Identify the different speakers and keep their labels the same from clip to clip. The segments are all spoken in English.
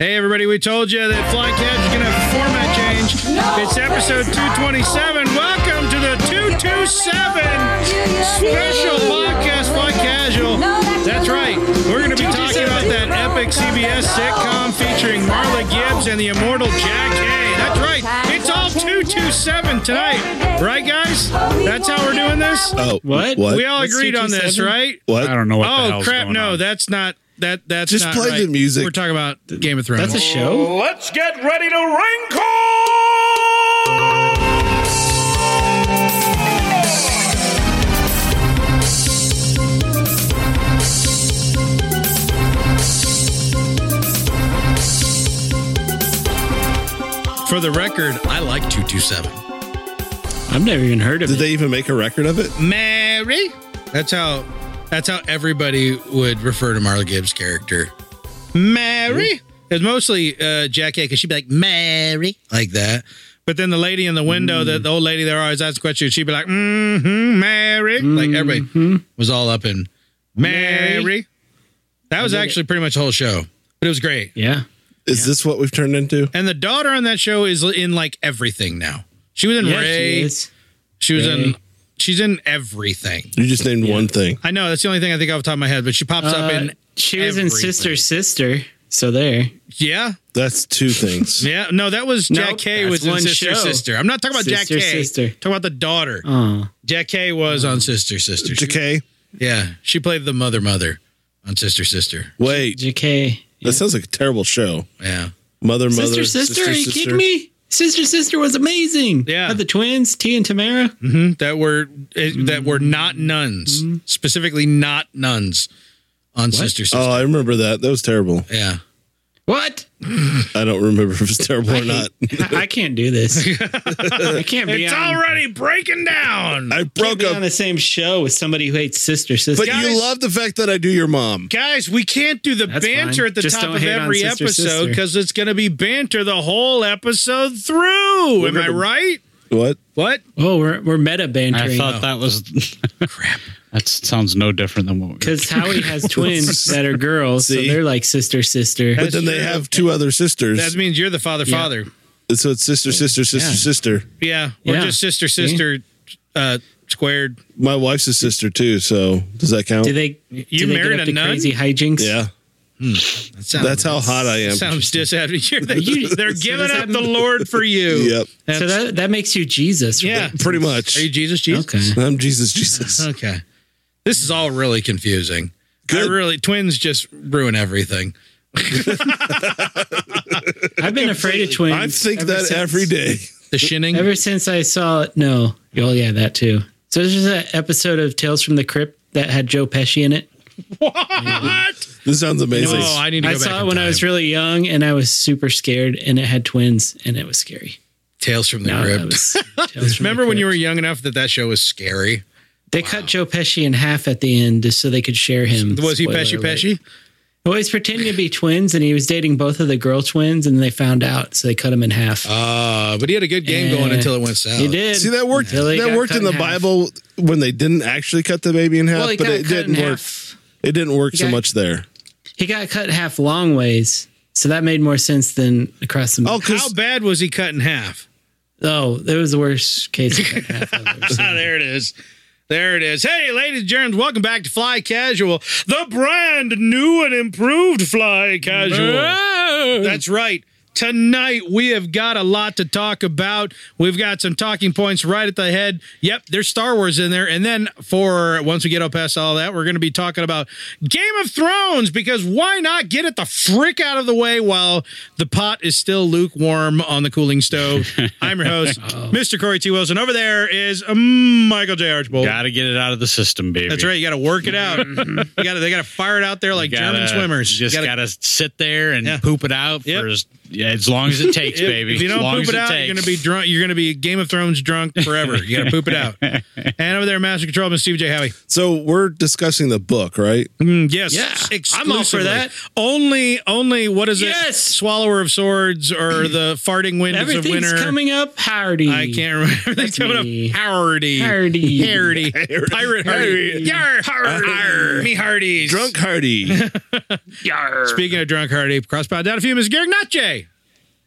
Speaker 1: Hey, everybody, we told you that Flying Cats is going to have a format change. It's episode 227. Welcome to the 227 special podcast, Fly Casual. That's right. We're going to be talking about that epic CBS sitcom featuring Marla Gibbs and the immortal Jack Hay. That's right. It's all 227 tonight. Right, guys? That's how we're doing this?
Speaker 2: Oh,
Speaker 3: What?
Speaker 2: What?
Speaker 1: We all
Speaker 3: What's
Speaker 1: agreed on this,
Speaker 3: 227?
Speaker 1: right?
Speaker 2: What?
Speaker 3: I don't know what the
Speaker 1: Oh,
Speaker 3: hell's
Speaker 1: crap.
Speaker 3: going
Speaker 1: No,
Speaker 3: on.
Speaker 1: that's not. That, that's
Speaker 2: Just
Speaker 1: not
Speaker 2: play
Speaker 1: right.
Speaker 2: the music.
Speaker 1: We're talking about Game of Thrones.
Speaker 3: that's a show.
Speaker 4: Let's get ready to wrinkle!
Speaker 1: For the record, I like 227.
Speaker 3: I've never even heard of
Speaker 2: Did
Speaker 3: it.
Speaker 2: they even make a record of it?
Speaker 1: Mary. That's how. That's how everybody would refer to Marla Gibbs' character. Mary. It's mostly uh, Jack A. Because she'd be like Mary, like that. But then the lady in the window, the, the old lady there, always asked questions. She'd be like, "Mm-hmm, Mary." Like everybody was all up in Mm-hmm. Mary.
Speaker 3: Mary.
Speaker 1: That was actually pretty much the whole show, but it was great.
Speaker 3: yeah.
Speaker 2: Is this what we've turned into?
Speaker 1: And the daughter on that show is in like everything now. She was in
Speaker 3: Yeah,
Speaker 1: Ray.
Speaker 3: she is.
Speaker 1: She was in.
Speaker 3: Ray.
Speaker 1: She's in everything.
Speaker 2: You just named one thing.
Speaker 1: I know that's the only thing I think off the top of my head, but she pops up
Speaker 3: Uh,
Speaker 1: in.
Speaker 3: she was in Sister
Speaker 1: everything.
Speaker 3: Sister. So there.
Speaker 1: Yeah,
Speaker 2: That's two things.
Speaker 1: yeah. No, that was Jack
Speaker 3: Nope,
Speaker 1: K
Speaker 3: that's
Speaker 1: was in
Speaker 3: one
Speaker 1: Sister
Speaker 3: show.
Speaker 1: Sister. I'm not talking about
Speaker 3: Sister,
Speaker 1: Jack K.
Speaker 3: Sister.
Speaker 1: Talking about the daughter.
Speaker 3: Oh. Mm.
Speaker 1: Jack K was on Sister Sister. She-
Speaker 2: Decay.
Speaker 1: yeah, she played the mother mother on Sister Sister.
Speaker 2: Wait,
Speaker 3: JK.
Speaker 2: that sounds like a terrible show.
Speaker 1: Yeah,
Speaker 2: Mother, mother,
Speaker 3: Sister, sister, Are you kidding me? Sister Sister was amazing.
Speaker 1: Yeah.
Speaker 3: Had the twins, T and Tamara.
Speaker 1: that were eh, that were not
Speaker 3: Mm-hmm.
Speaker 1: nuns, specifically not nuns on Sister Sister.
Speaker 2: Oh, I remember that. That was terrible.
Speaker 1: Yeah.
Speaker 3: What?
Speaker 2: I don't remember if it was terrible or not.
Speaker 3: I, I can't do this. I can't be
Speaker 1: It's
Speaker 3: on,
Speaker 1: already breaking down.
Speaker 2: I
Speaker 3: can't
Speaker 2: broke
Speaker 3: be on
Speaker 2: up.
Speaker 3: the same show with somebody who hates Sister Sister.
Speaker 2: But you love the fact that I do your mom.
Speaker 1: Guys, we can't do the
Speaker 3: That's
Speaker 1: banter
Speaker 3: fine.
Speaker 1: at the
Speaker 3: Just
Speaker 1: top
Speaker 3: don't
Speaker 1: of
Speaker 3: hate on
Speaker 1: every
Speaker 3: Sister
Speaker 1: episode
Speaker 3: Sister.
Speaker 1: because it's going to be banter the whole episode through. Am I
Speaker 2: gonna-
Speaker 1: right?
Speaker 2: What?
Speaker 1: What?
Speaker 3: oh, we're, we're meta
Speaker 5: I
Speaker 3: bantering.
Speaker 5: thought that was
Speaker 1: Crap.
Speaker 5: that sounds no different than what we
Speaker 3: Because Howie has twins that are girls,
Speaker 2: See?
Speaker 3: so they're like sister sister.
Speaker 2: But then they have two other sisters.
Speaker 1: That means you're the father,
Speaker 3: Yeah.
Speaker 1: father.
Speaker 2: so it's sister, sister, sister,
Speaker 3: Yeah.
Speaker 2: sister.
Speaker 1: Yeah. We're
Speaker 3: Yeah.
Speaker 1: just sister, sister, uh, squared.
Speaker 2: My wife's a sister too. So does that count?
Speaker 3: Do they? do they
Speaker 1: married
Speaker 3: get up
Speaker 1: a
Speaker 3: to
Speaker 1: nun?
Speaker 3: Crazy hijinks.
Speaker 2: Oh. yeah.
Speaker 1: That sounds,
Speaker 2: That's how hot I am.
Speaker 1: sounds disadvantageous.
Speaker 3: You-
Speaker 1: They're
Speaker 3: so
Speaker 1: giving
Speaker 3: does
Speaker 1: up
Speaker 3: that
Speaker 1: the
Speaker 3: mean-
Speaker 1: Lord for you.
Speaker 2: Yep.
Speaker 1: That's-
Speaker 3: So that that makes you Jesus. right?
Speaker 1: yeah.
Speaker 2: Pretty much.
Speaker 1: Are you Jesus, Jesus?
Speaker 3: Okay.
Speaker 2: I'm Jesus, Jesus.
Speaker 1: Okay. This is all really confusing.
Speaker 2: Good.
Speaker 1: I really twins just ruin everything.
Speaker 3: I've been afraid of twins.
Speaker 2: I think
Speaker 3: ever
Speaker 2: that
Speaker 3: since-
Speaker 2: every day.
Speaker 1: The shinning.
Speaker 3: Ever since I saw no, oh yeah, that too. So there's just an episode of Tales from the Crypt that had Joe Pesci in it.
Speaker 1: what?
Speaker 2: This sounds amazing.
Speaker 1: Oh, I need to go
Speaker 3: I
Speaker 1: back.
Speaker 3: saw
Speaker 1: in
Speaker 3: it when I
Speaker 1: time.
Speaker 3: was really young, and I was super scared, and it had twins, and it was scary.
Speaker 1: Tales from the
Speaker 3: No,
Speaker 1: Crypt.
Speaker 3: that was Tales from the
Speaker 1: Remember when you were
Speaker 3: Crypt.
Speaker 1: young enough that that show was scary?
Speaker 3: They cut Joe Pesci in half at the end just so they could share him.
Speaker 1: Was he
Speaker 3: Spoiler
Speaker 1: Pesci
Speaker 3: alert.
Speaker 1: Pesci?
Speaker 3: Well, he's pretending to be twins, and he was dating both of the girl twins, and they found out, so they cut him in half.
Speaker 1: Uh, but he had a good game going
Speaker 3: Eh,
Speaker 1: until it went south.
Speaker 3: he did.
Speaker 2: See that worked.
Speaker 3: Until he
Speaker 2: That
Speaker 3: got
Speaker 2: worked
Speaker 3: cut
Speaker 2: in the
Speaker 3: half.
Speaker 2: Bible when they didn't actually cut the baby in half,
Speaker 3: Well, he
Speaker 2: but
Speaker 3: got
Speaker 2: it
Speaker 3: cut in
Speaker 2: didn't work.
Speaker 3: half.
Speaker 2: It didn't work so
Speaker 3: got-
Speaker 2: much there.
Speaker 3: He got cut half long ways, so that made more sense than across the.
Speaker 2: Oh,
Speaker 1: How
Speaker 2: because
Speaker 1: bad was he cut in half?
Speaker 3: Oh, that was the worst case. of cut in half I've ever seen.
Speaker 1: Ah, there it is. There it is. Hey, ladies and germs, welcome back to Fly Casual, the brand new and improved Fly Casual. That's right. Tonight we have got a lot to talk about. We've got some talking points right at the head. Yep, there's Star Wars in there. And then for once we get up past all that, we're going to be talking about Game of Thrones because why not get it the frick out of the way while the pot is still lukewarm on the cooling stove? I'm your host, Mr. Corey T. Wilson. Over there is um, Michael J. Archbold.
Speaker 5: got to get it out of the system, baby.
Speaker 1: That's right. You got to work it out. you gotta, they got to fire it out there like
Speaker 5: Gotta-
Speaker 1: German swimmers.
Speaker 5: Just
Speaker 1: You
Speaker 5: got
Speaker 1: gotta-
Speaker 5: to sit there and
Speaker 1: Yeah.
Speaker 5: poop it out
Speaker 1: Yep.
Speaker 5: for as, as long as it takes,
Speaker 1: If-
Speaker 5: baby.
Speaker 1: If you
Speaker 5: as
Speaker 1: don't
Speaker 5: long
Speaker 1: poop
Speaker 5: as
Speaker 1: it out, you're
Speaker 5: takes.
Speaker 1: gonna be drunk. You're gonna be Game of Thrones drunk forever. You gotta poop it out. And over there, Master Control, Mr. Steve J. Howie.
Speaker 2: So we're discussing the book, right?
Speaker 1: Mm, yes,
Speaker 3: Yeah, I'm all for
Speaker 1: exclusively.
Speaker 3: that.
Speaker 1: Only, only what is it?
Speaker 3: Yes!
Speaker 1: Swallower of swords or the farting winds of
Speaker 3: Everything's
Speaker 1: winter.
Speaker 3: coming up, Hardy.
Speaker 1: I can't remember. Everything's
Speaker 3: That's
Speaker 1: coming
Speaker 3: me.
Speaker 1: up. Hardy,
Speaker 3: Hardy.
Speaker 1: Hardy, pirate Hardy, Yar, Hardy, me Hardies.
Speaker 2: Drunk Hardy.
Speaker 1: Uh,
Speaker 3: Yarr.
Speaker 1: Speaking of drunk Hardy, crossbow down a few. Miss Garrick Notche.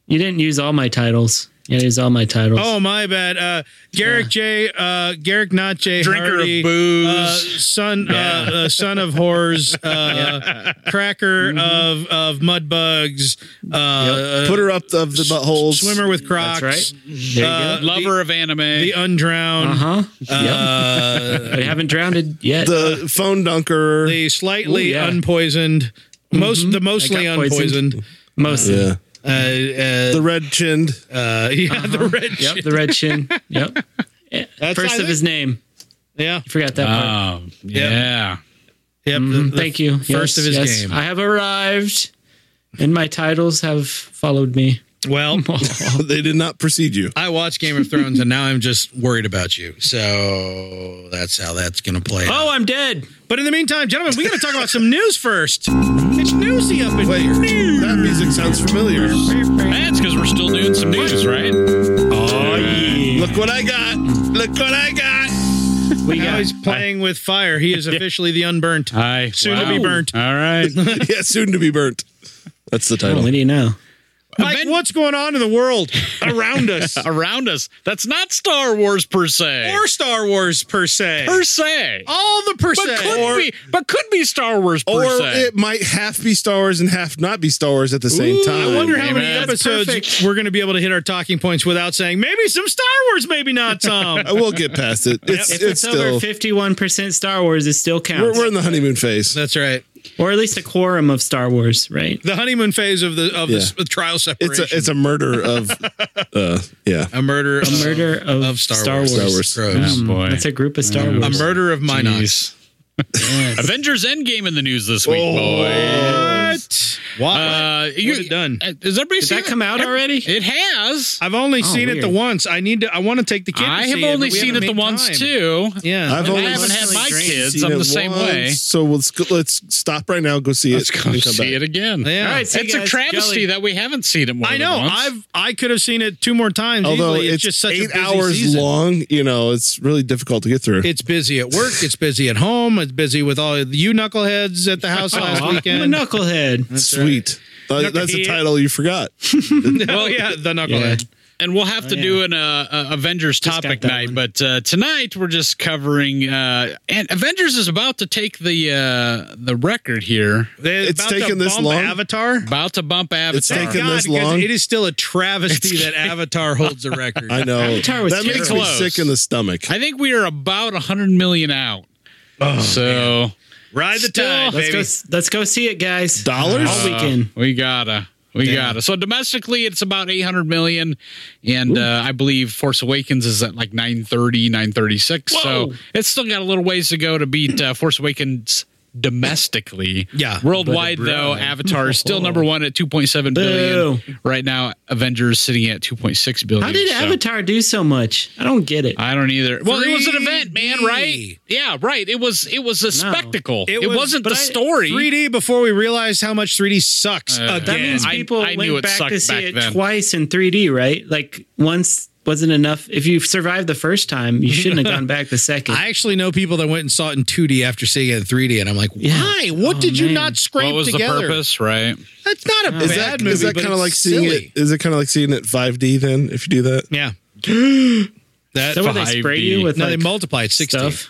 Speaker 3: You didn't use all my titles. You didn't use all my titles.
Speaker 1: Oh my bad. Uh, Garrick J. Uh, Garrick Notche.
Speaker 5: drinker
Speaker 1: Hardy,
Speaker 5: of booze.
Speaker 1: uh, son, uh, uh, son of whores, uh, cracker
Speaker 3: Mm-hmm.
Speaker 1: of of mud bugs, uh,
Speaker 2: Put her up of the buttholes.
Speaker 1: swimmer with Crocs,
Speaker 3: that's right. There you
Speaker 1: uh,
Speaker 3: go.
Speaker 5: Lover of anime.
Speaker 1: the undrowned,
Speaker 3: Uh huh.
Speaker 1: uh,
Speaker 3: But I haven't drowned yet.
Speaker 2: The phone dunker.
Speaker 1: the slightly
Speaker 3: Ooh, yeah. Mm-hmm.
Speaker 1: unpoisoned, most the mostly
Speaker 3: I got poisoned.
Speaker 1: unpoisoned,
Speaker 3: Most.
Speaker 2: yeah.
Speaker 1: uh, uh,
Speaker 2: The red chinned.
Speaker 1: uh, yeah, the red,
Speaker 3: Uh-huh. Yep. The red chin. Yep. First
Speaker 1: I
Speaker 3: of his name.
Speaker 1: yeah,
Speaker 3: You forgot that part. Mm,
Speaker 5: oh, yeah.
Speaker 1: yep, the- the
Speaker 3: Mm-hmm. Thank you.
Speaker 1: first
Speaker 3: Yes,
Speaker 1: of his
Speaker 3: yes.
Speaker 1: game.
Speaker 3: I have arrived, and my titles have followed me.
Speaker 1: Well,
Speaker 3: Oh,
Speaker 1: Uh-huh.
Speaker 2: They did not precede you.
Speaker 1: I watch Game of Thrones, and now I'm just worried about you. So that's how that's going to play. out.
Speaker 3: Oh, I'm dead.
Speaker 1: But in the meantime, gentlemen, we got to talk about some news first. It's newsy up in
Speaker 2: Wait,
Speaker 1: here.
Speaker 2: that music sounds familiar.
Speaker 5: That's because we're still doing some news, right?
Speaker 2: Look what I got. Look what I got.
Speaker 1: We now he's playing with fire. He is officially the unburnt.
Speaker 5: Hi.
Speaker 1: Soon to be burnt.
Speaker 5: All right.
Speaker 2: yeah, soon to be burnt. That's the
Speaker 3: Oh,
Speaker 2: title.
Speaker 3: what do you know?
Speaker 1: Mike, what's going on in the world around us?
Speaker 5: Around us. That's not Star Wars per se.
Speaker 1: or Star Wars per se?
Speaker 5: per se.
Speaker 1: All the per
Speaker 5: But could
Speaker 1: se. Or-
Speaker 5: be. But could be Star Wars per
Speaker 2: Or
Speaker 5: se.
Speaker 2: it might half be Star Wars and half not be Star Wars at the same time.
Speaker 1: I wonder how many
Speaker 5: Amen. That's
Speaker 1: episodes
Speaker 3: perfect.
Speaker 1: we're going to be able to hit our talking points without saying maybe some Star Wars, maybe not some.
Speaker 2: I will get past it. It's, it's,
Speaker 3: If it's, over
Speaker 2: still.
Speaker 3: fifty-one percent Star Wars, it still
Speaker 2: We're,
Speaker 3: counts,
Speaker 2: we're in the honeymoon phase.
Speaker 1: That's right.
Speaker 3: or at least a quorum of Star Wars, right?
Speaker 1: The honeymoon phase of the of
Speaker 2: Yeah.
Speaker 1: the s- the trial
Speaker 2: It's
Speaker 1: separation.
Speaker 2: a it's a murder of, uh, yeah,
Speaker 1: a murder.
Speaker 3: A murder of,
Speaker 1: of
Speaker 3: Star,
Speaker 1: Star Wars.
Speaker 3: Wars.
Speaker 2: Star Wars.
Speaker 1: Gross.
Speaker 5: Oh, boy.
Speaker 3: That's a group of Star Wars.
Speaker 1: A murder of my eyes.
Speaker 5: Jeez. Avengers Endgame in the news this week,
Speaker 1: What?
Speaker 5: boy.
Speaker 1: Why?
Speaker 5: Uh, you,
Speaker 1: Oh. it done?
Speaker 5: uh, Has everybody
Speaker 3: Did
Speaker 5: seen
Speaker 3: that
Speaker 5: it?
Speaker 3: come out
Speaker 5: Every-
Speaker 3: already?
Speaker 5: It has.
Speaker 1: I've only seen it
Speaker 3: weird.
Speaker 1: the once. I need to. I want to take the kid. to
Speaker 5: oh, I
Speaker 1: see
Speaker 5: have
Speaker 1: but
Speaker 5: only
Speaker 1: we
Speaker 5: seen it
Speaker 1: haven't
Speaker 5: the
Speaker 1: made
Speaker 5: once
Speaker 1: time.
Speaker 5: too.
Speaker 1: Yeah,
Speaker 2: I've
Speaker 5: I
Speaker 2: only
Speaker 5: haven't had my
Speaker 3: strange
Speaker 5: kids.
Speaker 2: seen
Speaker 5: I'm
Speaker 2: it
Speaker 5: the same
Speaker 2: once,
Speaker 5: way.
Speaker 2: So let's go, let's stop right now. Go see
Speaker 5: Let's
Speaker 2: it.
Speaker 5: go
Speaker 2: and come
Speaker 5: see
Speaker 2: back.
Speaker 5: it again.
Speaker 1: Yeah. All right,
Speaker 3: see you
Speaker 5: it's a
Speaker 3: guys.
Speaker 5: travesty
Speaker 3: Jolly.
Speaker 5: that we haven't seen it more.
Speaker 1: I
Speaker 5: than
Speaker 1: know.
Speaker 5: once.
Speaker 1: I've I could have seen it two more times.
Speaker 2: Although
Speaker 1: Easily.
Speaker 2: it's,
Speaker 1: It's, just such a
Speaker 2: eight
Speaker 1: busy
Speaker 2: hours
Speaker 1: season.
Speaker 2: long, you know, it's really difficult to get through.
Speaker 1: It's busy at work. It's busy at home. It's busy with all of you knuckleheads at the house
Speaker 5: Oh,
Speaker 1: last
Speaker 3: Aw,
Speaker 1: weekend.
Speaker 3: I'm a knucklehead.
Speaker 2: Sweet. Uh, that's a
Speaker 1: he-
Speaker 2: title you forgot.
Speaker 1: oh yeah, the knucklehead.
Speaker 5: and we'll have to do an uh, uh, Avengers
Speaker 3: got
Speaker 5: topic
Speaker 3: that
Speaker 5: night,
Speaker 3: one.
Speaker 5: but uh, tonight we're just covering. Uh, and Avengers is about to take the uh, the record here,
Speaker 1: They're
Speaker 2: It's
Speaker 1: about to
Speaker 2: taken this
Speaker 1: bump
Speaker 2: long?
Speaker 1: Avatar. Oh,
Speaker 5: about to bump Avatar.
Speaker 2: It's taken-
Speaker 1: God,
Speaker 2: this
Speaker 1: because
Speaker 2: long?
Speaker 1: It is still a travesty that Avatar holds the record.
Speaker 2: I know.
Speaker 3: Avatar was
Speaker 2: that makes me
Speaker 5: terrible.
Speaker 2: sick in the stomach.
Speaker 5: I think we are about 100 million out. so
Speaker 1: Ride the
Speaker 5: Still-
Speaker 1: tide,
Speaker 3: Let's
Speaker 1: baby.
Speaker 3: go. s- Let's go see it, guys.
Speaker 2: Dollars?
Speaker 3: all weekend.
Speaker 5: we gotta. We gotta. So domestically, it's about 800 million. And uh, I believe Force Awakens is at like 930, 936. So
Speaker 3: Whoa.
Speaker 5: it's still got a little ways to go to beat uh, Force Awakens domestically.
Speaker 1: Yeah.
Speaker 5: Worldwide, though, Avatar is still number one at 2.7 billion.
Speaker 3: Boo.
Speaker 5: Right now, Avengers sitting at 2.6 billion.
Speaker 3: How did
Speaker 5: Uh, so-
Speaker 3: Avatar do so much? I don't get it.
Speaker 5: I don't either. Well, it was an
Speaker 1: 3D.
Speaker 5: event, man, right? Yeah, right. It was it was a spectacle. It,
Speaker 1: was-
Speaker 5: was, not
Speaker 1: but
Speaker 5: the
Speaker 1: I-
Speaker 5: story.
Speaker 1: 3D before we realized how much 3D sucks.
Speaker 5: Uh,
Speaker 1: again.
Speaker 3: that means
Speaker 5: I-
Speaker 3: people
Speaker 5: I knew
Speaker 3: went
Speaker 5: it
Speaker 3: back
Speaker 5: sucked
Speaker 3: to see
Speaker 5: back
Speaker 3: it
Speaker 5: then.
Speaker 3: twice in 3D, right? Like once wasn't enough. If you survived the first time, you shouldn't have gone back the second.
Speaker 1: I actually know people that went and saw it in 2D after seeing it in 3D, and I'm like,
Speaker 3: Yeah.
Speaker 1: why? What
Speaker 3: Oh,
Speaker 1: did you
Speaker 3: man.
Speaker 1: not scrape
Speaker 5: What was
Speaker 1: together?
Speaker 5: the purpose, right?
Speaker 1: That's not a
Speaker 2: Is
Speaker 1: bad
Speaker 2: that,
Speaker 1: movie.
Speaker 2: is that
Speaker 1: but
Speaker 2: kind
Speaker 1: it's
Speaker 2: of like seeing
Speaker 1: silly.
Speaker 2: it? Is it kind of like seeing it 5D then? If you do that,
Speaker 1: Yeah.
Speaker 3: Is
Speaker 1: that
Speaker 3: that where they
Speaker 5: 5D.
Speaker 3: spray you with
Speaker 1: no,
Speaker 3: like,
Speaker 1: they multiply it 60.
Speaker 3: stuff?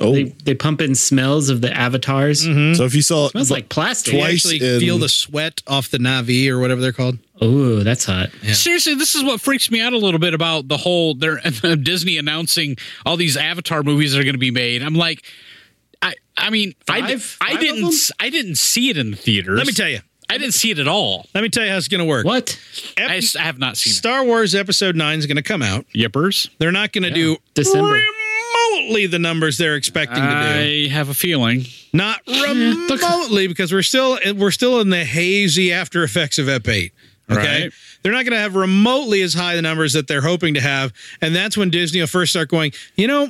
Speaker 2: oh,
Speaker 3: They they pump in smells of the avatars.
Speaker 5: Mm-hmm.
Speaker 2: so if you saw
Speaker 3: Smells
Speaker 2: it,
Speaker 3: like plastic.
Speaker 1: You
Speaker 2: Twice
Speaker 1: actually
Speaker 2: in-
Speaker 1: feel the sweat off the Navi or whatever they're called.
Speaker 3: Oh, that's hot.
Speaker 5: Seriously, this is what freaks me out a little bit about the whole their Disney announcing all these Avatar movies that are going to be made. I'm like, I I mean, I di-
Speaker 3: Five?
Speaker 5: I
Speaker 3: Five of
Speaker 5: didn't
Speaker 3: them?
Speaker 5: s- I didn't see it in the theaters.
Speaker 1: Let me tell you.
Speaker 5: I didn't see it at all.
Speaker 1: Let me tell you how it's going to work.
Speaker 3: What?
Speaker 1: Ep-
Speaker 5: I, s- I have not seen it.
Speaker 1: Star Wars Episode 9 is going to come out.
Speaker 5: Yippers!
Speaker 1: They're not going to do
Speaker 3: December.
Speaker 1: remotely the numbers they're expecting to do.
Speaker 5: I have a feeling.
Speaker 1: Not remotely because we're still we're still in the hazy after effects of Ep 8. Okay.
Speaker 5: Right.
Speaker 1: They're not going to have remotely as high the numbers that they're hoping to have. And that's when Disney will first start going, you know,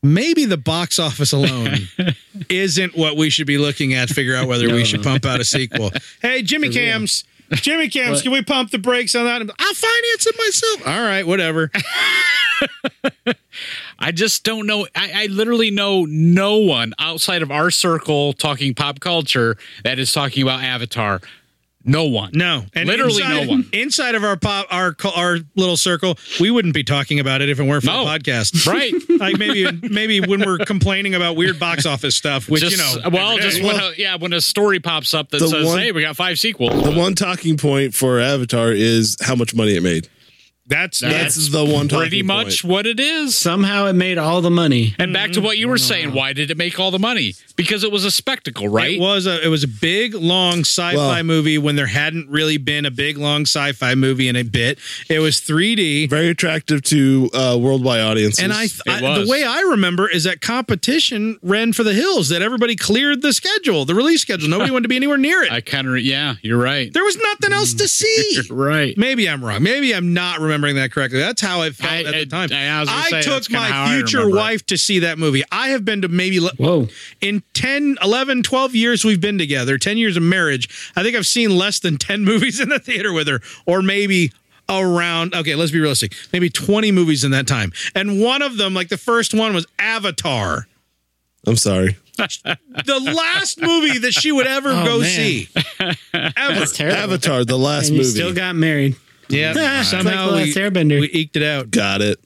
Speaker 1: maybe the box office alone isn't what we should be looking at, to figure out whether we should pump out a sequel. Hey, Jimmy Cams. Jimmy Cams,
Speaker 3: What?
Speaker 1: can we pump the brakes on that? I'll finance it myself. All right, whatever.
Speaker 5: I just don't know. I, I literally know no one outside of our circle talking pop culture that is talking about Avatar. No one.
Speaker 1: No, and
Speaker 5: Literally
Speaker 1: inside,
Speaker 5: no one.
Speaker 1: inside of our pop, our co- our little circle, we wouldn't be talking about it if it weren't for
Speaker 5: No.
Speaker 1: the podcast.
Speaker 5: Right.
Speaker 1: Like maybe maybe when we're complaining about weird box office stuff, which
Speaker 5: Just, uh,
Speaker 1: you know,
Speaker 5: well,
Speaker 1: every
Speaker 5: just
Speaker 1: day.
Speaker 5: when a, yeah, when a story pops up that
Speaker 2: The
Speaker 5: says,
Speaker 2: one-
Speaker 5: "Hey, we got five sequels."
Speaker 2: The one talking point for Avatar is how much money it made.
Speaker 1: that's
Speaker 2: That's,
Speaker 1: that's
Speaker 2: the one talking
Speaker 5: Pretty much
Speaker 2: point.
Speaker 5: what it is.
Speaker 3: Somehow it made all the money.
Speaker 5: And back
Speaker 1: Mm-hmm.
Speaker 5: to what you were saying, why did it make all the money? Because it was a spectacle, right?
Speaker 1: It was a it was a big long sci-fi
Speaker 2: Well-
Speaker 1: movie when there hadn't really been a big long sci-fi movie in a bit. It was 3D,
Speaker 2: Very attractive to uh, worldwide audiences.
Speaker 1: and I,
Speaker 5: It
Speaker 1: I
Speaker 5: was.
Speaker 1: the way I remember is that competition ran for the hills. That everybody cleared the schedule, the release schedule. Nobody wanted to be anywhere near it.
Speaker 5: I kind of yeah, you're right.
Speaker 1: there was nothing else to see.
Speaker 3: Right.
Speaker 1: Maybe I'm wrong. Maybe I'm not remembering that correctly. That's how it felt
Speaker 5: I-
Speaker 1: at the
Speaker 5: I-
Speaker 1: time.
Speaker 5: I was gonna say, that's
Speaker 1: took
Speaker 5: kinda how
Speaker 1: my
Speaker 5: I
Speaker 1: future
Speaker 5: remember it.
Speaker 1: wife to see that movie. I have been to maybe le-
Speaker 3: Whoa.
Speaker 1: in 10, 11, 12 years we've been together, 10 years of marriage. I think I've seen less than 10 movies in the theater with her, or maybe around, okay, let's be realistic, maybe 20 movies in that time. And one of them, like the first one, was Avatar,
Speaker 2: I'm sorry.
Speaker 1: the last movie that she would
Speaker 5: Oh,
Speaker 1: ever go
Speaker 3: man.
Speaker 1: see. Ever.
Speaker 3: That's terrible.
Speaker 2: Avatar, the last
Speaker 3: and you
Speaker 2: movie.
Speaker 3: still got married.
Speaker 1: Yeah.
Speaker 3: It's like
Speaker 1: Somehow
Speaker 3: The
Speaker 1: we,
Speaker 3: Last Airbender.
Speaker 1: we eked it out.
Speaker 2: got it.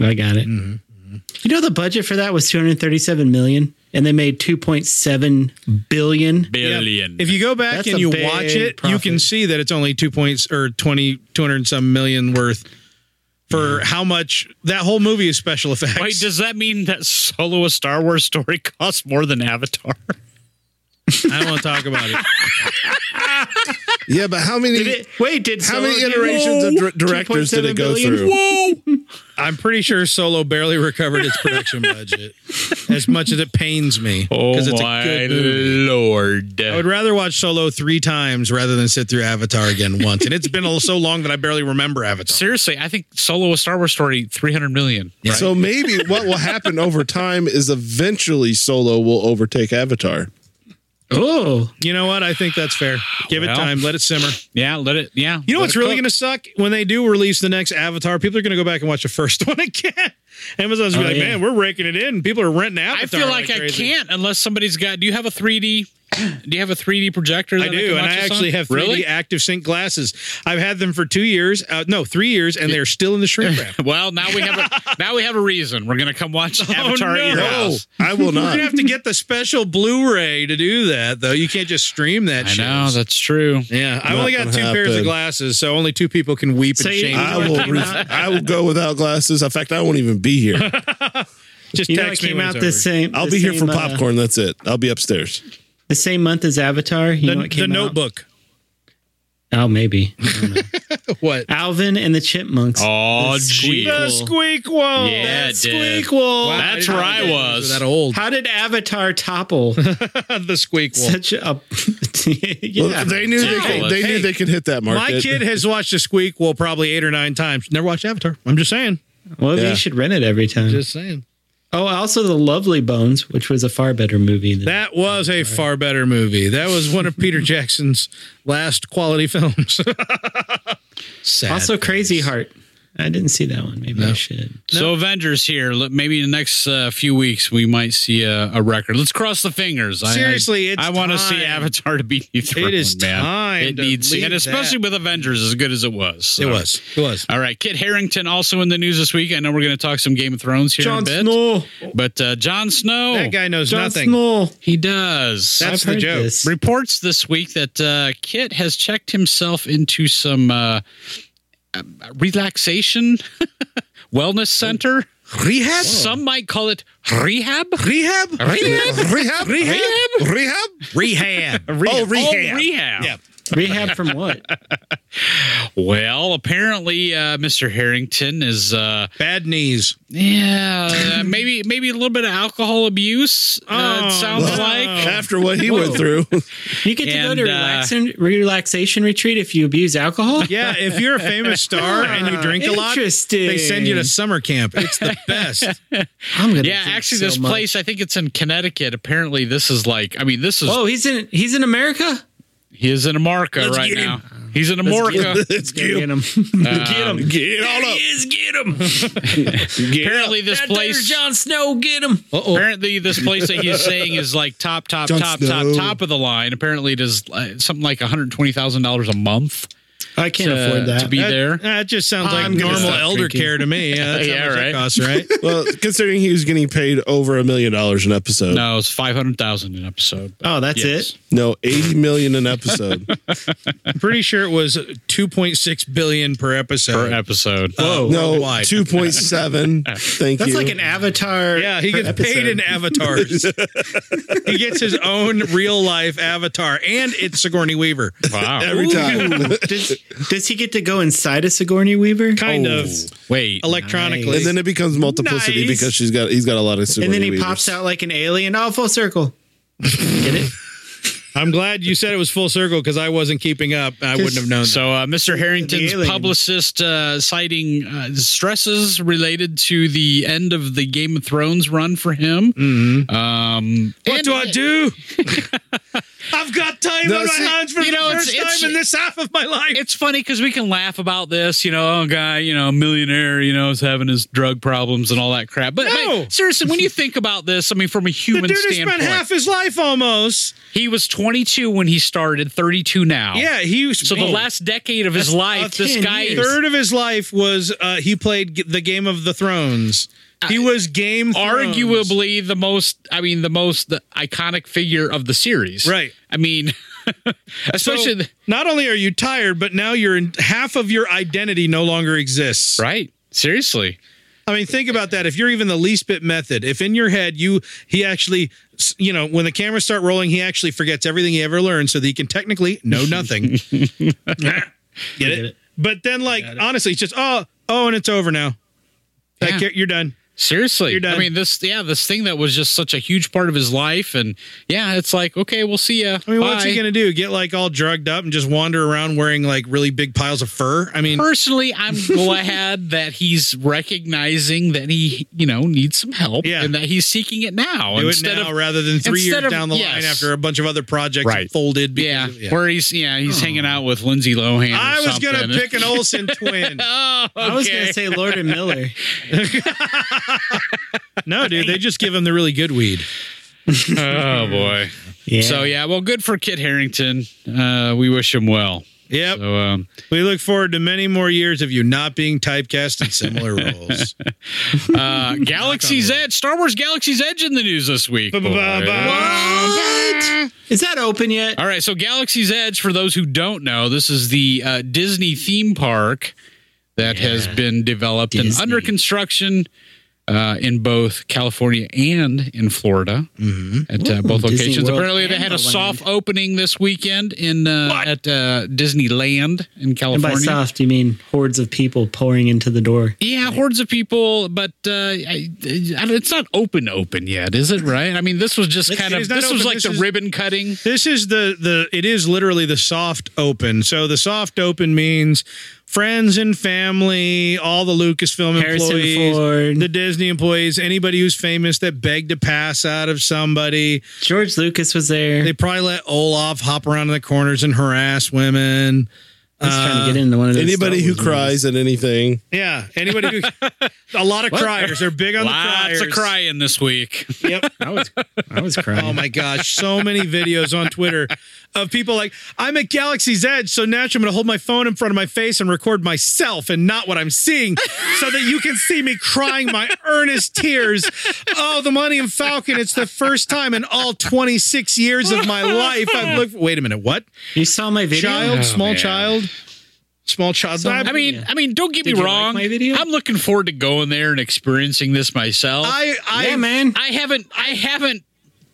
Speaker 3: I got it.
Speaker 5: Mm-hmm.
Speaker 3: You know the budget for that was 237 million and they made 2.7 billion.
Speaker 5: Billion.
Speaker 1: If you go back
Speaker 3: That's
Speaker 1: and
Speaker 3: a
Speaker 1: you
Speaker 3: big
Speaker 1: watch it, you
Speaker 3: profit.
Speaker 1: can see that it's only two points or 20, 200 and some million worth for how much that whole movie is special effects.
Speaker 5: Wait, does that mean that solo a Star Wars story costs more than Avatar?
Speaker 1: I don't want to talk about it.
Speaker 2: Yeah, but how many?
Speaker 3: Did it, wait, did
Speaker 2: how
Speaker 3: Solo
Speaker 2: many
Speaker 3: do-
Speaker 2: iterations of
Speaker 3: Whoa.
Speaker 2: dir- directors did it
Speaker 3: 2.7
Speaker 2: go
Speaker 3: billion?
Speaker 2: through?
Speaker 1: I'm pretty sure Solo barely recovered its production budget as much as it pains me because it's a good movie.
Speaker 5: Oh lord!
Speaker 1: Oh I would rather watch Solo three times rather than sit through Avatar again once. And it's been a- so long that I barely remember Avatar.
Speaker 5: Seriously, I think solo a Star Wars story three hundred million.
Speaker 2: So maybe what will happen over time is eventually Solo will overtake Avatar.
Speaker 3: Oh,
Speaker 1: You know what? I think that's fair. Give
Speaker 5: Well.
Speaker 1: it time. Let it simmer.
Speaker 5: Yeah, let it. Yeah,
Speaker 1: You know what's really going to suck when they do release the next Avatar? People are going to go back and watch the first one again. Amazon's gonna be
Speaker 3: Oh,
Speaker 1: like,
Speaker 3: yeah.
Speaker 1: man, we're raking it in. People are renting
Speaker 5: I
Speaker 1: Avatar.
Speaker 5: feel like, I
Speaker 1: crazy.
Speaker 5: can't unless somebody's got. Do you have a three D? Do you have a three D projector?
Speaker 1: I
Speaker 5: That
Speaker 1: do,
Speaker 5: can
Speaker 1: and
Speaker 5: watch
Speaker 1: I
Speaker 5: this on?
Speaker 1: actually have 3D
Speaker 5: Really?
Speaker 1: active sync glasses. I've had them for two years, uh, no, three years, and they're still in the shrink wrap.
Speaker 5: Well, now we have a now we have a reason. We're gonna come watch Avatar at your
Speaker 1: Oh, no.
Speaker 5: house.
Speaker 2: I will
Speaker 1: You're
Speaker 2: not.
Speaker 1: gonna have to get the special Blu-ray to do that, though. You can't just stream that.
Speaker 5: I
Speaker 1: shit.
Speaker 5: know that's true.
Speaker 1: Yeah, I've only got
Speaker 2: Nothing
Speaker 1: two pairs of
Speaker 2: happened.
Speaker 1: glasses, so only two people can weep
Speaker 3: So
Speaker 1: and
Speaker 3: you-
Speaker 1: shame.
Speaker 2: I will. Re- I will go without glasses. In fact, I won't even be here.
Speaker 1: just
Speaker 3: you know it
Speaker 1: text me
Speaker 3: came
Speaker 1: when
Speaker 3: out
Speaker 1: it's over.
Speaker 3: the same.
Speaker 2: I'll
Speaker 3: the
Speaker 2: be here for
Speaker 3: same, uh,
Speaker 2: popcorn. That's it. I'll be upstairs.
Speaker 3: the same month as Avatar. You know
Speaker 1: The,
Speaker 3: what came
Speaker 1: the
Speaker 3: out?
Speaker 1: Notebook.
Speaker 3: Oh, maybe.
Speaker 1: What?
Speaker 3: Alvin and the Chipmunks.
Speaker 5: Oh,
Speaker 3: The
Speaker 5: gee.
Speaker 3: Squeakqueak.
Speaker 1: The Squeakquel.
Speaker 5: Yeah,
Speaker 1: That
Speaker 5: it did.
Speaker 1: Squeakquel.
Speaker 5: Wow, That's I didn't where know I you guys was. were
Speaker 1: That
Speaker 5: that
Speaker 1: old.
Speaker 3: How did Avatar topple
Speaker 1: the Squeakquel.
Speaker 3: such a? yeah,
Speaker 2: Well, they knew they,
Speaker 5: ridiculous.
Speaker 2: could, they
Speaker 1: Hey,
Speaker 2: knew they could hit that
Speaker 1: My
Speaker 2: market.
Speaker 1: kid has watched the Squeakquel probably eight or nine times. Never watched Avatar. I'm just saying.
Speaker 3: Well,
Speaker 2: Yeah.
Speaker 3: you should rent it every time.
Speaker 1: Just saying.
Speaker 3: oh, also The Lovely Bones, which was a far better movie than
Speaker 1: That was a far better movie. That was one of Peter Jackson's last quality films. Sad.
Speaker 3: Also, Crazy Heart. I didn't see that one. Maybe I should.
Speaker 5: So Avengers here. Let- Maybe in the next uh, few weeks we might see a, a record. Let's cross the fingers. I-
Speaker 1: Seriously,
Speaker 5: I,
Speaker 1: it's
Speaker 5: I want to see
Speaker 1: time.
Speaker 5: Avatar to be dethroned.
Speaker 1: is
Speaker 5: man.
Speaker 1: time
Speaker 5: It
Speaker 1: to
Speaker 5: needs,
Speaker 1: leave
Speaker 5: and especially with Avengers, as good as it was.
Speaker 1: It
Speaker 5: So.
Speaker 1: was. It was.
Speaker 5: All right, Kit Harrington also in the news this week. I know we're going to talk some Game of Thrones here in a bit,
Speaker 3: Snow.
Speaker 5: but uh, Jon Snow,
Speaker 1: That guy knows
Speaker 3: Jon
Speaker 1: nothing.
Speaker 3: Snow.
Speaker 5: he does.
Speaker 1: That's
Speaker 3: I've
Speaker 1: the
Speaker 3: heard
Speaker 1: joke.
Speaker 3: this.
Speaker 5: reports this week that uh, Kit has checked himself into some uh, uh, relaxation wellness center.
Speaker 1: Rehab?
Speaker 5: Some might call it rehab.
Speaker 1: Rehab?
Speaker 5: Rehab?
Speaker 1: Rehab? Rehab?
Speaker 2: rehab.
Speaker 1: Rehab.
Speaker 5: Oh, rehab.
Speaker 1: Yeah.
Speaker 3: Rehab from what?
Speaker 5: Well, apparently, uh, Mr. Harrington is, uh,
Speaker 1: Bad knees.
Speaker 5: yeah, uh, maybe maybe a little bit of alcohol abuse. Uh,
Speaker 1: Oh,
Speaker 5: it sounds
Speaker 1: no.
Speaker 5: like.
Speaker 2: After what he went through,
Speaker 3: You get to go
Speaker 5: And,
Speaker 3: to
Speaker 5: uh,
Speaker 3: relaxation, relaxation retreat if you abuse alcohol.
Speaker 1: Yeah, if you're a famous star and you drink a lot,
Speaker 3: Interesting.
Speaker 1: they send you to summer camp. It's the best.
Speaker 3: I'm gonna
Speaker 5: Yeah,
Speaker 3: drink
Speaker 5: actually,
Speaker 3: so
Speaker 5: this
Speaker 3: much.
Speaker 5: place, I think it's in Connecticut. Apparently, this is like, I mean, this is,
Speaker 3: Oh, he's in. He's in America.
Speaker 5: he is in America
Speaker 2: Let's
Speaker 5: right
Speaker 2: get
Speaker 5: now. He's in
Speaker 3: get
Speaker 5: America.
Speaker 2: let's
Speaker 3: Go
Speaker 2: get him.
Speaker 3: him.
Speaker 5: Um,
Speaker 2: Get on up.
Speaker 3: Is get him.
Speaker 2: Get
Speaker 5: Apparently, this place. Oh,
Speaker 3: John Snow, get him.
Speaker 5: Apparently, this place that he's saying is like top, top,
Speaker 2: Jon
Speaker 5: top,
Speaker 2: Snow.
Speaker 5: top, top of the line. Apparently, it is uh, something like one hundred twenty thousand dollars a month
Speaker 3: I can't
Speaker 5: to,
Speaker 3: afford that.
Speaker 5: uh, to be there.
Speaker 1: That just sounds like
Speaker 3: I'm gonna
Speaker 1: normal
Speaker 3: stop
Speaker 1: elder
Speaker 3: drinking.
Speaker 1: care to me. Yeah, that's
Speaker 5: Yeah,
Speaker 1: how much that
Speaker 5: right.
Speaker 1: costs, right?
Speaker 2: well, considering he was getting paid over a million dollars an episode. No,
Speaker 5: No, it's five hundred thousand an episode.
Speaker 3: oh, that's
Speaker 5: Yes.
Speaker 3: it.
Speaker 2: eighty million an episode.
Speaker 1: I'm pretty sure it was 2.6 billion per episode.
Speaker 5: per episode.
Speaker 1: Whoa,
Speaker 2: no,
Speaker 1: worldwide.
Speaker 2: two point seven. Thank
Speaker 3: That's
Speaker 2: you.
Speaker 3: like an avatar.
Speaker 1: Yeah, he
Speaker 3: per
Speaker 1: gets paid
Speaker 3: episode.
Speaker 1: in avatars. he gets his own real life avatar, and it's Sigourney Weaver.
Speaker 5: wow.
Speaker 2: every time.
Speaker 3: does, does he get to go inside a Sigourney Weaver?
Speaker 1: Kind of
Speaker 5: Wait.
Speaker 1: electronically.
Speaker 2: and then it becomes multiplicity
Speaker 1: Nice.
Speaker 2: because she's got he's got a lot of.
Speaker 3: and then
Speaker 2: Sigourney
Speaker 3: he
Speaker 2: Weavers.
Speaker 3: pops out like an alien. Oh, full circle. Get it?
Speaker 1: I'm glad you said it was full circle because I wasn't keeping up. I wouldn't have known.
Speaker 5: So, uh, Mr. Harrington's
Speaker 3: alien.
Speaker 5: publicist uh, citing uh, stresses related to the end of the Game of Thrones run for him. Um,
Speaker 1: that. Mm-hmm. What
Speaker 5: and-
Speaker 1: do I do? I've got time
Speaker 2: No,
Speaker 1: on my
Speaker 2: see,
Speaker 1: hands for
Speaker 5: you
Speaker 1: the
Speaker 5: know, it's-
Speaker 1: first
Speaker 5: it's-
Speaker 1: time in this half of my life.
Speaker 5: It's funny because we can laugh about this, you know, oh, guy, you know, millionaire, you know, is having his drug problems and all that crap. But
Speaker 1: No.
Speaker 5: hey, seriously, when you think about this, I mean, from a
Speaker 1: the
Speaker 5: human
Speaker 1: dude has
Speaker 5: standpoint,
Speaker 1: spent half his life almost.
Speaker 5: he was 22 when he started, 32 now.
Speaker 1: Yeah, he
Speaker 5: So the
Speaker 1: Oh.
Speaker 5: last decade of his life, this
Speaker 3: 10
Speaker 5: guy
Speaker 3: years.
Speaker 1: third of his life was uh, he played g- the Game of the Thrones. He was Game Thrones.
Speaker 5: arguably the most i mean the most iconic figure of the series
Speaker 1: Right.
Speaker 5: i mean
Speaker 1: So,
Speaker 5: especially the,
Speaker 1: not only are you tired, but now you're in, half of your identity no longer exists.
Speaker 5: right seriously
Speaker 1: I mean, think about that. If you're even the least bit method, if in your head you he actually, s- you know, when the cameras start rolling, he actually forgets everything he ever learned, so that he can technically know nothing. Get it?
Speaker 3: it.
Speaker 1: But then, like honestly, it's just oh, oh, and it's over now. That
Speaker 5: Yeah.
Speaker 1: ca- you're done.
Speaker 5: seriously
Speaker 1: You're done.
Speaker 5: i mean this yeah this thing that was just such a huge part of his life and yeah it's like okay we'll see ya
Speaker 1: I mean,
Speaker 5: Bye.
Speaker 1: what's he gonna do? Get like all drugged up and just wander around wearing like really big piles of fur? I mean,
Speaker 5: personally i'm glad that he's recognizing that he you know needs some help
Speaker 1: Yeah.
Speaker 5: and that he's seeking it now
Speaker 1: do it
Speaker 5: instead
Speaker 1: now
Speaker 5: of
Speaker 1: rather than three
Speaker 5: instead
Speaker 1: years
Speaker 5: of-
Speaker 1: down the line
Speaker 5: yes.
Speaker 1: after a bunch of other projects
Speaker 5: Right.
Speaker 1: folded.
Speaker 5: yeah,
Speaker 1: because of-
Speaker 5: where he's yeah he's hanging out with lindsay lohan or
Speaker 1: Oh. I was gonna
Speaker 5: something.
Speaker 1: pick an Olsen twin.
Speaker 5: oh okay.
Speaker 3: I was gonna say Lord and Miller.
Speaker 1: No, dude, they just give him the really good weed.
Speaker 5: oh boy
Speaker 3: Yeah.
Speaker 5: So yeah, well, good for Kit Harrington. Uh, we wish him well.
Speaker 1: Yep.
Speaker 5: So um,
Speaker 1: We look forward to many more years of you not being typecast in similar roles.
Speaker 5: uh, Galaxy's Edge, Star Wars Galaxy's Edge in the news this week. boy.
Speaker 3: what? Is that open yet?
Speaker 5: All right, so Galaxy's Edge, for those who don't know, this is the uh, Disney theme park that has been developed and
Speaker 3: Disney.
Speaker 5: under construction uh, in both California and in Florida at uh, both
Speaker 3: Mm-hmm. Disney
Speaker 5: locations.
Speaker 3: World
Speaker 5: Apparently, they
Speaker 3: and
Speaker 5: had
Speaker 3: the
Speaker 5: a soft opening this weekend in uh, at uh, Disneyland in
Speaker 3: And by
Speaker 5: California.
Speaker 3: soft, you mean hordes of people pouring into the door.
Speaker 5: Yeah, hordes of people, but uh, I, I, it's not open open yet, is it? Right? I mean, this was just kind of
Speaker 1: is not
Speaker 5: this was
Speaker 1: open.
Speaker 5: like
Speaker 1: This
Speaker 5: the
Speaker 1: is-
Speaker 5: ribbon cutting.
Speaker 1: This is the the it is literally the soft open. So the soft open means friends and family, all the Lucasfilm
Speaker 3: Harrison
Speaker 1: employees,
Speaker 3: Ford.
Speaker 1: the Disney employees, anybody who's famous that begged to pass out of somebody.
Speaker 3: George Lucas was there.
Speaker 1: They probably let Olaf hop around in the corners and harass women.
Speaker 3: He's trying to get into one of those.
Speaker 2: Anybody
Speaker 3: Star
Speaker 2: who
Speaker 3: Wars movies.
Speaker 2: cries at anything,
Speaker 1: Yeah, anybody who a lot of criers. They're big on
Speaker 5: Lots
Speaker 1: the
Speaker 5: of crying this week.
Speaker 1: Yep.
Speaker 3: I was, I was
Speaker 1: Oh
Speaker 3: crying.
Speaker 1: my gosh, so many videos on Twitter of people like, I'm at Galaxy's Edge, so naturally I'm going to hold my phone in front of my face and record myself and not what I'm seeing so that you can see me crying my earnest tears. Oh, the Millennium Falcon, it's the first time in all 26 years of my life I've looked. Wait a minute, what?
Speaker 3: you saw my video.
Speaker 1: Child,
Speaker 5: Oh,
Speaker 1: small
Speaker 5: man.
Speaker 1: child, small child.
Speaker 5: I mean, I mean, don't get
Speaker 3: Did
Speaker 5: me
Speaker 3: you like
Speaker 5: wrong.
Speaker 3: my video?
Speaker 5: I'm looking forward to going there and experiencing this myself. I,
Speaker 1: I, I,
Speaker 3: yeah, man.
Speaker 5: haven't, I haven't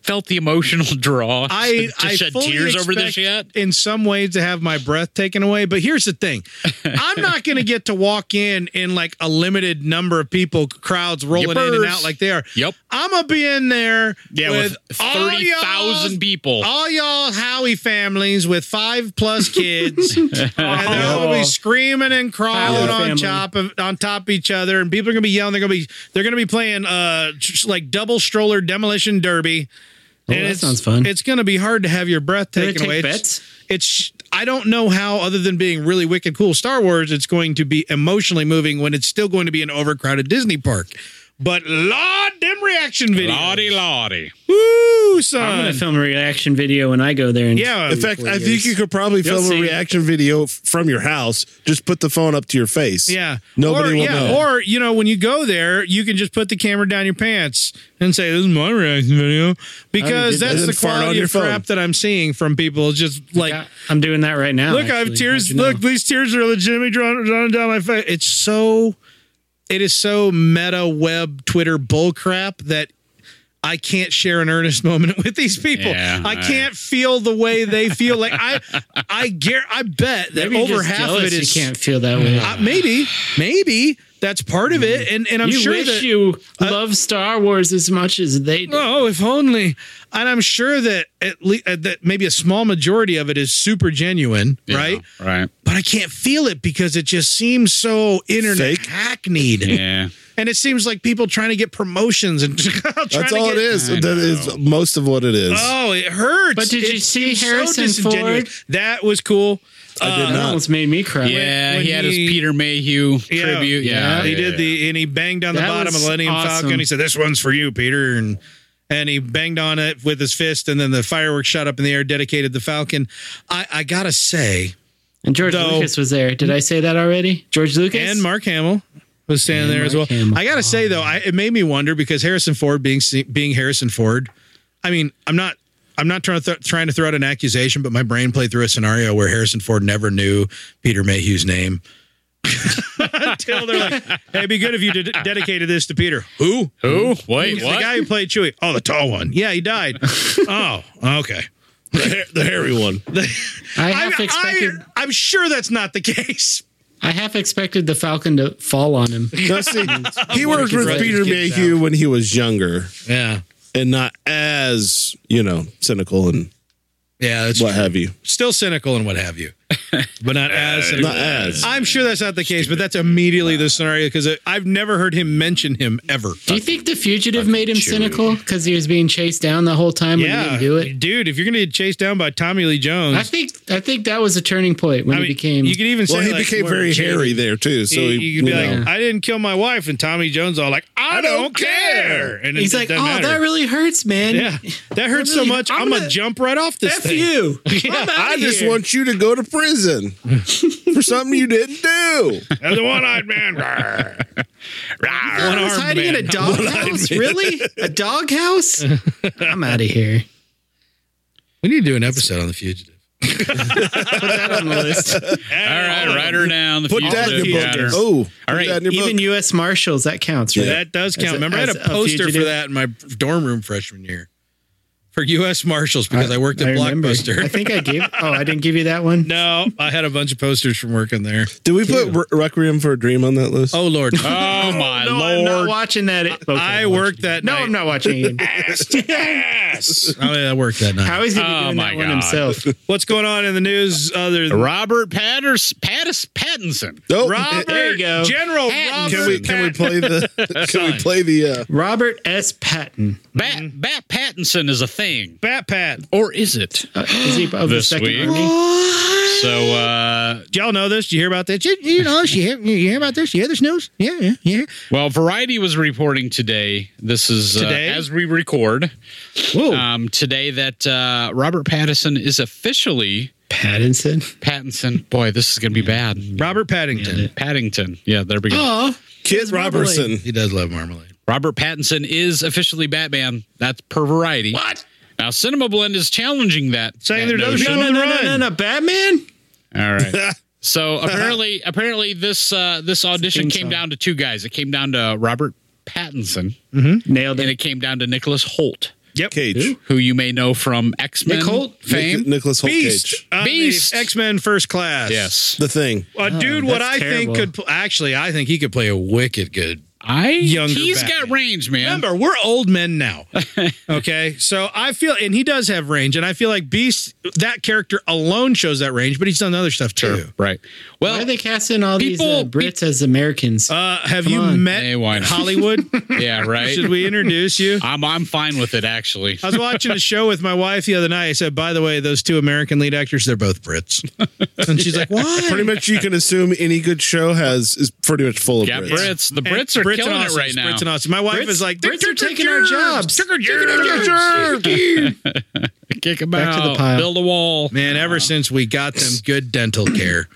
Speaker 5: felt the emotional draw.
Speaker 1: I,
Speaker 5: to
Speaker 1: I
Speaker 5: shed
Speaker 1: fully
Speaker 5: tears over
Speaker 1: expect
Speaker 5: this yet.
Speaker 1: in some ways to have my breath taken away. But here's the thing: I'm not going to get to walk in in like a limited number of people, crowds rolling in and
Speaker 5: Yippers.
Speaker 1: out like they are.
Speaker 5: Yep.
Speaker 1: I'm gonna be in there
Speaker 5: Yeah, with,
Speaker 1: all
Speaker 5: thirty thousand
Speaker 1: y'all's-
Speaker 5: people.
Speaker 1: All y'all Howie families with five plus kids, and they're all gonna be screaming and crawling
Speaker 3: Howie
Speaker 1: on
Speaker 3: family.
Speaker 1: top of on top of each other, and people are gonna be yelling. They're gonna be they're gonna be playing uh just like double stroller demolition derby.
Speaker 3: Oh, that
Speaker 1: it's-
Speaker 3: sounds fun.
Speaker 1: It's gonna be hard to have your breath
Speaker 3: Do they
Speaker 1: taken
Speaker 3: take
Speaker 1: away. It's-
Speaker 3: bets?
Speaker 1: It's, I don't know how, other than being really wicked cool Star Wars, it's going to be emotionally moving when it's still going to be an overcrowded Disney park. But Lord, them reaction videos.
Speaker 5: Lottie, lottie.
Speaker 1: Woo,
Speaker 3: I'm
Speaker 1: son.
Speaker 3: gonna film a reaction video when I go there. And
Speaker 1: Uh, yeah.
Speaker 2: In fact,
Speaker 3: four
Speaker 2: I think
Speaker 3: years.
Speaker 2: you could probably
Speaker 3: You'll
Speaker 2: film
Speaker 3: see.
Speaker 2: a reaction video f- from your house. Just put the phone up to your face.
Speaker 1: Yeah.
Speaker 2: Nobody
Speaker 1: or,
Speaker 2: will
Speaker 1: yeah,
Speaker 2: know.
Speaker 1: Or, you know, when you go there, you can just put the camera down your pants and say, This is my reaction video. Because
Speaker 3: did that.
Speaker 1: that's
Speaker 2: And
Speaker 1: the
Speaker 2: then fart on
Speaker 1: quality
Speaker 2: your
Speaker 1: of crap
Speaker 2: phone.
Speaker 1: that I'm seeing from people. It's just like,
Speaker 3: Yeah, I'm doing that right now.
Speaker 1: look, I have
Speaker 3: actually.
Speaker 1: tears.
Speaker 3: How'd you know?
Speaker 1: Look, these tears are legitimately drawn, drawn down my face. It's so, it is so meta web Twitter bullcrap that I can't share an earnest moment with these people.
Speaker 5: Yeah,
Speaker 1: I
Speaker 5: I-
Speaker 1: can't feel the way they feel. Like I, I gar- I bet that
Speaker 3: Maybe you're
Speaker 1: over
Speaker 3: just
Speaker 1: half of
Speaker 3: jealous
Speaker 1: it is
Speaker 3: You can't feel that way.
Speaker 1: uh, maybe, maybe that's part of it, and and I'm
Speaker 3: you
Speaker 1: sure
Speaker 3: wish
Speaker 1: that
Speaker 3: you love Star Wars as much as they do.
Speaker 1: oh, if only, and I'm sure that at least uh, that maybe a small majority of it is super genuine, right?
Speaker 5: Yeah, right.
Speaker 1: But I can't feel it because it just seems so internet
Speaker 2: Fake?
Speaker 1: hackneyed,
Speaker 5: Yeah.
Speaker 1: and it seems like people trying to get promotions and trying
Speaker 2: That's
Speaker 1: to
Speaker 2: all
Speaker 1: get,
Speaker 2: it is.
Speaker 5: I
Speaker 2: That is
Speaker 5: know.
Speaker 2: most of what it is.
Speaker 1: Oh, it hurts.
Speaker 3: But did you
Speaker 1: It
Speaker 3: see
Speaker 1: seems so
Speaker 3: Harrison
Speaker 1: disingenuous.
Speaker 3: Ford?
Speaker 1: That was cool.
Speaker 2: I did
Speaker 3: that
Speaker 2: not.
Speaker 3: almost made me cry.
Speaker 5: Yeah,
Speaker 1: when
Speaker 5: he had his
Speaker 1: he-
Speaker 5: Peter Mayhew
Speaker 1: Yeah.
Speaker 5: tribute. Yeah,
Speaker 1: he
Speaker 5: yeah,
Speaker 1: did
Speaker 5: yeah.
Speaker 1: the and he banged on the
Speaker 3: That
Speaker 1: bottom of
Speaker 3: was
Speaker 1: the Millennium
Speaker 3: awesome.
Speaker 1: Falcon. He said, "This one's for you, Peter," and and he banged on it with his fist, and then the fireworks shot up in the air, dedicated the Falcon. I, I gotta say,
Speaker 3: And George
Speaker 1: Though-
Speaker 3: Lucas was there. Did I say that already? George Lucas
Speaker 1: and Mark Hamill was standing
Speaker 3: And
Speaker 1: there as well.
Speaker 3: Mark Hamill.
Speaker 1: I gotta say though, I, it made me wonder because Harrison Ford being se- being Harrison Ford. I mean, I'm not. I'm not trying to th- trying to throw out an accusation, but my brain played through a scenario where Harrison Ford never knew Peter Mayhew's name. Until they're like, hey, it'd be good if you ded- dedicated this to Peter. Who?
Speaker 5: Who? Wait,
Speaker 1: He's
Speaker 5: what?
Speaker 1: The guy who played Chewie. Oh, the tall one. Yeah, he died. oh, okay.
Speaker 2: The, hair, the hairy one.
Speaker 3: I
Speaker 1: I'm,
Speaker 3: half expected.
Speaker 1: I, am sure that's not the case.
Speaker 3: I, half expected the Falcon to fall on him.
Speaker 2: No, see, he worked
Speaker 1: can
Speaker 2: with
Speaker 1: write
Speaker 2: Peter
Speaker 1: his kids
Speaker 2: Mayhew when he was younger
Speaker 1: Yeah.
Speaker 2: and not as, you know, cynical and
Speaker 1: Yeah, that's
Speaker 2: what have you.
Speaker 1: still cynical and what have you, but not as.
Speaker 2: Not as.
Speaker 1: I'm sure that's not the case, but that's immediately the scenario because I've never heard him mention him ever.
Speaker 3: Do you think the fugitive made him cynical because he was being chased down the whole time and he didn't do it?
Speaker 1: dude, if you're gonna get chased down by Tommy Lee Jones,
Speaker 3: I think I think that was a turning point when
Speaker 1: I mean,
Speaker 3: he became.
Speaker 1: you could even
Speaker 2: Well,
Speaker 1: say
Speaker 2: he
Speaker 1: like,
Speaker 2: became
Speaker 1: we're
Speaker 2: very
Speaker 1: jaded.
Speaker 2: hairy there too. So
Speaker 1: you,
Speaker 2: he,
Speaker 1: you could be
Speaker 2: know.
Speaker 1: like, I didn't kill my wife, and Tommy Jones all like, I, don't
Speaker 2: don't
Speaker 1: care.
Speaker 2: care.
Speaker 1: And it
Speaker 3: he's like, oh,
Speaker 1: doesn't matter.
Speaker 3: that really hurts, man.
Speaker 1: yeah, that hurts so
Speaker 3: really-
Speaker 1: much. I'm,
Speaker 3: I'm
Speaker 1: gonna,
Speaker 3: gonna-
Speaker 1: jump right off this
Speaker 3: F
Speaker 1: thing.
Speaker 3: you. I'm
Speaker 2: I
Speaker 3: outta
Speaker 2: just
Speaker 3: here.
Speaker 2: want you to go to prison for something you didn't do.
Speaker 1: And the one-eyed man. Rawr. Rawr.
Speaker 3: I was
Speaker 1: One-armed
Speaker 3: hiding in a
Speaker 1: man.
Speaker 3: doghouse. Really? A doghouse? I'm out of here.
Speaker 1: We need to do an episode on the fugitive.
Speaker 3: Put that on the list.
Speaker 5: All right, write her down. The
Speaker 2: Put that in
Speaker 5: fugitive
Speaker 2: your book.
Speaker 5: chatter.
Speaker 2: Oh, put
Speaker 5: right,
Speaker 2: that in your
Speaker 3: Even
Speaker 2: book.
Speaker 3: U.S. Marshals, that counts, right?
Speaker 1: That does count.
Speaker 3: As a-
Speaker 1: Remember, I had
Speaker 3: as
Speaker 1: a
Speaker 3: a
Speaker 1: poster for
Speaker 3: fugitive?
Speaker 1: that in my dorm room freshman year for U.S. Marshals because I, worked at
Speaker 3: remember.
Speaker 1: Blockbuster.
Speaker 3: I think I gave. Oh, I didn't give you that one.
Speaker 1: no, I had a bunch of posters from working there.
Speaker 2: Did we put Re- Requiem for a Dream on that list?
Speaker 1: Oh Lord,
Speaker 5: Oh my
Speaker 3: No, I'm not
Speaker 5: lord!
Speaker 3: watching that. Okay,
Speaker 1: I
Speaker 3: I'm
Speaker 1: worked
Speaker 3: watching
Speaker 1: that
Speaker 3: it. No,
Speaker 1: night.
Speaker 3: I'm not watching it.
Speaker 5: Yes.
Speaker 1: I, mean, I worked that night.
Speaker 3: How is he
Speaker 5: Oh,
Speaker 3: doing
Speaker 5: my
Speaker 3: that one
Speaker 5: God.
Speaker 3: himself?
Speaker 1: What's going on in the news? Other than
Speaker 5: Robert Patters, Pattis, Pattinson.
Speaker 2: Nope.
Speaker 1: Robert,
Speaker 3: There you go.
Speaker 1: General Robert.
Speaker 5: Pattinson.
Speaker 2: Can we can we play the can we play the uh,
Speaker 3: Robert S. Patton.
Speaker 5: Bat, Bat Pattinson is a thing,
Speaker 1: Pat Pat?
Speaker 5: or is it?
Speaker 3: Uh, is he of the
Speaker 5: This
Speaker 3: Second
Speaker 5: week.
Speaker 3: Army?
Speaker 5: So uh,
Speaker 1: Did y'all know this? Did you hear about this? You, you know, you hear, you hear about this? You hear this news? Yeah, yeah, yeah.
Speaker 5: Well, Variety was reporting today. This is uh,
Speaker 1: Today?
Speaker 5: as we record
Speaker 1: Whoa,
Speaker 5: um, today that uh, Robert Pattinson is officially
Speaker 3: Pattinson.
Speaker 5: Pattinson. Boy, this is going to be bad.
Speaker 1: Robert Paddington.
Speaker 5: Paddington. Yeah, there we go.
Speaker 3: Oh,
Speaker 2: Kid Robertson?
Speaker 1: He does love marmalade.
Speaker 5: Robert Pattinson is officially Batman. That's per Variety.
Speaker 3: what?
Speaker 5: Now, Cinema Blend is challenging that.
Speaker 1: Saying
Speaker 5: that
Speaker 1: there's no
Speaker 5: notion.
Speaker 3: No, no, no, no,
Speaker 1: Run.
Speaker 3: no, no, Batman.
Speaker 5: All right. So apparently, apparently this uh, this audition
Speaker 3: theme
Speaker 5: came
Speaker 3: song.
Speaker 5: down to two guys. It came down to Robert Pattinson
Speaker 3: Nailed
Speaker 1: Mm-hmm.
Speaker 5: and
Speaker 3: it.
Speaker 5: it came down to Nicholas Holt.
Speaker 1: Yep.
Speaker 2: Cage.
Speaker 5: who you may know from X Men
Speaker 3: Nick Holt?
Speaker 5: fame.
Speaker 2: Nicholas Holt
Speaker 1: Beast.
Speaker 2: Cage.
Speaker 1: I mean,
Speaker 5: Beast.
Speaker 1: X-Men First Class.
Speaker 5: yes,
Speaker 2: The thing.
Speaker 1: A dude what I
Speaker 3: Oh, that's
Speaker 1: think
Speaker 3: terrible.
Speaker 1: could pl- actually I think he could play a wicked good
Speaker 5: I.
Speaker 1: Younger
Speaker 5: he's
Speaker 1: Batman.
Speaker 5: got range, man.
Speaker 1: Remember, we're old men now. Okay. So I feel, and he does have range. And I feel like Beast, that character alone shows that range, but he's done other stuff too.
Speaker 5: Right.
Speaker 3: Why
Speaker 5: Well,
Speaker 3: are they casting all these uh,
Speaker 5: People-
Speaker 3: Brits as Americans?
Speaker 1: Uh, have you
Speaker 3: on.
Speaker 1: met
Speaker 5: Hey, why not?
Speaker 1: Hollywood?
Speaker 5: yeah, right.
Speaker 1: Should we introduce you?
Speaker 5: I'm I'm fine with it actually.
Speaker 1: I was watching a show with my wife the other night. I said, by the way, those two American lead actors, they're both Brits. And she's like, why?
Speaker 2: Pretty much, you can assume any good show has is pretty much full of
Speaker 5: Yeah,
Speaker 2: Brits.
Speaker 5: Brits. The
Speaker 1: And
Speaker 5: Brits are
Speaker 1: and
Speaker 5: killing it
Speaker 1: Aussies,
Speaker 5: right now.
Speaker 1: Brits and Aussies. My wife
Speaker 3: Brits-
Speaker 1: is like,
Speaker 3: Brits are taking our jobs.
Speaker 5: Kick them
Speaker 3: Back
Speaker 5: out.
Speaker 3: to the pile.
Speaker 5: Build a wall.
Speaker 1: Man, ever since we got them good dental care.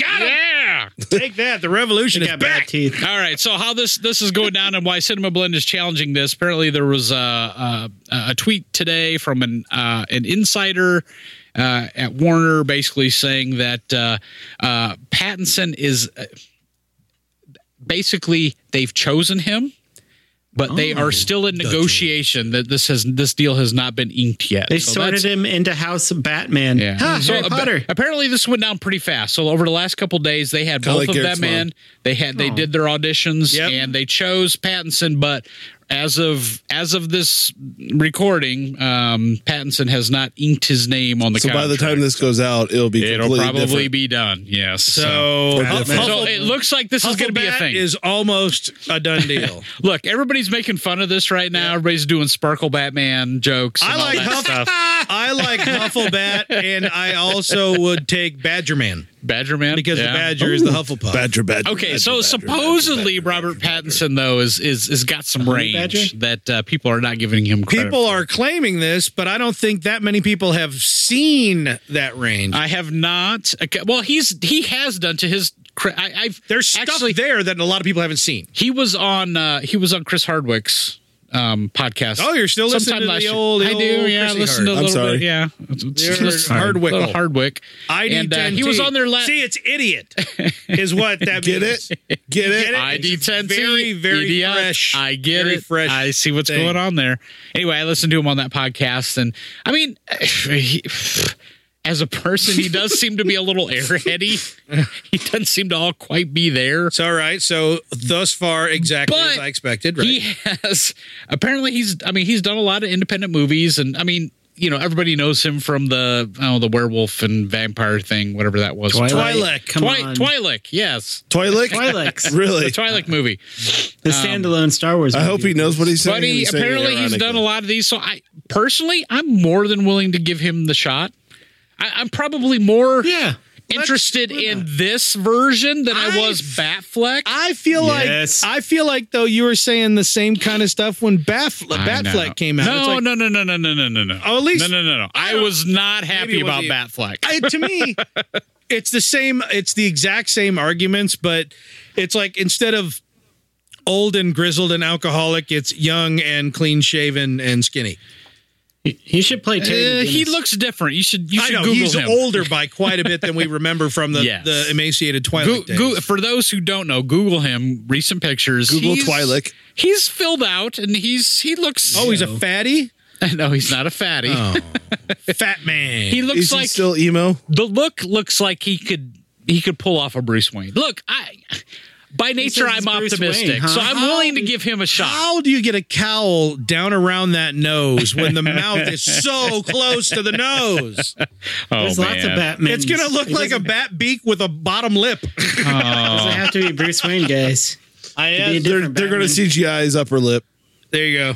Speaker 5: Yeah.
Speaker 1: Take that. The revolution
Speaker 3: They
Speaker 1: is
Speaker 3: got
Speaker 1: back.
Speaker 3: bad teeth.
Speaker 5: All right. So how this this is going down and why Cinema Blend is challenging this? Apparently, there was a a, a tweet today from an uh, an insider. Uh, at Warner, basically saying that uh, uh, Pattinson is uh, basically they've chosen him, but they
Speaker 3: Oh.
Speaker 5: are still in negotiation. That this has this deal has not been inked yet.
Speaker 3: They
Speaker 5: So that's-
Speaker 3: sorted him into House Batman.
Speaker 5: Yeah.
Speaker 3: Ha,
Speaker 5: so
Speaker 3: Harry
Speaker 5: ap-
Speaker 3: Potter.
Speaker 5: apparently this went down pretty fast. So over the last couple days they had
Speaker 2: Kinda
Speaker 5: both
Speaker 2: like
Speaker 5: of
Speaker 2: Garrett's
Speaker 5: them
Speaker 2: mom.
Speaker 5: in. They had they did their auditions
Speaker 1: Yep.
Speaker 5: and they chose Pattinson, but as of as of this recording, um, Pattinson has not inked his name on the
Speaker 2: So by the
Speaker 5: contract.
Speaker 2: time this goes out, it'll be
Speaker 5: it'll
Speaker 2: completely
Speaker 5: probably
Speaker 2: different.
Speaker 5: be done. Yes.
Speaker 1: So, Huff-
Speaker 5: so,
Speaker 2: different.
Speaker 1: Huffle-
Speaker 5: it looks like this is going to be a
Speaker 1: Hufflebat
Speaker 5: thing.
Speaker 1: Is almost a done deal.
Speaker 5: Look, everybody's making fun of this right now. Everybody's doing Sparkle Batman jokes.
Speaker 1: I
Speaker 5: and all
Speaker 1: like
Speaker 5: that
Speaker 1: Huff-
Speaker 5: stuff.
Speaker 1: I like Hufflebat, and I also would take Badgerman
Speaker 5: Badger Man
Speaker 1: because
Speaker 5: Yeah.
Speaker 1: the Badger is the Hufflepuff.
Speaker 2: Badger, badger.
Speaker 5: Okay,
Speaker 2: badger,
Speaker 5: so
Speaker 2: badger,
Speaker 5: supposedly
Speaker 2: badger, badger,
Speaker 5: Robert
Speaker 2: badger.
Speaker 5: Pattinson though is is has got some range
Speaker 3: badger?
Speaker 5: that uh, people are not giving him credit.
Speaker 1: People
Speaker 5: for.
Speaker 1: are claiming this, but I don't think that many people have seen that range.
Speaker 5: I have not. Okay, well, he's he has done to his. cre- I, I've
Speaker 1: There's stuff
Speaker 5: actually
Speaker 1: there that a lot of people haven't seen.
Speaker 5: he was on uh, he was on Chris Hardwick's um, podcast.
Speaker 1: Oh, you're still listening
Speaker 5: sometime
Speaker 1: to the
Speaker 5: last year.
Speaker 1: old- the
Speaker 5: I do.
Speaker 1: old
Speaker 5: Yeah,
Speaker 1: Chrissy
Speaker 5: listen to a
Speaker 2: Hard.
Speaker 5: little
Speaker 2: I'm
Speaker 5: bit.
Speaker 2: sorry.
Speaker 5: Yeah,
Speaker 1: Their
Speaker 5: Listen to
Speaker 1: Hardwick.
Speaker 5: little Hardwick.
Speaker 1: ID
Speaker 5: And, uh,
Speaker 1: 10
Speaker 5: he was on their last.
Speaker 1: See, it's idiot, is what that
Speaker 2: Get
Speaker 1: means.
Speaker 2: it? Get
Speaker 1: Get
Speaker 2: it?
Speaker 1: it?
Speaker 5: ID
Speaker 1: It's
Speaker 5: 10
Speaker 1: very, very
Speaker 5: idiot.
Speaker 1: fresh.
Speaker 5: E I get
Speaker 1: Very
Speaker 5: it.
Speaker 1: fresh
Speaker 5: I see what's
Speaker 1: thing.
Speaker 5: going on there. Anyway, I listened to him on that podcast, and I mean, he- as a person, he does seem to be a little airheady. He doesn't seem to all quite be there.
Speaker 1: It's all right. So thus far, exactly as
Speaker 5: But
Speaker 1: I expected. Right?
Speaker 5: He has apparently he's. I mean, he's done a lot of independent movies, and I mean. You know, everybody knows him from the oh, the werewolf and vampire thing, whatever that was.
Speaker 3: Twilight.
Speaker 1: Twilight.
Speaker 3: Come
Speaker 5: Twi-
Speaker 3: on.
Speaker 5: Twilight, yes,
Speaker 2: Twilight?
Speaker 3: Twilight's.
Speaker 5: the
Speaker 2: Really?
Speaker 5: Twilight movie.
Speaker 3: the
Speaker 5: Um,
Speaker 3: standalone Star Wars.
Speaker 2: I hope he knows what he's saying.
Speaker 5: but
Speaker 2: and
Speaker 5: he
Speaker 2: he's saying it
Speaker 5: apparently he's done a
Speaker 2: ironically.
Speaker 5: lot of these. So I personally, I'm more than willing to give him the shot. I, I'm probably more
Speaker 3: Yeah.
Speaker 5: interested in this version than I,
Speaker 1: I-
Speaker 5: was Batfleck.
Speaker 1: I feel
Speaker 3: Yes.
Speaker 1: like I feel like though you were saying the same kind of stuff when Batf-
Speaker 5: I know.
Speaker 1: Batfleck came out. It's
Speaker 5: No,
Speaker 1: like,
Speaker 5: no, no, no, no, no, no, no, no.
Speaker 1: Oh, at least-
Speaker 5: no, no, no, no. I,
Speaker 1: don't-
Speaker 5: was not happy
Speaker 1: it
Speaker 5: about
Speaker 1: wasn't
Speaker 5: Batfleck.
Speaker 1: I- to me, it's the same. It's the exact same arguments, but it's like instead of old and grizzled and alcoholic, it's young and clean shaven and skinny.
Speaker 3: He, he should play Terry.
Speaker 5: Uh, he
Speaker 3: McGinnis.
Speaker 5: looks different. You should you
Speaker 1: I
Speaker 5: should
Speaker 1: know
Speaker 5: Google
Speaker 1: he's
Speaker 5: him.
Speaker 1: older by quite a bit than we remember from the,
Speaker 5: Yes.
Speaker 1: the emaciated
Speaker 5: Go-
Speaker 1: Twilight days.
Speaker 5: go- for those who don't know, Google him. Recent pictures.
Speaker 2: Google
Speaker 5: He's-
Speaker 2: Twilight.
Speaker 5: He's filled out, and he's he looks.
Speaker 1: oh, he's a Oh. fatty,
Speaker 5: no, he's not a fatty.
Speaker 1: fat man.
Speaker 5: He looks
Speaker 2: Is he
Speaker 5: like
Speaker 2: still emo?
Speaker 5: the look looks like he could he could pull off a Bruce Wayne. Look, I by
Speaker 3: says
Speaker 5: nature I'm
Speaker 3: it's Bruce
Speaker 5: optimistic,
Speaker 3: Wayne, huh?
Speaker 5: so I'm
Speaker 3: How-
Speaker 5: willing to give him a shot.
Speaker 1: How do you get a cowl down around that nose when the mouth is so close to the nose?
Speaker 5: Oh,
Speaker 3: There's lots of Batman.
Speaker 1: It's gonna look like a bat beak with a bottom lip.
Speaker 5: Oh.
Speaker 3: Doesn't have to be Bruce Wayne, guys.
Speaker 1: I
Speaker 3: Be a
Speaker 2: They're,
Speaker 3: different
Speaker 2: they're going to
Speaker 3: Batman.
Speaker 2: CGI his upper lip.
Speaker 1: There you go.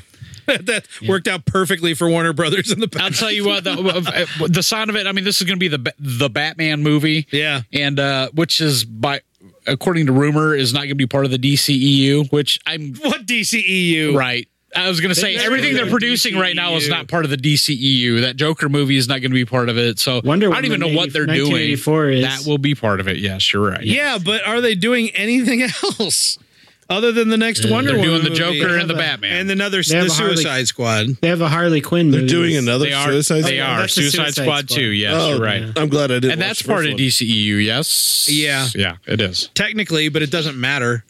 Speaker 1: that worked out perfectly for Warner Brothers in the
Speaker 5: I'll
Speaker 1: past.
Speaker 5: tell you what, the, the sound of it. I mean, this is going to be the Ba- the Batman movie.
Speaker 1: Yeah.
Speaker 5: and uh, which is by according to rumor is not going to be part of the DCEU, which I'm
Speaker 1: What
Speaker 5: E
Speaker 1: DCEU?
Speaker 5: right. I was going to say
Speaker 3: never
Speaker 5: everything
Speaker 3: did
Speaker 5: they're
Speaker 3: a
Speaker 5: producing right now is
Speaker 3: E
Speaker 1: DCEU.
Speaker 5: not part of the DCEU. That Joker movie is not going to be part of it. So
Speaker 3: Wonder
Speaker 5: I don't even know
Speaker 3: Woman
Speaker 5: what they're
Speaker 3: 80-
Speaker 5: doing.
Speaker 3: 1984 is-
Speaker 5: That will be part of it. Yes, you're right.
Speaker 1: Yeah, but are they doing anything else other than the next Wonder
Speaker 5: they're
Speaker 1: Woman?
Speaker 5: doing the
Speaker 1: movie?
Speaker 5: Joker and the
Speaker 3: a-
Speaker 5: Batman.
Speaker 1: and another
Speaker 3: They have
Speaker 1: the
Speaker 3: a Harley-
Speaker 1: Suicide Squad.
Speaker 3: They have a Harley Quinn.
Speaker 2: They're
Speaker 3: movie.
Speaker 2: doing another
Speaker 5: they are.
Speaker 2: suicide. Oh,
Speaker 5: They
Speaker 3: Squad?
Speaker 5: are
Speaker 3: That's the
Speaker 5: Suicide,
Speaker 3: Suicide
Speaker 5: Squad,
Speaker 3: Squad.
Speaker 5: too. Yes, you're right.
Speaker 2: I'm glad I didn't.
Speaker 5: And
Speaker 2: watch
Speaker 5: that's
Speaker 2: the first
Speaker 5: part of
Speaker 2: one.
Speaker 5: DCEU. Yes.
Speaker 1: Yeah.
Speaker 5: Yeah. It is.
Speaker 1: Technically, but it doesn't matter.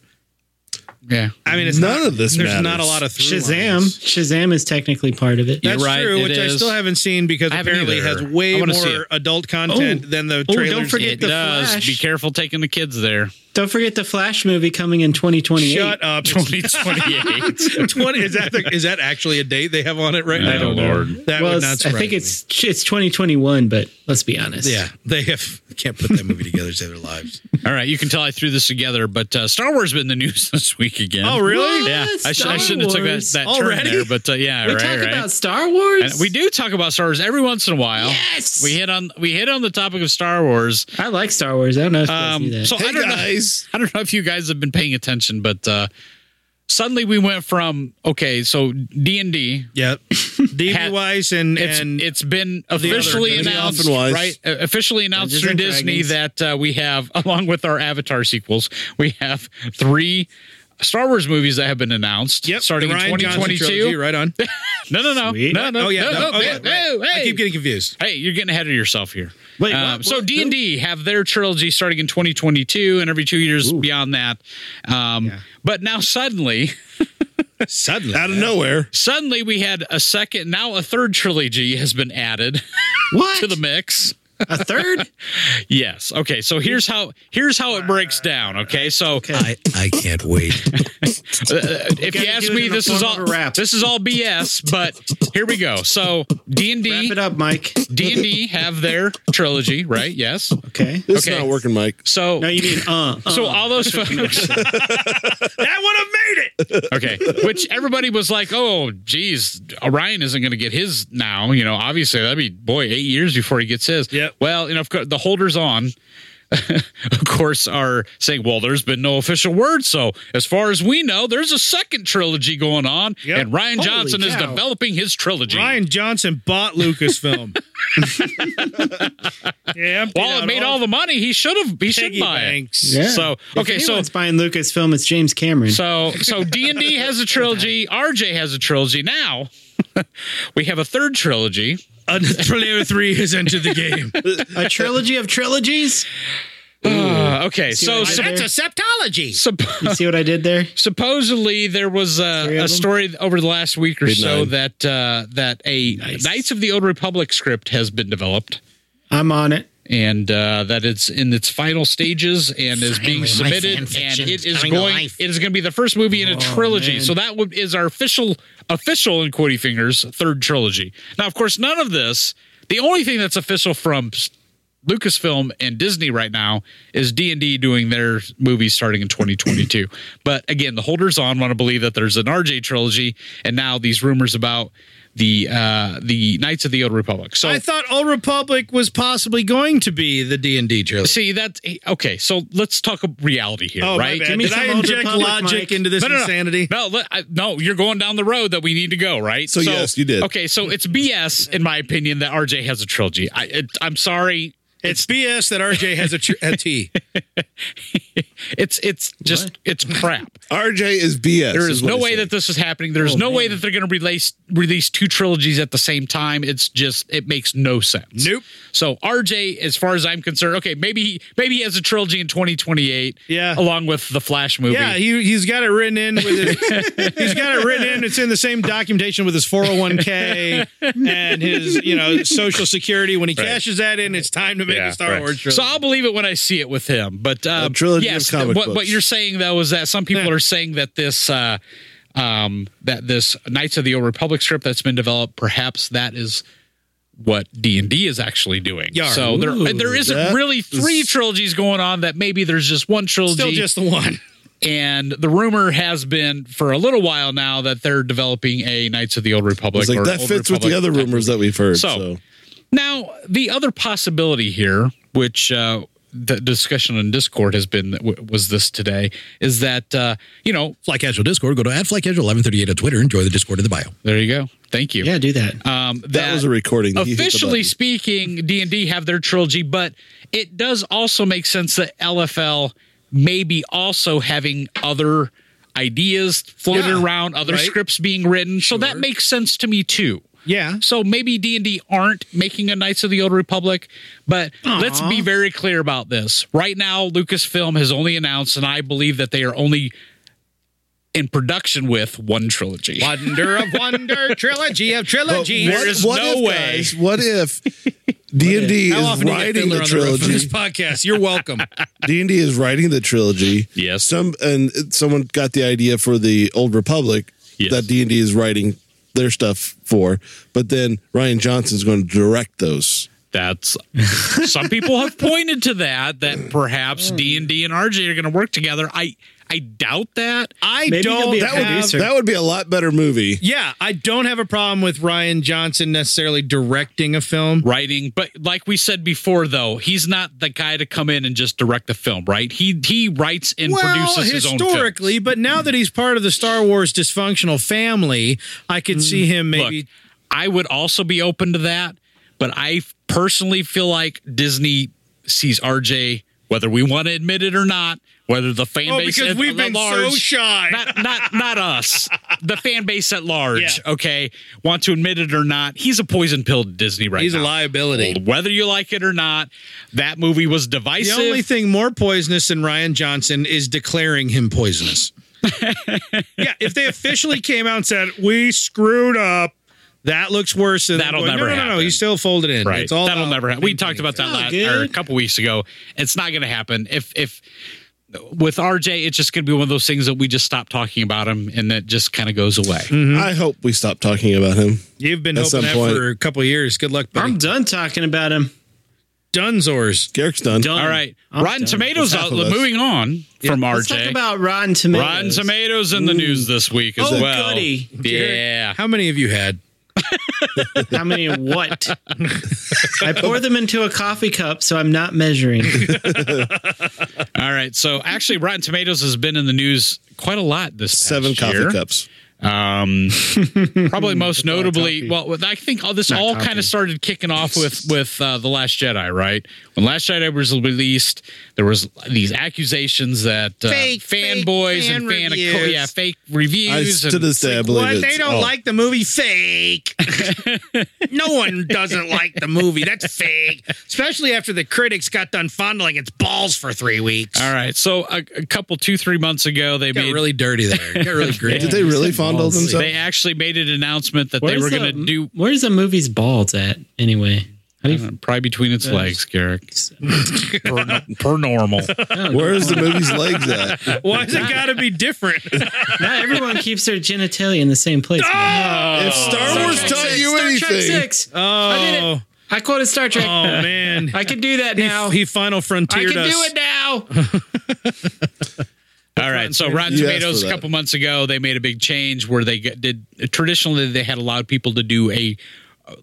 Speaker 5: Yeah.
Speaker 1: I mean, it's
Speaker 2: None
Speaker 1: not,
Speaker 2: of this
Speaker 1: There's
Speaker 2: matters.
Speaker 1: not a lot of through
Speaker 3: Shazam.
Speaker 1: lines.
Speaker 3: Shazam is technically part of it.
Speaker 5: Yeah.
Speaker 1: That's
Speaker 5: You're right,
Speaker 1: true,
Speaker 5: it
Speaker 1: which I
Speaker 5: is.
Speaker 1: still haven't seen because
Speaker 5: I haven't
Speaker 1: apparently it
Speaker 5: either.
Speaker 1: has way
Speaker 5: I wanna see
Speaker 1: more
Speaker 5: it.
Speaker 1: adult content
Speaker 3: Oh.
Speaker 1: than the
Speaker 3: Oh, don't
Speaker 1: trailers.
Speaker 3: forget
Speaker 1: gave.
Speaker 5: It
Speaker 3: The
Speaker 5: does.
Speaker 3: Flash.
Speaker 5: Be careful taking the kids there.
Speaker 3: Don't forget the Flash movie coming in 2028.
Speaker 1: Shut up. It's
Speaker 5: 2028.
Speaker 1: 20, is that the, is that actually a date they have on it right now?
Speaker 5: I don't know. Lord.
Speaker 1: That
Speaker 3: well,
Speaker 1: would
Speaker 3: it's-
Speaker 1: not
Speaker 3: I
Speaker 1: surprise
Speaker 3: think
Speaker 1: me.
Speaker 3: it's it's 2021, but let's be honest.
Speaker 1: yeah. They have can't put that movie together to save their lives.
Speaker 5: All right, you can tell I threw this together, but uh, Star Wars been in the news this week again.
Speaker 1: Oh really?
Speaker 5: Yeah, I, sh- I
Speaker 3: Star
Speaker 5: shouldn't have took that,
Speaker 3: Wars.
Speaker 5: that turn
Speaker 1: Already?
Speaker 5: there, but uh, yeah,
Speaker 3: We
Speaker 5: right,
Speaker 3: talk
Speaker 5: right.
Speaker 3: about Star Wars.
Speaker 5: And we do talk about Star Wars every once in a while.
Speaker 3: Yes.
Speaker 5: we hit on we hit on the topic of Star Wars.
Speaker 3: I like Star Wars. I don't know if you guys knew
Speaker 5: Um,
Speaker 3: that.
Speaker 5: so I
Speaker 2: Hey
Speaker 5: don't
Speaker 2: guys,
Speaker 5: know. I don't know if you guys have been paying attention, but uh, suddenly we went from okay, so D and D.
Speaker 1: Yep. DB Weiss and
Speaker 5: It's
Speaker 1: and
Speaker 5: it's been officially
Speaker 2: Dirty
Speaker 5: announced,
Speaker 2: Offen Wise.
Speaker 5: right? Uh, officially announced
Speaker 3: Dungeons
Speaker 5: through
Speaker 3: and
Speaker 5: Disney
Speaker 3: Dragons.
Speaker 5: that uh, we have, along with our Avatar sequels, we have three Star Wars movies that have been announced.
Speaker 1: yep.
Speaker 5: starting
Speaker 1: the
Speaker 5: in
Speaker 1: Ryan Johnson
Speaker 5: 2022.
Speaker 1: trilogy, right on.
Speaker 5: No, no, no,
Speaker 3: Sweet.
Speaker 5: no, no.
Speaker 1: oh yeah.
Speaker 5: no,
Speaker 1: no,
Speaker 5: no,
Speaker 1: oh, yeah,
Speaker 5: no,
Speaker 1: right. I
Speaker 5: hey.
Speaker 1: keep getting confused.
Speaker 5: Hey, you're getting ahead of yourself here.
Speaker 3: Wait,
Speaker 5: Um,
Speaker 3: what-
Speaker 5: so
Speaker 3: what-
Speaker 5: D and D have their trilogy starting in 2022, and every two years beyond that. Um, But now suddenly,
Speaker 1: Suddenly.
Speaker 2: out of nowhere.
Speaker 5: suddenly we had a second, now a third trilogy has been added
Speaker 3: What?
Speaker 5: to the mix.
Speaker 3: a third?
Speaker 5: Yes. Okay. So here's how here's how it
Speaker 3: Uh,
Speaker 5: breaks down. Okay. So uh,
Speaker 1: I, I can't wait.
Speaker 5: if you
Speaker 3: Gotta
Speaker 5: ask
Speaker 3: do it
Speaker 5: me,
Speaker 3: in the
Speaker 5: this is
Speaker 3: form
Speaker 5: all
Speaker 3: of a rap.
Speaker 5: this is all BS. But here we go. So D and
Speaker 3: Wrap
Speaker 5: D
Speaker 3: it up, Mike.
Speaker 5: D and D have their trilogy, right? Yes.
Speaker 3: Okay.
Speaker 2: It's
Speaker 5: Okay.
Speaker 2: not working, Mike.
Speaker 5: So
Speaker 3: No, you mean uh. uh
Speaker 5: so all those folks.
Speaker 1: that Um, would have made it.
Speaker 5: Okay. Which everybody was like, oh, geez, Orion isn't going to get his now. You know, obviously, that'd be, boy, eight years before he gets his.
Speaker 1: Yep.
Speaker 5: Well, you know, of course, the holders on, of course, are saying, well, there's been no official word. So, as far as we know, there's a second trilogy going on,
Speaker 1: Yep.
Speaker 5: and Ryan
Speaker 3: Holy
Speaker 5: Johnson is
Speaker 3: cow.
Speaker 5: developing his trilogy.
Speaker 1: Ryan Johnson bought Lucasfilm. yeah. emptied
Speaker 5: While
Speaker 1: out
Speaker 5: it made all the money, he should have. He should
Speaker 1: piggy
Speaker 5: buy it.
Speaker 1: banks.
Speaker 3: Yeah.
Speaker 5: So okay,
Speaker 3: if
Speaker 5: so
Speaker 3: anyone's buying Lucasfilm. It's James Cameron.
Speaker 5: So so D and D has a trilogy. RJ has a trilogy. Now we have a third trilogy.
Speaker 1: Uh, Trailer three has entered the game.
Speaker 3: a trilogy of trilogies.
Speaker 5: Uh, okay, so
Speaker 3: what I did
Speaker 5: sup-
Speaker 3: there?
Speaker 1: septology.
Speaker 5: sup-
Speaker 3: You see what I did there?
Speaker 5: supposedly there was
Speaker 3: Three
Speaker 5: a,
Speaker 3: of
Speaker 5: a
Speaker 3: them?
Speaker 5: story over the last week or so
Speaker 2: nine.
Speaker 5: that uh, that a
Speaker 3: Nice.
Speaker 5: Knights of the Old Republic script has been developed.
Speaker 3: I'm on it.
Speaker 5: And uh, that it's in its final stages and is
Speaker 4: Finally,
Speaker 5: being
Speaker 4: my
Speaker 5: submitted,
Speaker 4: fan
Speaker 5: and
Speaker 4: fiction is
Speaker 5: it is
Speaker 4: coming to
Speaker 5: going.
Speaker 4: life. Oh,
Speaker 5: It is going to be the first movie in a trilogy.
Speaker 3: man.
Speaker 5: So that would, is our official, official in Quoty Fingers third trilogy. Now, of course, none of this. The only thing that's official from s- Lucasfilm and Disney right now is D and D doing their movies starting in 2022. but again, the holders on want to believe that there's an RJ trilogy, and now these rumors about the uh, the Knights of the Old Republic. So
Speaker 1: I thought Old Republic was possibly going to be the D and D trilogy.
Speaker 5: See that? Okay, so let's talk of reality here,
Speaker 1: Oh,
Speaker 5: right?
Speaker 1: my bad.
Speaker 3: Give me
Speaker 1: Did I
Speaker 3: some Old
Speaker 1: inject
Speaker 3: Republic,
Speaker 1: logic
Speaker 3: Mike.
Speaker 1: into this
Speaker 5: No, no, no.
Speaker 1: insanity?
Speaker 5: No, let, I, no, you're going down the road that we need to go, right?
Speaker 2: So, yes, you did.
Speaker 5: Okay, so it's BS in my opinion that RJ has a trilogy. I, it, I'm sorry,
Speaker 1: It's BS that RJ has a, tr- a T.
Speaker 5: it's it's just it's crap.
Speaker 2: RJ is BS.
Speaker 5: There is
Speaker 2: what
Speaker 5: no
Speaker 2: he
Speaker 5: way
Speaker 2: said.
Speaker 5: that this is happening. There's no way that they're going to release release two trilogies at the same time. It's just it makes no sense.
Speaker 1: Nope.
Speaker 5: So RJ, as far as I'm concerned, okay, maybe he, maybe he has a trilogy in 2028.
Speaker 1: Yeah.
Speaker 5: along with the Flash movie.
Speaker 1: Yeah, he he's got it written in with his, he's got it written in. It's in the same documentation with his 401k and his you know social security. When he cashes that in, it's time to make
Speaker 5: Yeah,
Speaker 1: a Star
Speaker 5: right.
Speaker 1: Wars trilogy.
Speaker 5: So I'll believe it when I see it with him. But um,
Speaker 2: A trilogy of
Speaker 5: yes,
Speaker 2: comic
Speaker 5: what, what
Speaker 2: books.
Speaker 5: you're saying though is that some people
Speaker 1: Yeah.
Speaker 5: are saying that this uh, um, that this Knights of the Old Republic script that's been developed, perhaps that is what D and D is actually doing.
Speaker 1: Yeah.
Speaker 5: So there
Speaker 3: Ooh,
Speaker 5: there isn't
Speaker 2: that
Speaker 5: really three
Speaker 2: is-
Speaker 5: trilogies going on. That maybe there's just one trilogy.
Speaker 1: Still just the one.
Speaker 5: and the rumor has been for a little while now that they're developing a Knights of the Old Republic.
Speaker 2: It's like
Speaker 5: or
Speaker 2: that
Speaker 5: Old
Speaker 2: fits with the
Speaker 5: Republic.
Speaker 2: other rumors that we've heard.
Speaker 5: So-
Speaker 2: So,
Speaker 5: Now, the other possibility here, which uh, the discussion on Discord has been w- was this today, is that uh, you know
Speaker 6: Fly Casual Discord. Go to at Fly Casual 1138 on Twitter. Enjoy the Discord in the bio.
Speaker 5: there you go, thank you.
Speaker 3: Yeah, do that.
Speaker 5: Um,
Speaker 2: that, was a recording. He hit the
Speaker 5: officially
Speaker 2: button.
Speaker 5: speaking, D and D have their trilogy, but it does also make sense that LFL may be also having other ideas floated
Speaker 1: Yeah,
Speaker 5: around, other
Speaker 1: right.
Speaker 5: scripts being written. So that makes sense to me too.
Speaker 1: Yeah.
Speaker 5: So maybe D and D aren't making a Knights of the Old Republic, but let's be very clear about this. Right now, Lucasfilm has only announced, and I believe that they are only in production with one trilogy.
Speaker 1: Wonder of Wonder, trilogy of
Speaker 2: But
Speaker 1: trilogy.
Speaker 2: what- what
Speaker 5: no
Speaker 2: if,
Speaker 5: way.
Speaker 2: guys, what if D&D is writing the
Speaker 1: this
Speaker 2: trilogy?
Speaker 1: podcast? You're welcome.
Speaker 2: D&D is writing the trilogy.
Speaker 5: Yes.
Speaker 2: Some and it- someone got the idea for the Old Republic
Speaker 5: Yes.
Speaker 2: that D&D is writing their stuff for, but then Ryan Johnson's going to direct those.
Speaker 5: That's some people have pointed to that that perhaps D and D and RJ are going to work together. I I doubt that.
Speaker 1: I
Speaker 3: Maybe he'll
Speaker 1: don't
Speaker 3: be a
Speaker 1: have-
Speaker 3: producer. Sure.
Speaker 2: That would be a lot better movie.
Speaker 1: Yeah, I don't have a problem with Ryan Johnson necessarily directing a film.
Speaker 5: writing but like we said before though he's not the guy to come in and just direct the film right he he writes and produces his own
Speaker 1: historically, but now that he's part of the Star Wars dysfunctional family, I could see him
Speaker 5: film.
Speaker 1: maybe.
Speaker 5: Mm-hmm. Look, i would also be open to that but i personally feel like disney sees rj whether we want to admit it or not whether the fan
Speaker 1: Oh,
Speaker 5: base
Speaker 1: because
Speaker 5: at,
Speaker 1: we've been
Speaker 5: at
Speaker 1: so
Speaker 5: large,
Speaker 1: shy.
Speaker 5: not not not us the fan base at large
Speaker 1: Yeah.
Speaker 5: okay want to admit it or not he's a poison pill to disney right
Speaker 1: He's a
Speaker 5: now
Speaker 1: liability.
Speaker 5: whether you like it or not that movie was
Speaker 1: The
Speaker 5: divisive
Speaker 1: only thing more poisonous than Ryan Johnson is declaring him poisonous. yeah, if they officially came out and said we screwed up, that looks worse than
Speaker 5: That'll
Speaker 1: going,
Speaker 5: never
Speaker 1: no, no, no, no.
Speaker 5: happen."
Speaker 1: He's still folded in.
Speaker 5: Right.
Speaker 1: It's all
Speaker 5: That'll
Speaker 1: about
Speaker 5: never happen. We
Speaker 1: maintaining
Speaker 5: talked about that
Speaker 1: it.
Speaker 5: last
Speaker 3: good.
Speaker 5: or a couple weeks ago. It's not going to happen. If if with RJ, it's just going to be one of those things that we just stop talking about him and that just kind of goes away.
Speaker 3: Mm-hmm.
Speaker 2: I hope we stop talking about him.
Speaker 1: You've been
Speaker 2: At
Speaker 1: hoping
Speaker 2: some
Speaker 1: that
Speaker 2: point.
Speaker 1: for a couple of years. Good luck, buddy.
Speaker 3: I'm done talking about him.
Speaker 1: Dunzors.
Speaker 2: Garrick's done.
Speaker 3: Done.
Speaker 5: All right,
Speaker 3: I'm
Speaker 5: Rotten
Speaker 3: done.
Speaker 2: It's
Speaker 5: Tomatoes.
Speaker 2: half
Speaker 5: Out,
Speaker 2: of us.
Speaker 5: moving on from
Speaker 3: Let's
Speaker 5: RJ.
Speaker 3: talk about Rotten Tomatoes.
Speaker 5: Rotten Tomatoes in the news this week as
Speaker 3: Oh,
Speaker 5: well.
Speaker 3: goody.
Speaker 5: Yeah.
Speaker 1: How many of you had?
Speaker 3: How many and what? I pour them into a coffee cup, so I'm not measuring.
Speaker 5: All right. So actually, Rotten Tomatoes has been in the news quite a lot this past
Speaker 2: Seven coffee
Speaker 5: year.
Speaker 2: cups.
Speaker 5: Um, probably most notably, well, I think all this all kind of started kicking off with with uh, the Last Jedi, right? When Last Jedi was released, there was these accusations that uh,
Speaker 1: Fake- fake
Speaker 5: fanboys
Speaker 1: fan
Speaker 5: and fan, oh,
Speaker 1: reviews.
Speaker 5: yeah, fake
Speaker 2: I,
Speaker 5: reviews.
Speaker 2: to
Speaker 5: and-
Speaker 2: this day, I believe
Speaker 1: What? They
Speaker 2: it's-
Speaker 1: don't
Speaker 2: oh.
Speaker 1: like the movie fake. no one doesn't like the movie. That's fake. Especially after the critics got done fondling its balls for three weeks.
Speaker 5: all right, so a, a couple, two, three months ago, they
Speaker 6: Got
Speaker 5: made
Speaker 6: really dirty there. Got really great.
Speaker 2: Did they really fondle
Speaker 6: Balls.
Speaker 2: themselves?
Speaker 5: they actually made an announcement that they
Speaker 3: Where's
Speaker 5: were going
Speaker 3: the-
Speaker 5: to do
Speaker 3: Where's the movie's balls at anyway? How do you
Speaker 5: probably between its legs, Garrick, per, per normal.
Speaker 2: Where's the movie's legs at?
Speaker 1: Why does it got to be different?
Speaker 3: Not everyone keeps their genitalia in the same place. man.
Speaker 2: if Star
Speaker 3: Star
Speaker 2: Wars
Speaker 3: Trek
Speaker 2: taught Ah,
Speaker 3: six,
Speaker 2: you
Speaker 3: Star Trek
Speaker 2: anything,
Speaker 3: six. I did
Speaker 1: Oh,
Speaker 3: it. I quoted Star Trek.
Speaker 1: oh man.
Speaker 3: I can do that now.
Speaker 1: He final
Speaker 3: I
Speaker 1: frontiered
Speaker 3: can
Speaker 1: us.
Speaker 3: do it now.
Speaker 5: All right. So Rotten
Speaker 2: You asked
Speaker 5: Tomatoes
Speaker 2: for
Speaker 5: a
Speaker 2: that.
Speaker 5: couple months ago they made a big change where they get- did traditionally they had allowed people to do a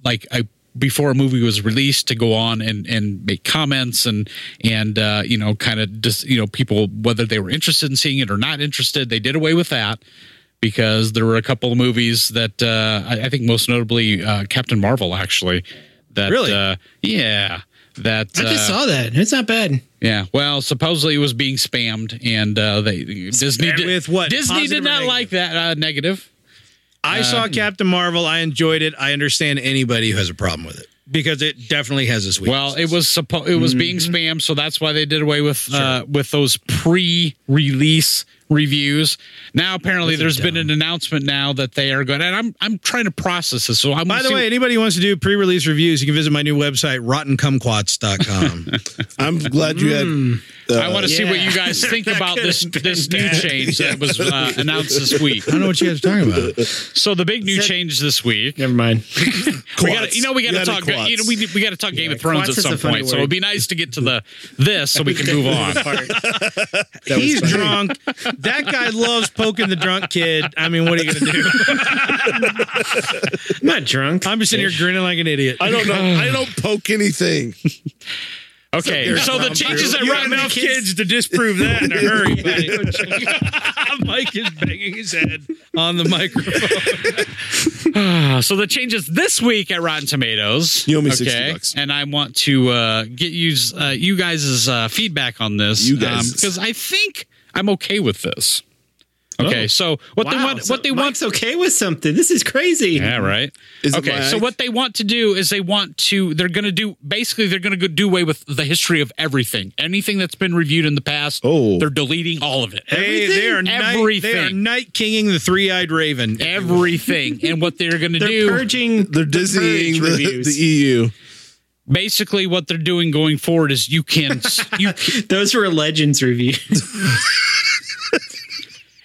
Speaker 5: like a before a movie was released to go on and and make comments and and uh, you know kind of just you know people whether they were interested in seeing it or not interested they did away with that because there were a couple of movies that uh, I, I think most notably uh, Captain Marvel actually that
Speaker 1: Really?
Speaker 5: uh, yeah that
Speaker 3: I just
Speaker 5: uh,
Speaker 3: saw that. It's not bad.
Speaker 5: yeah, well, supposedly it was being spammed, and uh, they Disney did,
Speaker 1: with what?
Speaker 5: Disney
Speaker 1: Positive
Speaker 5: did
Speaker 1: or
Speaker 5: not
Speaker 1: negative?
Speaker 5: like that uh, negative.
Speaker 1: I
Speaker 5: Um,
Speaker 1: saw Captain Marvel. I enjoyed it. I understand anybody who has a problem with it because it definitely has its weaknesses.
Speaker 5: Well, it was suppo- it was being
Speaker 1: Mm-hmm.
Speaker 5: spammed, so that's why they did away with uh, with those pre-release reviews. Now, apparently, there's been an announcement now that they are going, and I'm I'm trying to process this. So I'm
Speaker 1: By
Speaker 5: gonna
Speaker 1: the
Speaker 5: see-
Speaker 1: way, anybody who wants to do pre-release reviews, you can visit my new website, rottencumquats.com.
Speaker 2: I'm glad you had.
Speaker 5: Mm.
Speaker 2: Uh,
Speaker 5: I want to see what
Speaker 3: yeah.
Speaker 5: you guys think about this this new change that was uh, announced this week.
Speaker 1: I don't know what you guys are talking about.
Speaker 5: So the big new
Speaker 3: Is that-
Speaker 5: change this week.
Speaker 3: Never mind.
Speaker 5: We gotta, you know, we got
Speaker 2: You
Speaker 5: to
Speaker 2: had a
Speaker 5: talk. You know,
Speaker 2: klotz.
Speaker 5: we, we got to talk Game of Thrones
Speaker 3: klotz
Speaker 5: at
Speaker 3: is
Speaker 5: some
Speaker 3: a funny
Speaker 5: point. So
Speaker 3: word.
Speaker 5: it'd be nice to get to the this so we can move on.
Speaker 1: He's drunk. That guy loves poking the drunk kid. I mean, what are you going to do?
Speaker 3: I'm not drunk.
Speaker 1: I'm just sitting here grinning like an idiot.
Speaker 2: I don't know. I don't poke anything.
Speaker 5: Okay, so the changes that
Speaker 1: You have
Speaker 5: Rotten
Speaker 1: enough kids to disprove that in a hurry. buddy. Mike is banging his head on the microphone.
Speaker 5: Uh, so the changes this week at Rotten Tomatoes.
Speaker 2: You owe me 60 bucks.
Speaker 5: And I want to uh, get you uh, you guys' uh, feedback on this.
Speaker 2: You guys.
Speaker 5: because I think I'm okay with this. Okay, so what they want,
Speaker 3: so
Speaker 5: what they want,
Speaker 3: Mike's okay with something. This is crazy.
Speaker 5: yeah, right.
Speaker 2: Mm-hmm. Is it
Speaker 5: okay,
Speaker 2: my
Speaker 5: so
Speaker 2: eye?
Speaker 5: what they want to do is they want to they're going to do basically they're going to do away with the history of everything. Anything that's been reviewed in the past,
Speaker 2: Oh.
Speaker 5: they're deleting all of it.
Speaker 1: They, they are night, they are
Speaker 5: Everything. Eh.
Speaker 1: night kinging the three eyed raven.
Speaker 5: Everything. and what they're going to
Speaker 3: They're
Speaker 5: do
Speaker 3: purging.
Speaker 2: They're
Speaker 3: the e- purge
Speaker 2: dizzying the, E
Speaker 3: reviews.
Speaker 2: the EU.
Speaker 5: basically what they're doing going forward is you can you
Speaker 3: Those were legends reviews.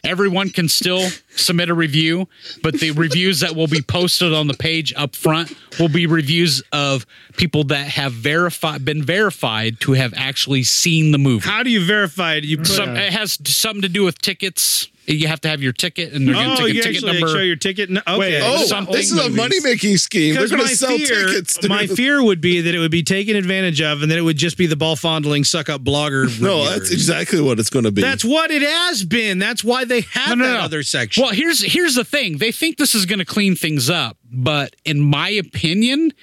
Speaker 5: everyone can still submit a review, but the reviews that will be posted on the page up front will be reviews of people that have verified been verified to have actually seen the movie.
Speaker 1: How do you verify it? You put
Speaker 5: Some, eh, it has something to do with tickets. You have to have your ticket, and they're going to
Speaker 1: Oh,
Speaker 5: take a
Speaker 1: you
Speaker 5: ticket
Speaker 1: actually
Speaker 5: number.
Speaker 1: show your ticket. No, okay.
Speaker 3: Wait,
Speaker 2: Oh,
Speaker 5: Something
Speaker 2: this is a
Speaker 5: movies.
Speaker 2: money making scheme. They're
Speaker 1: Because
Speaker 2: going
Speaker 1: my
Speaker 2: to sell
Speaker 1: fear,
Speaker 2: tickets. To
Speaker 1: my fear would be that it would be taken advantage of, and that it would just be the ball fondling, suck up blogger.
Speaker 2: No,
Speaker 1: reviewers.
Speaker 2: that's exactly what it's going to be.
Speaker 1: That's what it has been. That's why they have
Speaker 5: No, no,
Speaker 1: that
Speaker 5: no.
Speaker 1: other section.
Speaker 5: well, here's here's the thing. They think this is going to clean things up, but in my opinion,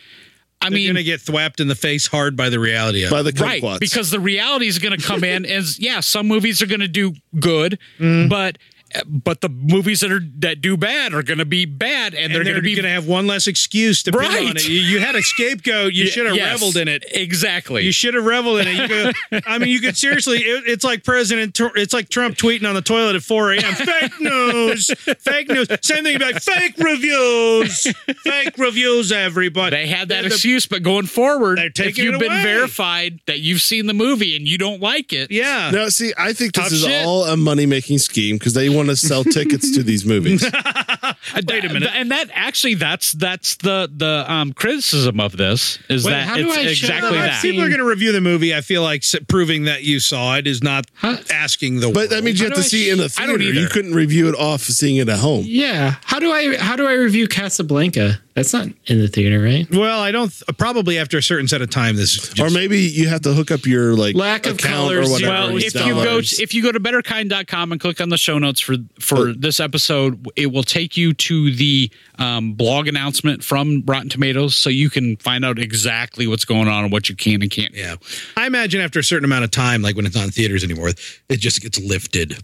Speaker 5: I
Speaker 1: They're
Speaker 5: mean,
Speaker 1: gonna get thwapped in the face hard by the reality of.
Speaker 2: by the
Speaker 5: right
Speaker 2: kumquats.
Speaker 5: because the reality is going to come in as yeah some movies are going to do good
Speaker 1: Mm-hmm.
Speaker 5: but but the movies that are that do bad are going to be bad and,
Speaker 1: they're,
Speaker 5: they're, going to be
Speaker 1: gonna have one less excuse to
Speaker 5: Right.
Speaker 1: be on it. You, you had a scapegoat. You should have
Speaker 5: Yes,
Speaker 1: reveled in it.
Speaker 5: exactly
Speaker 1: You should have reveled in it. You could, I mean, you could seriously. It, it's like President. Tr- It's like Trump tweeting on the toilet at 4 a.m. Fake news. Fake news. Same thing about fake reviews. Fake reviews. Everybody.
Speaker 5: they had that
Speaker 1: They're the-
Speaker 5: excuse but going forward
Speaker 1: They're
Speaker 5: if
Speaker 1: taking
Speaker 5: you've
Speaker 1: it
Speaker 5: been
Speaker 1: away.
Speaker 5: verified that you've seen the movie and you don't like it
Speaker 1: Yeah.
Speaker 2: No, see, I think this
Speaker 5: Tough
Speaker 2: is
Speaker 5: shit.
Speaker 2: all a money making scheme because they want to sell tickets to these movies.
Speaker 5: wait a minute uh, and that actually that's that's the the um criticism of this is
Speaker 3: Wait, how
Speaker 5: that
Speaker 3: do
Speaker 5: it's
Speaker 3: I show
Speaker 5: exactly
Speaker 3: that?
Speaker 5: that
Speaker 1: People are going to review the movie. I feel like s- proving that you saw it is not asking the.
Speaker 2: But that
Speaker 1: world.
Speaker 2: means you
Speaker 5: How
Speaker 2: have
Speaker 5: do
Speaker 2: to
Speaker 5: I
Speaker 2: see it in a
Speaker 5: sh- I don't
Speaker 2: theater. You
Speaker 5: either.
Speaker 2: couldn't review it off seeing it at home.
Speaker 3: yeah. How do I? How do I review Casablanca? That's not in the theater, right?
Speaker 1: Well, I don't. Th- probably after a certain set of time, this is just,
Speaker 2: or maybe you have to hook up your like
Speaker 3: Lack of
Speaker 2: account
Speaker 3: colors,
Speaker 2: or whatever.
Speaker 5: Well,
Speaker 3: Everyone's
Speaker 5: if
Speaker 2: with
Speaker 5: you go
Speaker 2: dollars.
Speaker 5: to, if you go to betterkind.com and click on the show notes for for this episode, it will take you to the um, blog announcement from Rotten Tomatoes, so you can find out exactly what's going on and what you can and can't.
Speaker 1: yeah. I imagine after a certain amount of time, like when it's not in theaters anymore, it just gets lifted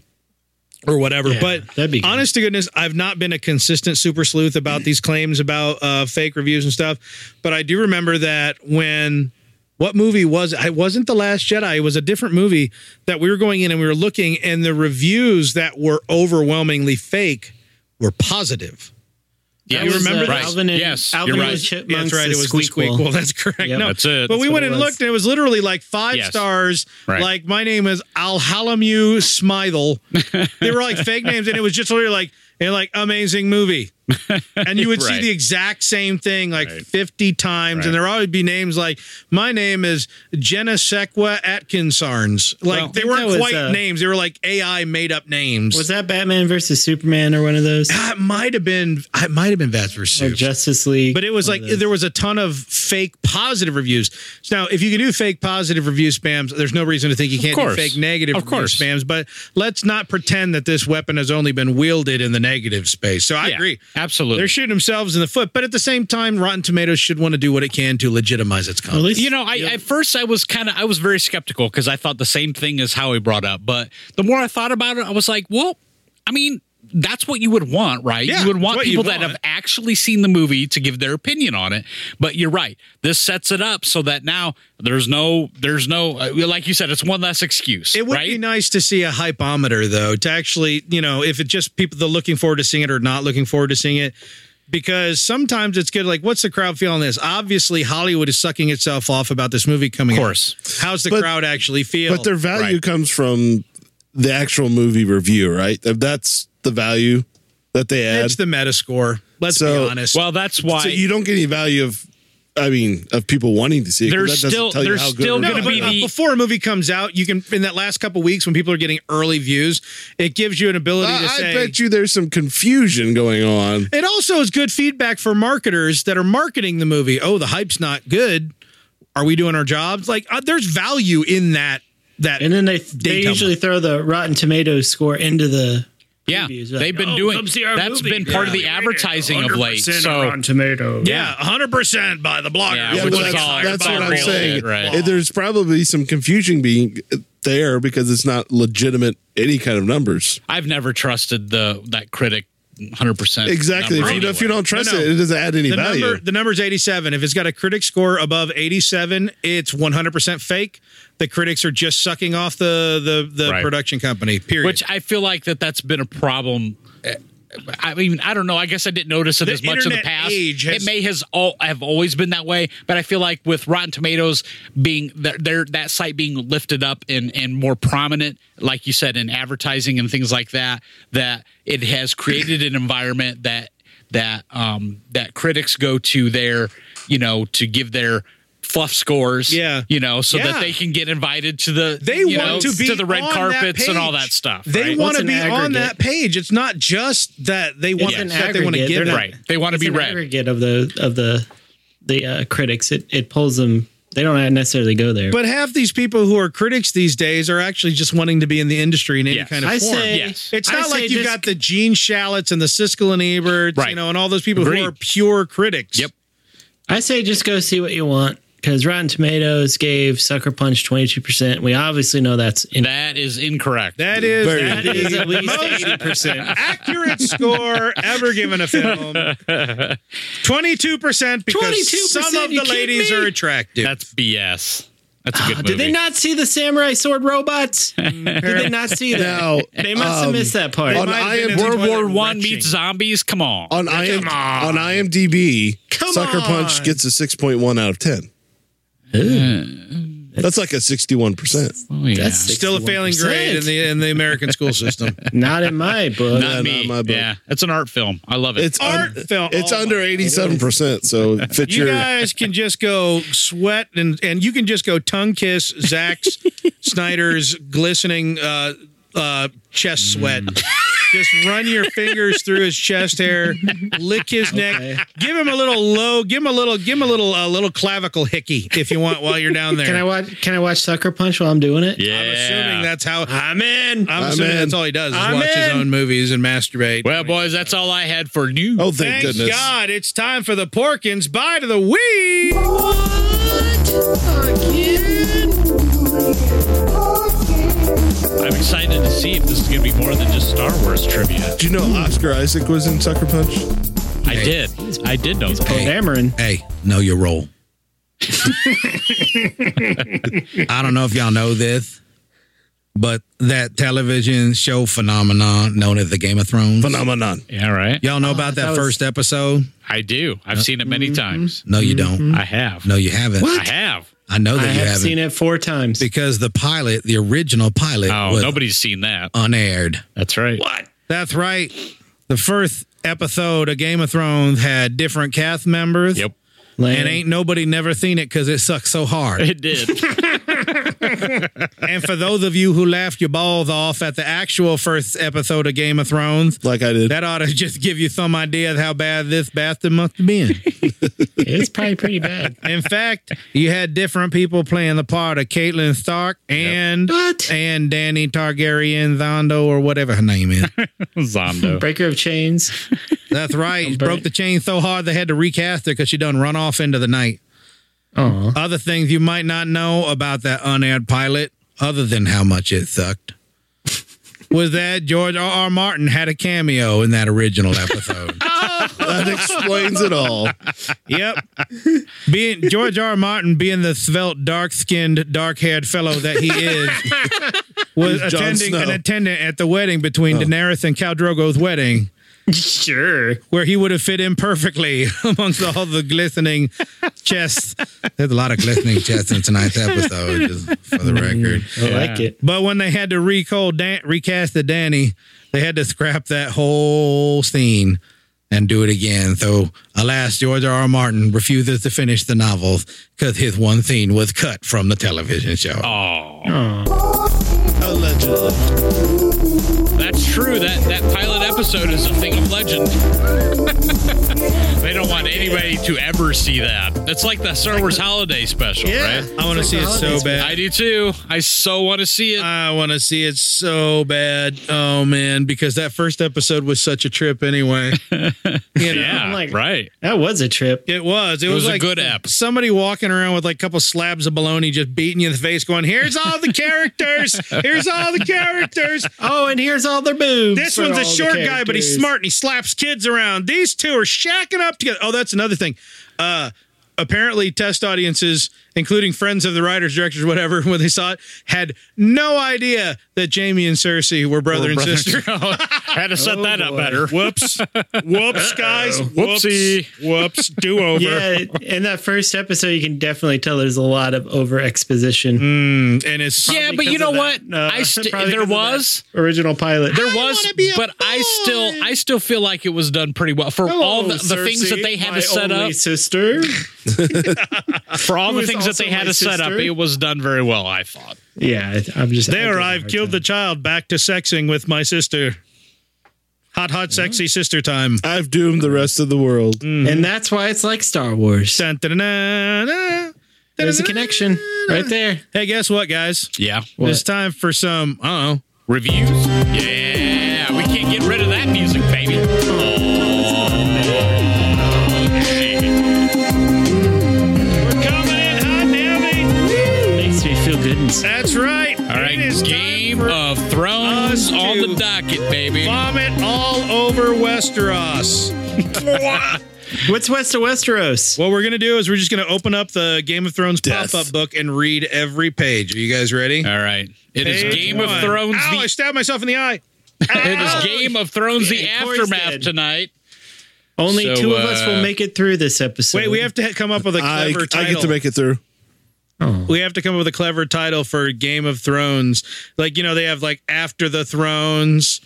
Speaker 1: or whatever.
Speaker 3: Yeah,
Speaker 1: but
Speaker 3: that'd be good.
Speaker 1: honest to goodness, I've not been a consistent super sleuth about these claims about uh, fake reviews and stuff. But I do remember that when what movie was it? it wasn't the last jedi it was a different movie that we were going in and we were looking and the reviews that were overwhelmingly fake were positive
Speaker 5: Yeah,
Speaker 1: you
Speaker 3: That was,
Speaker 1: remember
Speaker 3: uh,
Speaker 1: that?
Speaker 3: Alvin and,
Speaker 5: Yes,
Speaker 3: Alvin
Speaker 5: you're
Speaker 3: and
Speaker 5: right.
Speaker 3: the
Speaker 1: Yeah,
Speaker 3: Chipmunks.
Speaker 1: that's right. It was the squeak wheel. That's correct.
Speaker 3: Yep.
Speaker 1: No,
Speaker 5: That's it.
Speaker 1: But we went
Speaker 5: That's
Speaker 3: what it
Speaker 1: and
Speaker 3: was.
Speaker 1: looked, and it was literally like five
Speaker 5: Yes.
Speaker 1: stars.
Speaker 5: Right.
Speaker 1: Like my name is Alhalamu Smithel. they were like fake names, and it was just literally like and like amazing movie. And you would see
Speaker 5: Right.
Speaker 1: the exact same thing like
Speaker 5: Right.
Speaker 1: fifty times,
Speaker 5: Right.
Speaker 1: and there always be names like my name is Jenna Sequa Atkinsarns. Like
Speaker 5: Well,
Speaker 1: they
Speaker 3: I think
Speaker 1: weren't
Speaker 3: that was,
Speaker 1: quite
Speaker 3: uh,
Speaker 1: names; they were like AI made up names.
Speaker 3: Was that Batman versus Superman or one of those?
Speaker 1: It might have been. It might have been Vats versus.
Speaker 3: Or
Speaker 1: Supes.
Speaker 3: Justice League?
Speaker 1: But it was
Speaker 3: One
Speaker 1: like
Speaker 3: of those.
Speaker 1: there was a ton of fake positive reviews. So now, if you can do fake positive review spams, there's no reason to think you can't do
Speaker 5: course.
Speaker 1: fake negative
Speaker 5: Of
Speaker 1: review
Speaker 5: course.
Speaker 1: spams. But let's not pretend that this weapon has only been wielded in the negative space. So I
Speaker 5: Yeah,
Speaker 1: agree.
Speaker 5: absolutely.
Speaker 1: They're shooting themselves in the foot. But at the same time, Rotten Tomatoes should want to do what it can to legitimize its
Speaker 3: At
Speaker 1: content.
Speaker 3: least-
Speaker 5: you know, I at first I was kind of I was very skeptical because I thought the same thing as Howie brought up, but the more I thought about it, I was like, well, I mean. That's what you would want, right?
Speaker 1: Yeah,
Speaker 5: you would
Speaker 1: it's
Speaker 5: want
Speaker 1: what you
Speaker 5: people that
Speaker 1: want.
Speaker 5: have actually seen the movie to give their opinion on it. But you're right. This sets it up so that now there's no, there's no, uh, like you said, it's one less excuse.
Speaker 1: It would
Speaker 5: right?
Speaker 1: be nice to see a hypometer, though, to actually, you know, if it just people that are looking forward to seeing it or not looking forward to seeing it, because sometimes it's good. Like, what's the crowd feeling this? Obviously, Hollywood is sucking itself off about this movie coming. Of
Speaker 5: course.
Speaker 1: how's the
Speaker 2: But-
Speaker 1: crowd actually feel?
Speaker 2: But their value
Speaker 5: Right.
Speaker 2: comes from the actual movie review, right? If That's the value that they add.
Speaker 1: it's the Metascore. Let's
Speaker 2: So-
Speaker 1: be honest.
Speaker 5: Well, that's why
Speaker 2: so you don't get any value of, I mean, of people wanting to see it. 'cause
Speaker 5: There's
Speaker 2: that doesn't
Speaker 5: still-
Speaker 2: tell you
Speaker 5: there's
Speaker 2: how good
Speaker 5: still
Speaker 2: or
Speaker 5: gonna
Speaker 1: No,
Speaker 2: bad
Speaker 1: but
Speaker 5: be
Speaker 2: it
Speaker 1: uh,
Speaker 5: the-
Speaker 1: before a movie comes out, you can in that last couple weeks when people are getting early views, it gives you an ability to
Speaker 2: I, I
Speaker 1: say.
Speaker 2: bet you there's some confusion going on.
Speaker 1: It also is good feedback for marketers that are marketing the movie. Oh, the hype's not good. Are we doing our jobs? Like, uh, there's value in that. That
Speaker 3: and then they they
Speaker 1: tell
Speaker 3: usually throw the Rotten Tomatoes score into the
Speaker 5: yeah,
Speaker 3: previews, like,
Speaker 5: they've been
Speaker 3: "Oh,
Speaker 5: doing
Speaker 3: come see our
Speaker 5: that's
Speaker 3: movie."
Speaker 5: been part of
Speaker 3: Yeah.
Speaker 5: the advertising of late. So
Speaker 3: Tomatoes.
Speaker 1: yeah, 100 percent by the blogger.
Speaker 5: Yeah,
Speaker 2: Yeah,
Speaker 5: which
Speaker 2: well,
Speaker 5: is
Speaker 2: that's,
Speaker 5: all
Speaker 2: that's what I'm
Speaker 5: bullshit,
Speaker 2: saying.
Speaker 5: right.
Speaker 2: There's probably some confusion being there because it's not legitimate any kind of numbers.
Speaker 5: I've never trusted the that critic 100. percent
Speaker 2: Exactly. If you, don't- if you don't trust
Speaker 1: No, no.
Speaker 2: it, it doesn't add any
Speaker 1: The
Speaker 2: value.
Speaker 1: number the number's 87. If it's got a critic score above 87, it's 100% fake. The critics are just sucking off the the, the
Speaker 5: Right.
Speaker 1: production company. Period.
Speaker 5: which I feel like that that's been a problem. Uh, I mean, I don't know. I guess I didn't notice it
Speaker 1: The
Speaker 5: as much in the
Speaker 1: internet
Speaker 5: past.
Speaker 1: age has-
Speaker 5: it may has all have always been that way, but I feel like with Rotten Tomatoes being their, their that site being lifted up and and more prominent, like you said, in advertising and things like that, that it has created an environment that that um that critics go to there, you know, to give their fluff scores,
Speaker 1: Yeah.
Speaker 5: you know, so
Speaker 1: Yeah.
Speaker 5: that they can get invited to the
Speaker 1: they
Speaker 5: you
Speaker 1: want
Speaker 5: know,
Speaker 1: to be
Speaker 5: to the red
Speaker 1: on that
Speaker 5: carpets and all
Speaker 1: page.
Speaker 5: that stuff.
Speaker 1: They
Speaker 5: right?
Speaker 1: want
Speaker 3: What's
Speaker 1: to
Speaker 3: an
Speaker 1: be on
Speaker 3: aggregate?
Speaker 1: that page. It's not just that they want
Speaker 3: an
Speaker 1: that they want to
Speaker 3: aggregate.
Speaker 1: give
Speaker 3: They're
Speaker 1: it.
Speaker 3: not-
Speaker 5: right. They want to
Speaker 3: It's
Speaker 5: be
Speaker 3: an
Speaker 5: read.
Speaker 3: aggregate of the of the the uh, critics. It it pulls them. They don't necessarily go there.
Speaker 1: But half these people who are critics these days are actually just wanting to be in the industry in any
Speaker 5: Yes.
Speaker 1: kind of
Speaker 3: I
Speaker 1: form.
Speaker 3: say
Speaker 5: yes.
Speaker 1: It's
Speaker 3: I
Speaker 1: not
Speaker 3: say
Speaker 1: like you
Speaker 3: just-
Speaker 1: got the Gene Shalits and the Siskel and Ebert, you
Speaker 5: Right.
Speaker 1: know, and all those people
Speaker 5: Agreed.
Speaker 1: who are pure critics.
Speaker 5: Yep.
Speaker 3: I say just go see what you want because Rotten Tomatoes gave Sucker Punch twenty two percent. We obviously know that's in-
Speaker 5: That is incorrect.
Speaker 1: That is
Speaker 2: Very
Speaker 1: that
Speaker 3: that is
Speaker 1: is
Speaker 3: at
Speaker 1: the
Speaker 3: least
Speaker 1: most
Speaker 3: eighty percent.
Speaker 1: accurate score ever given a film. Twenty-two percent because
Speaker 3: 22%?
Speaker 1: some of
Speaker 3: You
Speaker 1: the
Speaker 3: kidding
Speaker 1: ladies
Speaker 3: me?
Speaker 1: are attractive.
Speaker 5: That's BS. That's a
Speaker 1: Ah,
Speaker 5: good movie.
Speaker 3: Did they not see the samurai sword robots? Did they not see that?
Speaker 2: Now,
Speaker 3: They must have
Speaker 2: um,
Speaker 3: missed that part.
Speaker 2: on
Speaker 1: might have been
Speaker 2: IM,
Speaker 1: in the
Speaker 5: World War
Speaker 1: toilet
Speaker 5: One
Speaker 1: retching. Oh,
Speaker 5: meets zombies? Come on.
Speaker 2: on, IM, on IMDb,
Speaker 3: Come
Speaker 2: Sucker Punch
Speaker 3: on.
Speaker 2: gets a 6.1 out of 10.
Speaker 5: Hmm.
Speaker 2: That's like a 61%.
Speaker 5: Oh, yeah.
Speaker 3: That's
Speaker 1: Still a failing grade in
Speaker 3: 61%.
Speaker 1: the in the American school system.
Speaker 3: Not in my book.
Speaker 5: not
Speaker 2: not
Speaker 5: me.
Speaker 2: my book.
Speaker 5: yeah, it's an art film. I love it.
Speaker 2: It's
Speaker 1: Art
Speaker 2: un-
Speaker 1: film.
Speaker 2: It's
Speaker 1: Oh
Speaker 2: under
Speaker 1: my
Speaker 2: 87%, so fit
Speaker 1: You
Speaker 2: your
Speaker 1: guys can just go sweat and and you can just go tongue kiss Zach's Snyder's glistening uh, uh, chest sweat.
Speaker 3: Mm.
Speaker 1: Just run your fingers through his chest hair, lick his
Speaker 3: Okay.
Speaker 1: neck, give him a little low, give him a little, give him a little, uh, little clavicle hickey if you want while you're down there.
Speaker 3: Can I watch? Can I watch Sucker Punch while I'm doing it? Oh,
Speaker 5: yeah.
Speaker 1: I'm assuming that's how. I'm,
Speaker 3: I'm in.
Speaker 1: assuming
Speaker 2: in.
Speaker 1: that's all he does is
Speaker 3: I'm
Speaker 1: watch his
Speaker 3: in.
Speaker 1: own movies and masturbate.
Speaker 5: well, boys, that's all I had for news.
Speaker 2: Oh,
Speaker 1: Thank
Speaker 2: thank goodness.
Speaker 1: God, it's time for the Porkins. Bye to the week.
Speaker 5: I'm excited to see if this is going to be more than just Star Wars trivia.
Speaker 2: Do you know Oscar Isaac was in Sucker Punch?
Speaker 5: I did. I did know that.
Speaker 6: Hey,
Speaker 3: Cameron.
Speaker 6: hey, know your role. I don't know if y'all know this, but that television show phenomenon known as the Game of Thrones.
Speaker 2: Phenomenon.
Speaker 5: Yeah, right.
Speaker 6: Y'all
Speaker 1: Oh,
Speaker 6: know about that,
Speaker 3: that was-
Speaker 6: first episode?
Speaker 5: I do. I've seen it
Speaker 1: Mm-hmm.
Speaker 5: many times.
Speaker 6: No, you don't.
Speaker 5: I have.
Speaker 6: No, you haven't.
Speaker 5: I have.
Speaker 6: I know
Speaker 3: I
Speaker 6: that you
Speaker 3: have
Speaker 6: haven't.
Speaker 3: seen it four times.
Speaker 6: Because the pilot, the original pilot,
Speaker 5: Oh,
Speaker 6: was
Speaker 5: nobody's seen that.
Speaker 1: Uh,
Speaker 6: unaired.
Speaker 5: That's right.
Speaker 1: That's right. The first episode of Game of Thrones had different cast members.
Speaker 5: Yep.
Speaker 1: And ain't nobody never seen it because it sucks so hard.
Speaker 5: It did.
Speaker 1: and for those of you who laughed your balls off at the actual first episode of Game of Thrones,
Speaker 2: Like I did.
Speaker 1: that ought to just give you some idea of how bad this bastard must have been.
Speaker 3: It's probably pretty bad.
Speaker 1: In fact, you had different people playing the part of Caitlyn Stark and
Speaker 3: What?
Speaker 1: and Danny Targaryen Zondo or whatever her name is.
Speaker 5: Zondo.
Speaker 3: Breaker of Chains.
Speaker 1: That's right. She
Speaker 3: But-
Speaker 1: broke the chain so hard they had to recast her because she done run off into the night.
Speaker 2: Uh-huh.
Speaker 3: Oh,
Speaker 1: Other things you might not know about that unaired pilot, other than how much it sucked, was that George R. R. Martin had a cameo in that original episode.
Speaker 2: That explains it all.
Speaker 1: yep. Being George R. R. Martin being the svelte, dark skinned, dark haired fellow that he is. Was
Speaker 2: He's Jon
Speaker 1: attending an
Speaker 2: Snow. Oh.
Speaker 1: attendant at the wedding between Daenerys and Khal Drogo's wedding.
Speaker 3: sure.
Speaker 1: where he would have fit in perfectly amongst all the glistening chests.
Speaker 6: There's a lot of glistening chests in tonight's episode, just for the record.
Speaker 3: I like it.
Speaker 1: But when they had to recall Dan- recast the Danny, they had to scrap that whole scene
Speaker 6: And do it again. So, alas, George R. R. Martin refuses to finish the novels because his one scene was cut from the television show.
Speaker 5: Oh.
Speaker 3: Oh.
Speaker 2: Allegedly.
Speaker 5: That's true. That that pilot episode is a thing of legend. they don't want anybody to ever see that. That's like the Star Wars holiday special,
Speaker 1: Yeah,
Speaker 5: right?
Speaker 1: I want to see it so bad.
Speaker 5: I do too. I so want to see it.
Speaker 1: I want to see it so bad. Oh man, because that first episode was such a trip anyway. you know?
Speaker 5: yeah,
Speaker 3: like-
Speaker 5: right.
Speaker 3: That was a trip.
Speaker 1: It was. It, was,
Speaker 5: was a
Speaker 1: like
Speaker 5: good app.
Speaker 1: Somebody walking around with like a couple slabs of bologna just beating you in the face, going, "Here's all the characters. Here's all the characters.
Speaker 3: Oh, and here's all their boobs.
Speaker 1: This
Speaker 3: for
Speaker 1: one's a
Speaker 3: all the
Speaker 1: short guy, but he's
Speaker 3: characters.
Speaker 1: smart and he slaps kids around. These two are shacking up together. Oh, that's another thing. Uh, apparently, test audiences, including friends of the writers, directors, whatever, when they saw it, had no idea that Jamie and Cersei were brother and sister.
Speaker 5: had to
Speaker 3: Oh,
Speaker 5: set that up better.
Speaker 1: Whoops. Whoops, guys.
Speaker 5: Whoopsie.
Speaker 1: Whoops. Do over.
Speaker 3: Yeah, in that first episode, you can definitely tell there's a lot of over exposition.
Speaker 1: Mm. And it's
Speaker 5: Yeah, but you know what? I st- there was.
Speaker 3: original pilot.
Speaker 5: There was,
Speaker 1: be a
Speaker 5: but I still, I still feel like it was done pretty well for all the, the things that they had to set up.
Speaker 3: Sister,
Speaker 5: For all
Speaker 3: who
Speaker 5: the
Speaker 3: is
Speaker 5: things that
Speaker 3: also
Speaker 5: they had
Speaker 3: my
Speaker 5: to set up,
Speaker 3: sister.
Speaker 5: it was done very well. I thought.
Speaker 3: yeah, I- I'm just
Speaker 1: There, I've killed the child. Back to sexing with my sister. Hot, hot, sexy sister time.
Speaker 2: I've doomed the rest of the world.
Speaker 5: Mm-hmm.
Speaker 3: the, and that's why it's like Star Wars.
Speaker 1: Dun, dun, dun, dun, dun.
Speaker 3: There's a connection right there.
Speaker 1: Hey, guess what, guys?
Speaker 5: Yeah.
Speaker 1: It's time for some. I don't know.
Speaker 5: Reviews. Yeah, we can't get rid of that music, baby.
Speaker 1: We're coming in hot, Naomi.
Speaker 3: Makes me feel good inside.
Speaker 1: That's right.
Speaker 5: All right, Game of Thrones
Speaker 1: us
Speaker 5: on
Speaker 1: to
Speaker 5: the docket, baby.
Speaker 1: vomit all over Westeros.
Speaker 3: What's west of Westeros?
Speaker 1: What we're gonna do is we're just gonna open up the Game of Thrones
Speaker 2: Death.
Speaker 1: pop-up book and read every page. Are you guys ready?
Speaker 5: All right, it is
Speaker 1: Page
Speaker 5: Game
Speaker 1: one.
Speaker 5: of Thrones.
Speaker 1: Ow,
Speaker 5: the-
Speaker 1: I stabbed myself in the eye.
Speaker 5: it is Game of Thrones. The
Speaker 3: Yeah, Corey's
Speaker 5: aftermath
Speaker 3: dead.
Speaker 5: tonight.
Speaker 3: Only
Speaker 5: So,
Speaker 3: two of us
Speaker 5: uh,
Speaker 3: will make it through this episode.
Speaker 1: Wait, we have to come up with a
Speaker 2: I,
Speaker 1: clever
Speaker 2: I
Speaker 1: title.
Speaker 2: get to make it through.
Speaker 1: we have to come up with a clever title for Game of Thrones. Like, you know, they have like After the Thrones,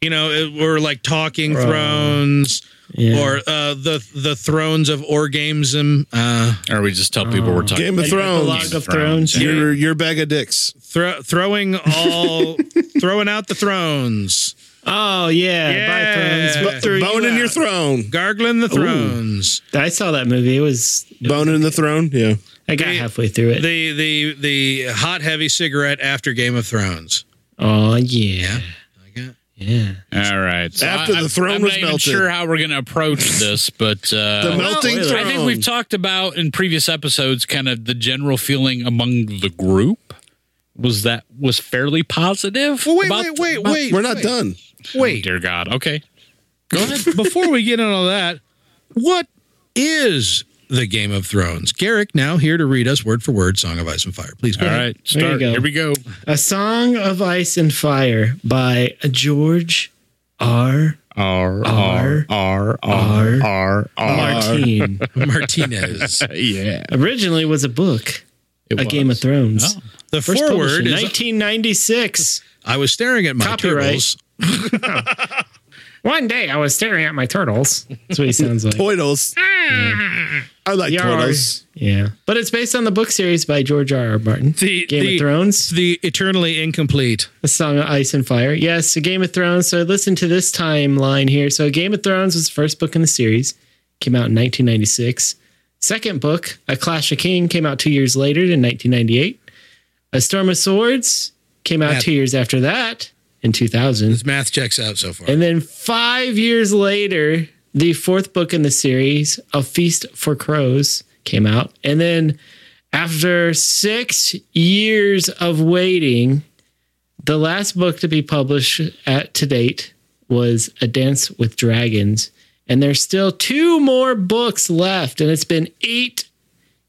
Speaker 1: you know, it, we're like Talking Thrones
Speaker 3: Yeah.
Speaker 1: or uh, the the Thrones of Orgamesm. Uh,
Speaker 5: Or we just tell people we're talking.
Speaker 2: Game of
Speaker 3: Like the
Speaker 2: Thrones.
Speaker 3: Log of Thrones.
Speaker 2: Your your bag of dicks.
Speaker 1: thro- throwing all, throwing out the thrones,
Speaker 3: Oh yeah,
Speaker 1: Yeah.
Speaker 3: bye Thrones. What threw you
Speaker 2: Bone in your
Speaker 3: out?
Speaker 2: throne.
Speaker 1: gargling the thrones.
Speaker 3: I saw that movie. It was
Speaker 2: Bone in the throne. Yeah.
Speaker 3: I got
Speaker 1: The-
Speaker 3: halfway through it.
Speaker 1: The the the hot heavy cigarette after Game of Thrones.
Speaker 3: oh yeah, yeah.
Speaker 5: All right. So
Speaker 2: After the throne
Speaker 5: I'm
Speaker 2: was
Speaker 5: not even
Speaker 2: melted.
Speaker 5: sure how we're going to approach this, but uh,
Speaker 2: The melting
Speaker 3: wait a
Speaker 2: throne.
Speaker 3: minute.
Speaker 5: I think we've talked about in previous episodes kind of the general feeling among the group was that was fairly positive.
Speaker 1: Well, wait,
Speaker 5: about-
Speaker 1: wait, wait,
Speaker 5: about-
Speaker 1: wait.
Speaker 2: We're not
Speaker 1: wait,
Speaker 2: done.
Speaker 5: Oh,
Speaker 1: Wait,
Speaker 5: dear God. Okay.
Speaker 1: Go ahead. Before we get into all that, what is the Game of Thrones? Garrick now here to read us word for word, Song of Ice and Fire. Please go
Speaker 5: All
Speaker 1: ahead.
Speaker 5: right. Start.
Speaker 3: go.
Speaker 5: Here we go.
Speaker 3: A Song of Ice and Fire by George R.
Speaker 5: R
Speaker 3: R.
Speaker 5: R
Speaker 3: R.
Speaker 5: R
Speaker 3: Martin.
Speaker 1: Martinez.
Speaker 5: Yeah.
Speaker 3: Originally was a book,
Speaker 5: It
Speaker 3: A
Speaker 5: was.
Speaker 3: Game of Thrones.
Speaker 5: Oh.
Speaker 1: The
Speaker 3: First
Speaker 1: foreword
Speaker 3: published in
Speaker 1: is
Speaker 3: 1996.
Speaker 1: I was staring at my
Speaker 3: Copyright.
Speaker 1: turtles.
Speaker 3: One day I was staring at my turtles. That's what he sounds like.
Speaker 2: Toidles.
Speaker 1: Mm.
Speaker 2: I like
Speaker 3: Yar.
Speaker 2: toidles.
Speaker 3: Yeah. But it's based on the book series by George R. R. Martin.
Speaker 1: The-
Speaker 3: Game
Speaker 1: the-
Speaker 3: of Thrones,
Speaker 1: The eternally incomplete.
Speaker 3: A Song of Ice and Fire. Yes, a Game of Thrones. So listen to this timeline here. So Game of Thrones was the first book in the series, came out in 1996. Second book, A Clash of King, came out two years later in 1998. A Storm of Swords came out
Speaker 1: Math.
Speaker 3: two years after that in 2000.
Speaker 1: His math checks out so far.
Speaker 3: And then five years later, the fourth book in the series, A Feast for Crows, came out. And then after six years of waiting, the last book to be published at to date was A Dance with Dragons. And there's still two more books left, and it's been eight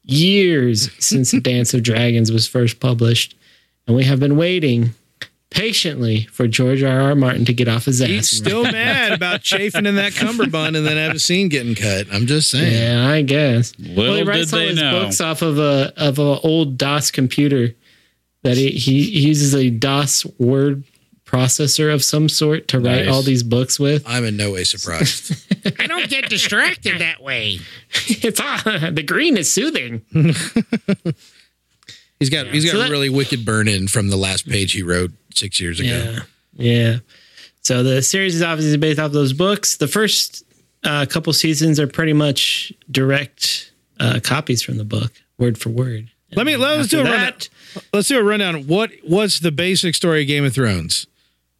Speaker 3: years since A Dance of Dragons was first published. And we have been waiting patiently for George R. R. Martin to get off his ass.
Speaker 1: He's still mad about chafing in that cummerbund and then have a scene getting cut. I'm just saying.
Speaker 3: Yeah, I guess. well, he
Speaker 5: Little
Speaker 3: writes
Speaker 5: did
Speaker 3: all
Speaker 5: they
Speaker 3: his
Speaker 5: know.
Speaker 3: books off of a of a old DOS computer that he, he he uses a DOS word processor of some sort to write
Speaker 5: Nice.
Speaker 3: all these books with.
Speaker 1: I'm in no way surprised.
Speaker 4: I don't get distracted that way.
Speaker 3: It's all, the green is soothing.
Speaker 1: He's got he's got
Speaker 3: So
Speaker 1: a
Speaker 3: that-
Speaker 1: really
Speaker 6: Wicked burn in from the last page he wrote six years ago.
Speaker 3: Yeah. Yeah. So the series is obviously based off those books. The first uh, couple seasons are pretty much direct uh, copies from the book, word for word.
Speaker 1: Let me let's do a
Speaker 3: After
Speaker 1: rundown.
Speaker 3: that,
Speaker 1: Let's do a rundown. What what's the basic story of Game of Thrones?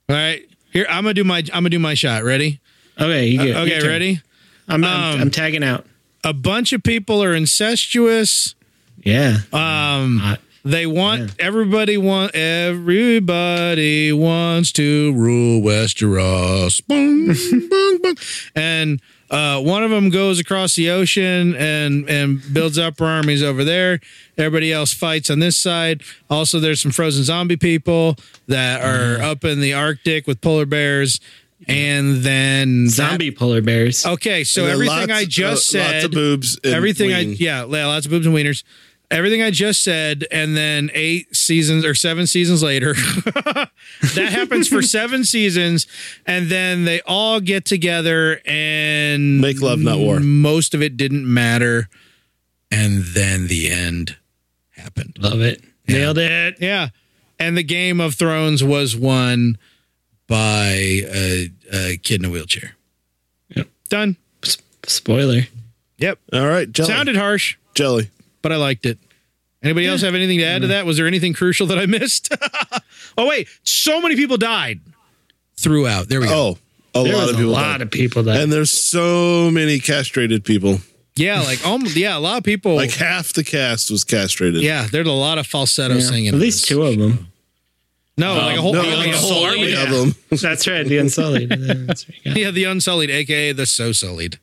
Speaker 1: All right. Here I'm gonna do my I'm gonna do my shot. Ready?
Speaker 3: Okay, you get
Speaker 1: Uh, okay,
Speaker 3: your turn.
Speaker 1: ready?
Speaker 3: I'm, I'm,
Speaker 1: Um,
Speaker 3: I'm tagging out.
Speaker 1: A bunch of people are incestuous.
Speaker 3: Yeah.
Speaker 1: Um
Speaker 3: Uh,
Speaker 1: they want everybody want everybody wants to rule Westeros. Boom, boom, boom. And uh, one of them goes across the ocean and and builds up her armies over there. Everybody else fights on this side. Also, there's some frozen zombie people that are
Speaker 2: Mm-hmm.
Speaker 1: up in the Arctic with polar bears. And then that-
Speaker 3: Zombie polar bears.
Speaker 1: okay, so
Speaker 2: And there are
Speaker 1: everything
Speaker 2: lots-
Speaker 1: I just
Speaker 2: uh,
Speaker 1: said.
Speaker 2: Lots of boobs. and
Speaker 1: Everything I
Speaker 2: ween.
Speaker 1: yeah, yeah, lots of boobs and wieners. Everything I just said, and then eight seasons or seven seasons later, that happens for seven seasons, and then they all get together and
Speaker 2: Make love, not war.
Speaker 1: Most of it didn't matter.
Speaker 6: And then the end happened.
Speaker 3: Love it. Nailed it.
Speaker 1: Yeah, and the Game of Thrones was won.
Speaker 6: by a, a kid in a wheelchair.
Speaker 1: Done.
Speaker 3: S- spoiler.
Speaker 1: Yep.
Speaker 2: All right, jelly.
Speaker 1: Sounded harsh,
Speaker 2: jelly.
Speaker 1: but I liked it. Anybody else have anything to add to that? Was there anything crucial that I missed? oh wait, so many people died.
Speaker 6: Throughout. There we go.
Speaker 2: Oh, a
Speaker 3: There
Speaker 2: lot
Speaker 3: was
Speaker 2: of people.
Speaker 3: a lot
Speaker 2: died.
Speaker 3: of people that.
Speaker 2: and there's so many castrated people.
Speaker 1: Yeah, like almost. Yeah, a lot of people.
Speaker 2: Like half the cast was castrated.
Speaker 1: yeah, there's a lot of falsetto singing.
Speaker 3: At
Speaker 1: in
Speaker 3: least
Speaker 1: this.
Speaker 3: two of them.
Speaker 1: No, like a whole,
Speaker 2: No,
Speaker 1: like
Speaker 2: like
Speaker 1: a
Speaker 2: whole
Speaker 1: whole army.
Speaker 2: army
Speaker 1: Yeah.
Speaker 2: of them.
Speaker 3: That's right. The Unsullied. That's right, yeah.
Speaker 1: the unsullied, aka the so sullied.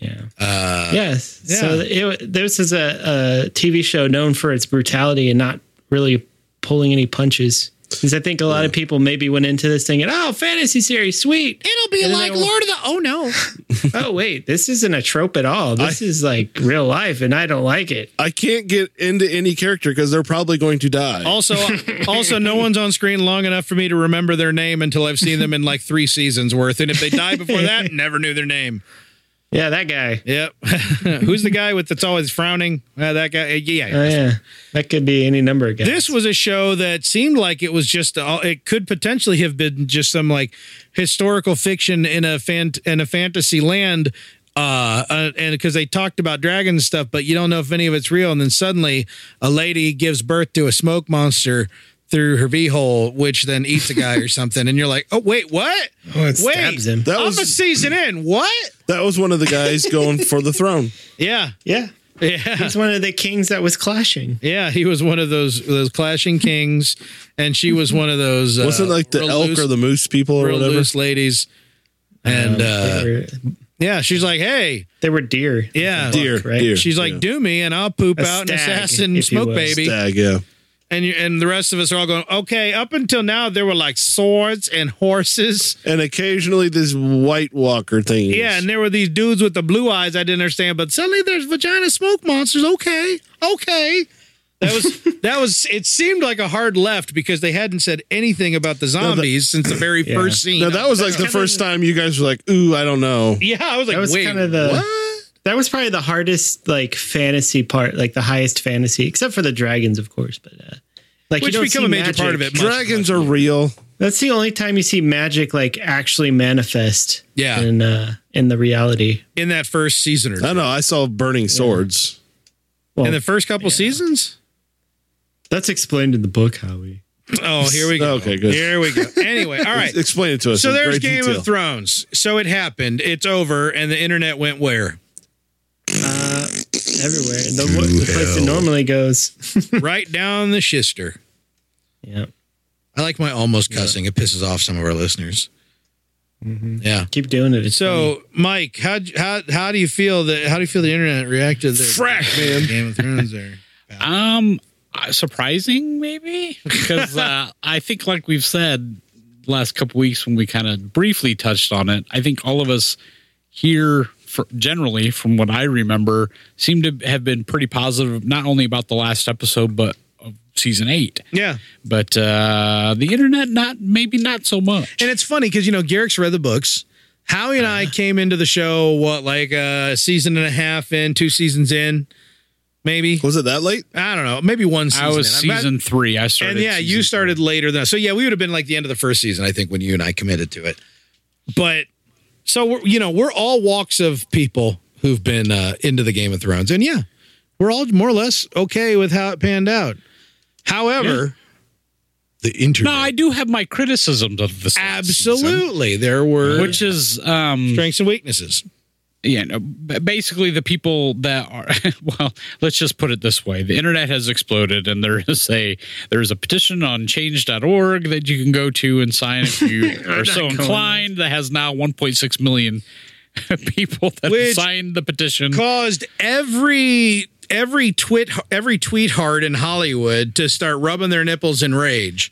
Speaker 3: Yeah.
Speaker 2: Uh,
Speaker 3: yes. So it, this is a, a TV show known for its brutality and not really pulling any punches. Because I think a lot of people maybe went into this thinking, "Oh, fantasy series, sweet."
Speaker 1: It'll be
Speaker 3: like Lord
Speaker 1: of the. Oh no,
Speaker 3: oh, wait, this isn't a trope at all. This is like real life, and I don't like it.
Speaker 2: I can't get into any character because they're probably going to die.
Speaker 1: Also, also, no one's on screen long enough for me to remember their name until I've seen them in like three seasons worth. And if they die before that, never knew their name.
Speaker 3: Yeah, that guy.
Speaker 1: Yep. Who's the guy with that's always frowning? Uh, that guy. uh, yeah.
Speaker 3: Oh yeah, that could be any number of guys.
Speaker 1: This was a show that seemed like it was just all, it could potentially have been just some like historical fiction in a fan in a fantasy land uh, uh and because they talked about dragon stuff but you don't know if any of it's real and then suddenly a lady gives birth to a smoke monster through her v-hole which then eats a guy or something and you're like oh wait what
Speaker 3: oh,
Speaker 1: wait
Speaker 3: it stabs him.
Speaker 2: That
Speaker 1: i'm
Speaker 2: was-
Speaker 1: a season in what
Speaker 2: that was one of the guys going for the throne.
Speaker 1: yeah
Speaker 3: yeah,
Speaker 1: yeah
Speaker 3: he's one of the kings that was clashing.
Speaker 1: yeah he was one of those those clashing kings and she was one of those uh,
Speaker 2: Wasn't it like the
Speaker 1: real
Speaker 2: elk
Speaker 1: loose-
Speaker 2: or the moose people or
Speaker 1: real
Speaker 2: whatever?
Speaker 1: loose ladies. And uh,
Speaker 3: they, were,
Speaker 1: yeah, she's like, hey,
Speaker 3: they were deer.
Speaker 1: yeah,
Speaker 2: Deer,
Speaker 3: right?
Speaker 2: deer.
Speaker 1: She's like,
Speaker 2: yeah.
Speaker 1: do me, and I'll poop
Speaker 3: A
Speaker 1: out an
Speaker 3: stag,
Speaker 1: assassin
Speaker 3: if you
Speaker 1: smoke
Speaker 3: will.
Speaker 1: baby,
Speaker 2: Stag, yeah.
Speaker 1: and you, and the rest of us are all going, okay. Up until now, there were like swords and horses,
Speaker 2: And occasionally this White Walker thing.
Speaker 1: yeah, and there were these dudes with the blue eyes I didn't understand, but suddenly there's vagina smoke monsters. Okay, okay. That was that was. It seemed like a hard left because they hadn't said anything about the zombies since the very
Speaker 3: Yeah.
Speaker 1: first scene.
Speaker 2: now that was like the first time you guys were like, "Ooh, I don't know."
Speaker 1: yeah. I was like,
Speaker 3: That was
Speaker 1: wait,
Speaker 3: kind of the.
Speaker 2: What?
Speaker 3: That was probably the hardest like fantasy part, like the highest fantasy, except for the dragons, of course. But uh, like you
Speaker 1: which
Speaker 3: don't
Speaker 1: become
Speaker 3: see
Speaker 1: a major
Speaker 3: magic.
Speaker 1: part of it. much,
Speaker 2: Dragons are real.
Speaker 3: That's the only time you see magic like actually manifest.
Speaker 1: Yeah.
Speaker 3: in uh, in the reality.
Speaker 1: in that first season or
Speaker 2: I don't know. I saw burning swords.
Speaker 3: Well,
Speaker 1: in the first couple seasons.
Speaker 3: that's explained in the book, Howie.
Speaker 1: Oh, here we go.
Speaker 2: Okay, good.
Speaker 1: Here we go. Anyway, all right.
Speaker 2: Explain it to us.
Speaker 1: So
Speaker 2: in
Speaker 1: there's
Speaker 2: great
Speaker 1: Game
Speaker 2: detail.
Speaker 1: of Thrones. So it happened. It's over, and the internet went where?
Speaker 3: Everywhere, the, wo- the place it normally goes.
Speaker 1: right down the shister.
Speaker 3: yeah,
Speaker 6: I like my almost cussing. It pisses off some of our listeners.
Speaker 2: Mm-hmm.
Speaker 6: Yeah.
Speaker 3: keep doing it. It's
Speaker 1: So, Mike, how how how do you feel that? How do you feel the internet reacted? There?
Speaker 2: Frack, man.
Speaker 1: Game of Thrones. There.
Speaker 5: Um, uh, surprising maybe because uh, I think, like we've said last couple weeks when we kind of briefly touched on it, I think all of us here, for, generally from what I remember, seem to have been pretty positive not only about the last episode but of season eight.
Speaker 1: Yeah,
Speaker 5: But uh, the internet, not maybe not so much.
Speaker 1: and it's funny because you know Garrick's read the books. Howie uh, and I came into the show what like a season and a half in, two seasons in. maybe.
Speaker 2: Was it that late?
Speaker 1: I don't know. Maybe one season.
Speaker 5: I was
Speaker 1: in. I'm-
Speaker 5: season three. I started.
Speaker 1: and yeah, you
Speaker 5: season
Speaker 1: started later than us. So yeah, we would have been like the end of the first season, I think, when you and I committed to it. But so we're, you know, we're all walks of people who've been uh, into the Game of Thrones, and yeah, we're all more or less okay with how it panned out. However, the
Speaker 5: three.
Speaker 1: internet,
Speaker 5: No, I do have my criticisms of this. last season,
Speaker 1: absolutely, there were
Speaker 5: which is um,
Speaker 1: strengths and weaknesses.
Speaker 5: you know, b- basically the people that are well let's just put it this way the internet has exploded and there is a there's a petition on change.org that you can go to and sign if you are so inclined that has now 1.6 million people that
Speaker 1: Which-
Speaker 5: signed the petition
Speaker 1: caused every every twit every tweet hard in Hollywood to start rubbing their nipples in rage.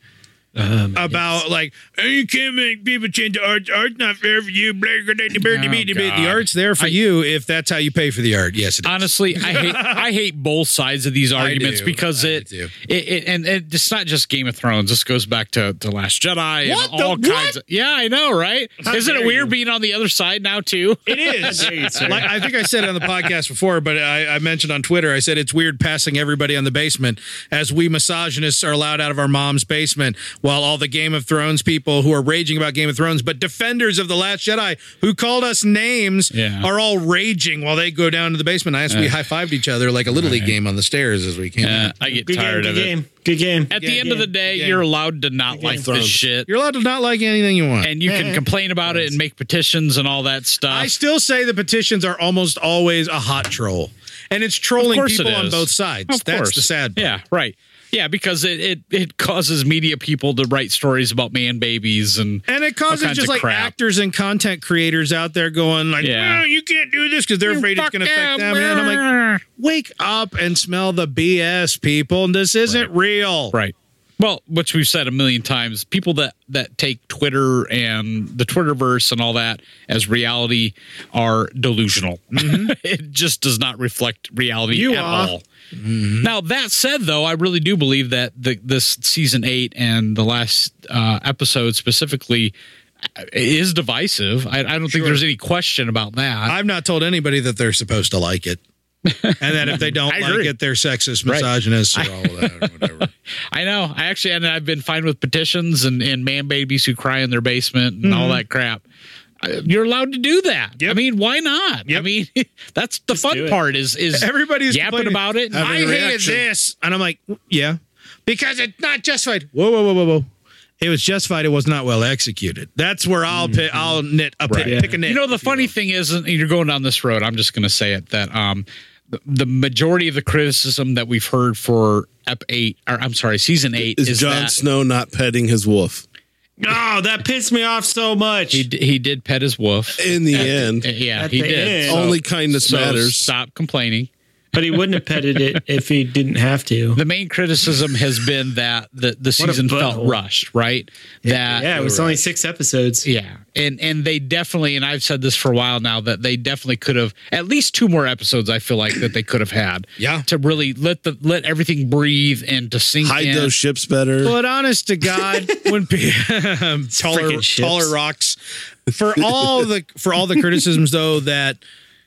Speaker 1: about like "Oh, you can't make people change the art. Art's not fair for you. Blah, blah, blah, blah, blah, blah, blah." the
Speaker 5: God.
Speaker 1: art's there for you if that's how you pay for the art. Yes, it is.
Speaker 5: Honestly, I hate I hate both sides of these arguments
Speaker 1: do.
Speaker 5: because
Speaker 1: I
Speaker 5: it,
Speaker 1: do.
Speaker 5: it, it and it, it's not just Game of Thrones. This goes back to the Last Jedi
Speaker 1: What
Speaker 5: and
Speaker 1: the-
Speaker 5: all
Speaker 1: what?
Speaker 5: kinds. Of, yeah, I know, right? Isn't it
Speaker 3: dare
Speaker 5: weird
Speaker 3: you.
Speaker 5: being on the other side now too?
Speaker 1: It is. like, I think I said it on the podcast before, but I, I mentioned on Twitter. I said it's weird passing everybody on the basement as we misogynists are allowed out of our mom's basement, while all the Game of Thrones people who are raging about Game of Thrones, but defenders of the Last Jedi who called us names
Speaker 5: Yeah.
Speaker 1: are all raging while they go down to the basement. I asked we high fived each other like a little league game on the stairs as we came. in.
Speaker 5: Uh, I get
Speaker 3: Good game.
Speaker 5: tired
Speaker 3: Good
Speaker 5: of it.
Speaker 3: game. Good game.
Speaker 5: At the
Speaker 1: Yeah,
Speaker 5: end of the day,
Speaker 1: yeah.
Speaker 5: you're allowed to not like this
Speaker 2: Thrones.
Speaker 5: shit,
Speaker 1: You're allowed to not like anything you want.
Speaker 5: and you can complain about it and make petitions and all that stuff.
Speaker 1: I still say the petitions are almost always a hot troll, and it's
Speaker 5: Of
Speaker 1: trolling
Speaker 5: course
Speaker 1: people
Speaker 5: it
Speaker 1: on
Speaker 5: is.
Speaker 1: both sides.
Speaker 5: Of
Speaker 1: That's
Speaker 5: course.
Speaker 1: the sad part.
Speaker 5: Yeah, right. Yeah, because it, it it causes media people to write stories about man babies and
Speaker 1: And it
Speaker 5: all
Speaker 1: causes
Speaker 5: kinds
Speaker 1: just
Speaker 5: of
Speaker 1: like
Speaker 5: crap.
Speaker 1: actors and content creators out there going like,
Speaker 5: Yeah.
Speaker 1: "Well, you can't do this because they're afraid it's going to affect them. And I'm like, wake up and smell the BS, people. This isn't real.
Speaker 5: Right. Well, which we've said a million times, people that that take Twitter and the Twitterverse and all that as reality are delusional. it just does not reflect reality
Speaker 1: Mm-hmm. You
Speaker 5: at
Speaker 1: are. Mm-hmm.
Speaker 5: all. Now that said, though, I really do believe that the, this season eight and the last uh, episode specifically uh, is divisive. I, I don't think there's any question about that.
Speaker 1: I've not told anybody that they're supposed to like it. and that if they don't
Speaker 5: I
Speaker 1: like
Speaker 5: agree.
Speaker 1: it, they're sexist, misogynists, or all that, or whatever.
Speaker 5: I know. I actually, and I've been fine with petitions and, and man babies who cry in their basement and all that crap. I- You're allowed to do that. I mean, why not? I mean, that's the fun
Speaker 3: it.
Speaker 5: part is is
Speaker 1: Everybody's
Speaker 5: yapping
Speaker 1: complaining.
Speaker 5: about it.
Speaker 1: I hated this. And I'm like, yeah, because it's not justified. Whoa, whoa, whoa, whoa, whoa. It was justified. It was not well executed. That's where I'll pi- I'll knit a pick,
Speaker 5: Mm-hmm. Right.
Speaker 1: pick a nit.
Speaker 5: You know, the funny thing is, and you're going down this road. I'm just going to say it that um, the, the majority of the criticism that we've heard for Ep Eight, or I'm sorry, Season Eight,
Speaker 2: Is,
Speaker 5: is
Speaker 2: Jon
Speaker 5: that
Speaker 2: Snow not petting his wolf?
Speaker 3: Oh, that pissed me off so much.
Speaker 5: he d- he did pet his wolf.
Speaker 2: In the end,
Speaker 5: yeah,
Speaker 3: At
Speaker 5: he
Speaker 3: the
Speaker 5: did.
Speaker 3: end.
Speaker 2: only kindness
Speaker 5: so
Speaker 2: matters.
Speaker 5: stop complaining.
Speaker 3: But he wouldn't have petted it if he didn't have to.
Speaker 5: the main criticism has been that the, the season felt
Speaker 3: butthole.
Speaker 5: rushed, right? That
Speaker 3: Yeah, it was only six episodes.
Speaker 5: yeah. And and they definitely and I've said this for a while now that they definitely could have at least two more episodes I feel like that they could have had.
Speaker 1: Yeah.
Speaker 5: To really let the let everything breathe and to sink
Speaker 2: Hide
Speaker 5: in.
Speaker 2: those ships better.
Speaker 1: But honest to God, when pe- taller
Speaker 3: Frickin' ships.
Speaker 1: taller rocks for all the for all the criticisms though that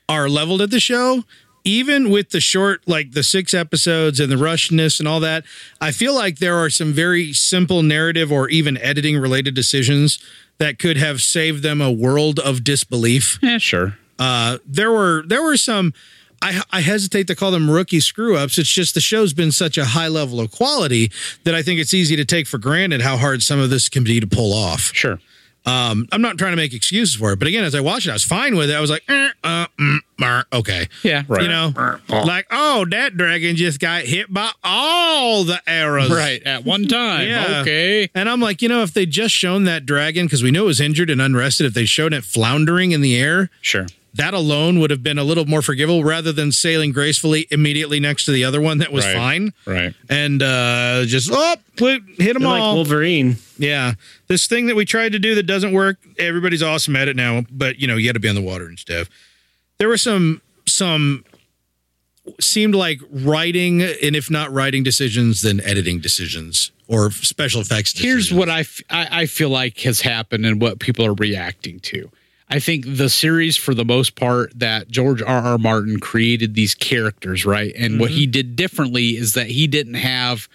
Speaker 1: are leveled at the show, even with the short like the six episodes and the rushness and all that, I feel like there are some very simple narrative or even editing related decisions that could have saved them a world of disbelief.
Speaker 5: yeah, Eh, sure.
Speaker 1: Uh, there were there were some. I, I hesitate to call them rookie screw ups. It's just the show's been such a high level of quality that I think it's easy to take for granted how hard some of this can be to pull off.
Speaker 5: Sure.
Speaker 1: Um, I'm not trying to make excuses for it, but again, as I watched it, I was fine with it. I was like, eh, uh, mm, mer, okay,
Speaker 5: Yeah. Right.
Speaker 1: you know, like oh, that dragon just got hit by all the arrows,
Speaker 5: Right. At one time.
Speaker 1: Yeah.
Speaker 5: Okay.
Speaker 1: and I'm like, you know, if they just shown that dragon, because we knew it was injured and unrested, if they showed it floundering in the air,
Speaker 5: Sure.
Speaker 1: that alone would have been a little more forgivable rather than sailing gracefully immediately next to the other one that was
Speaker 5: Right.
Speaker 1: fine
Speaker 5: Right.
Speaker 1: and uh just oh put, hit them
Speaker 3: They're like
Speaker 1: all
Speaker 3: Wolverine.
Speaker 1: yeah this thing that we tried to do that doesn't work everybody's awesome at it now but you know you got to be on the water and stuff there were some some seemed like writing and if not writing decisions then editing decisions or special effects
Speaker 5: here's
Speaker 1: decisions.
Speaker 5: what I, f- I I feel like has happened and what people are reacting to. I think the series, for the most part, that George R. R. Martin created these characters, right? And what
Speaker 1: Mm-hmm.
Speaker 5: he did differently is that he didn't have,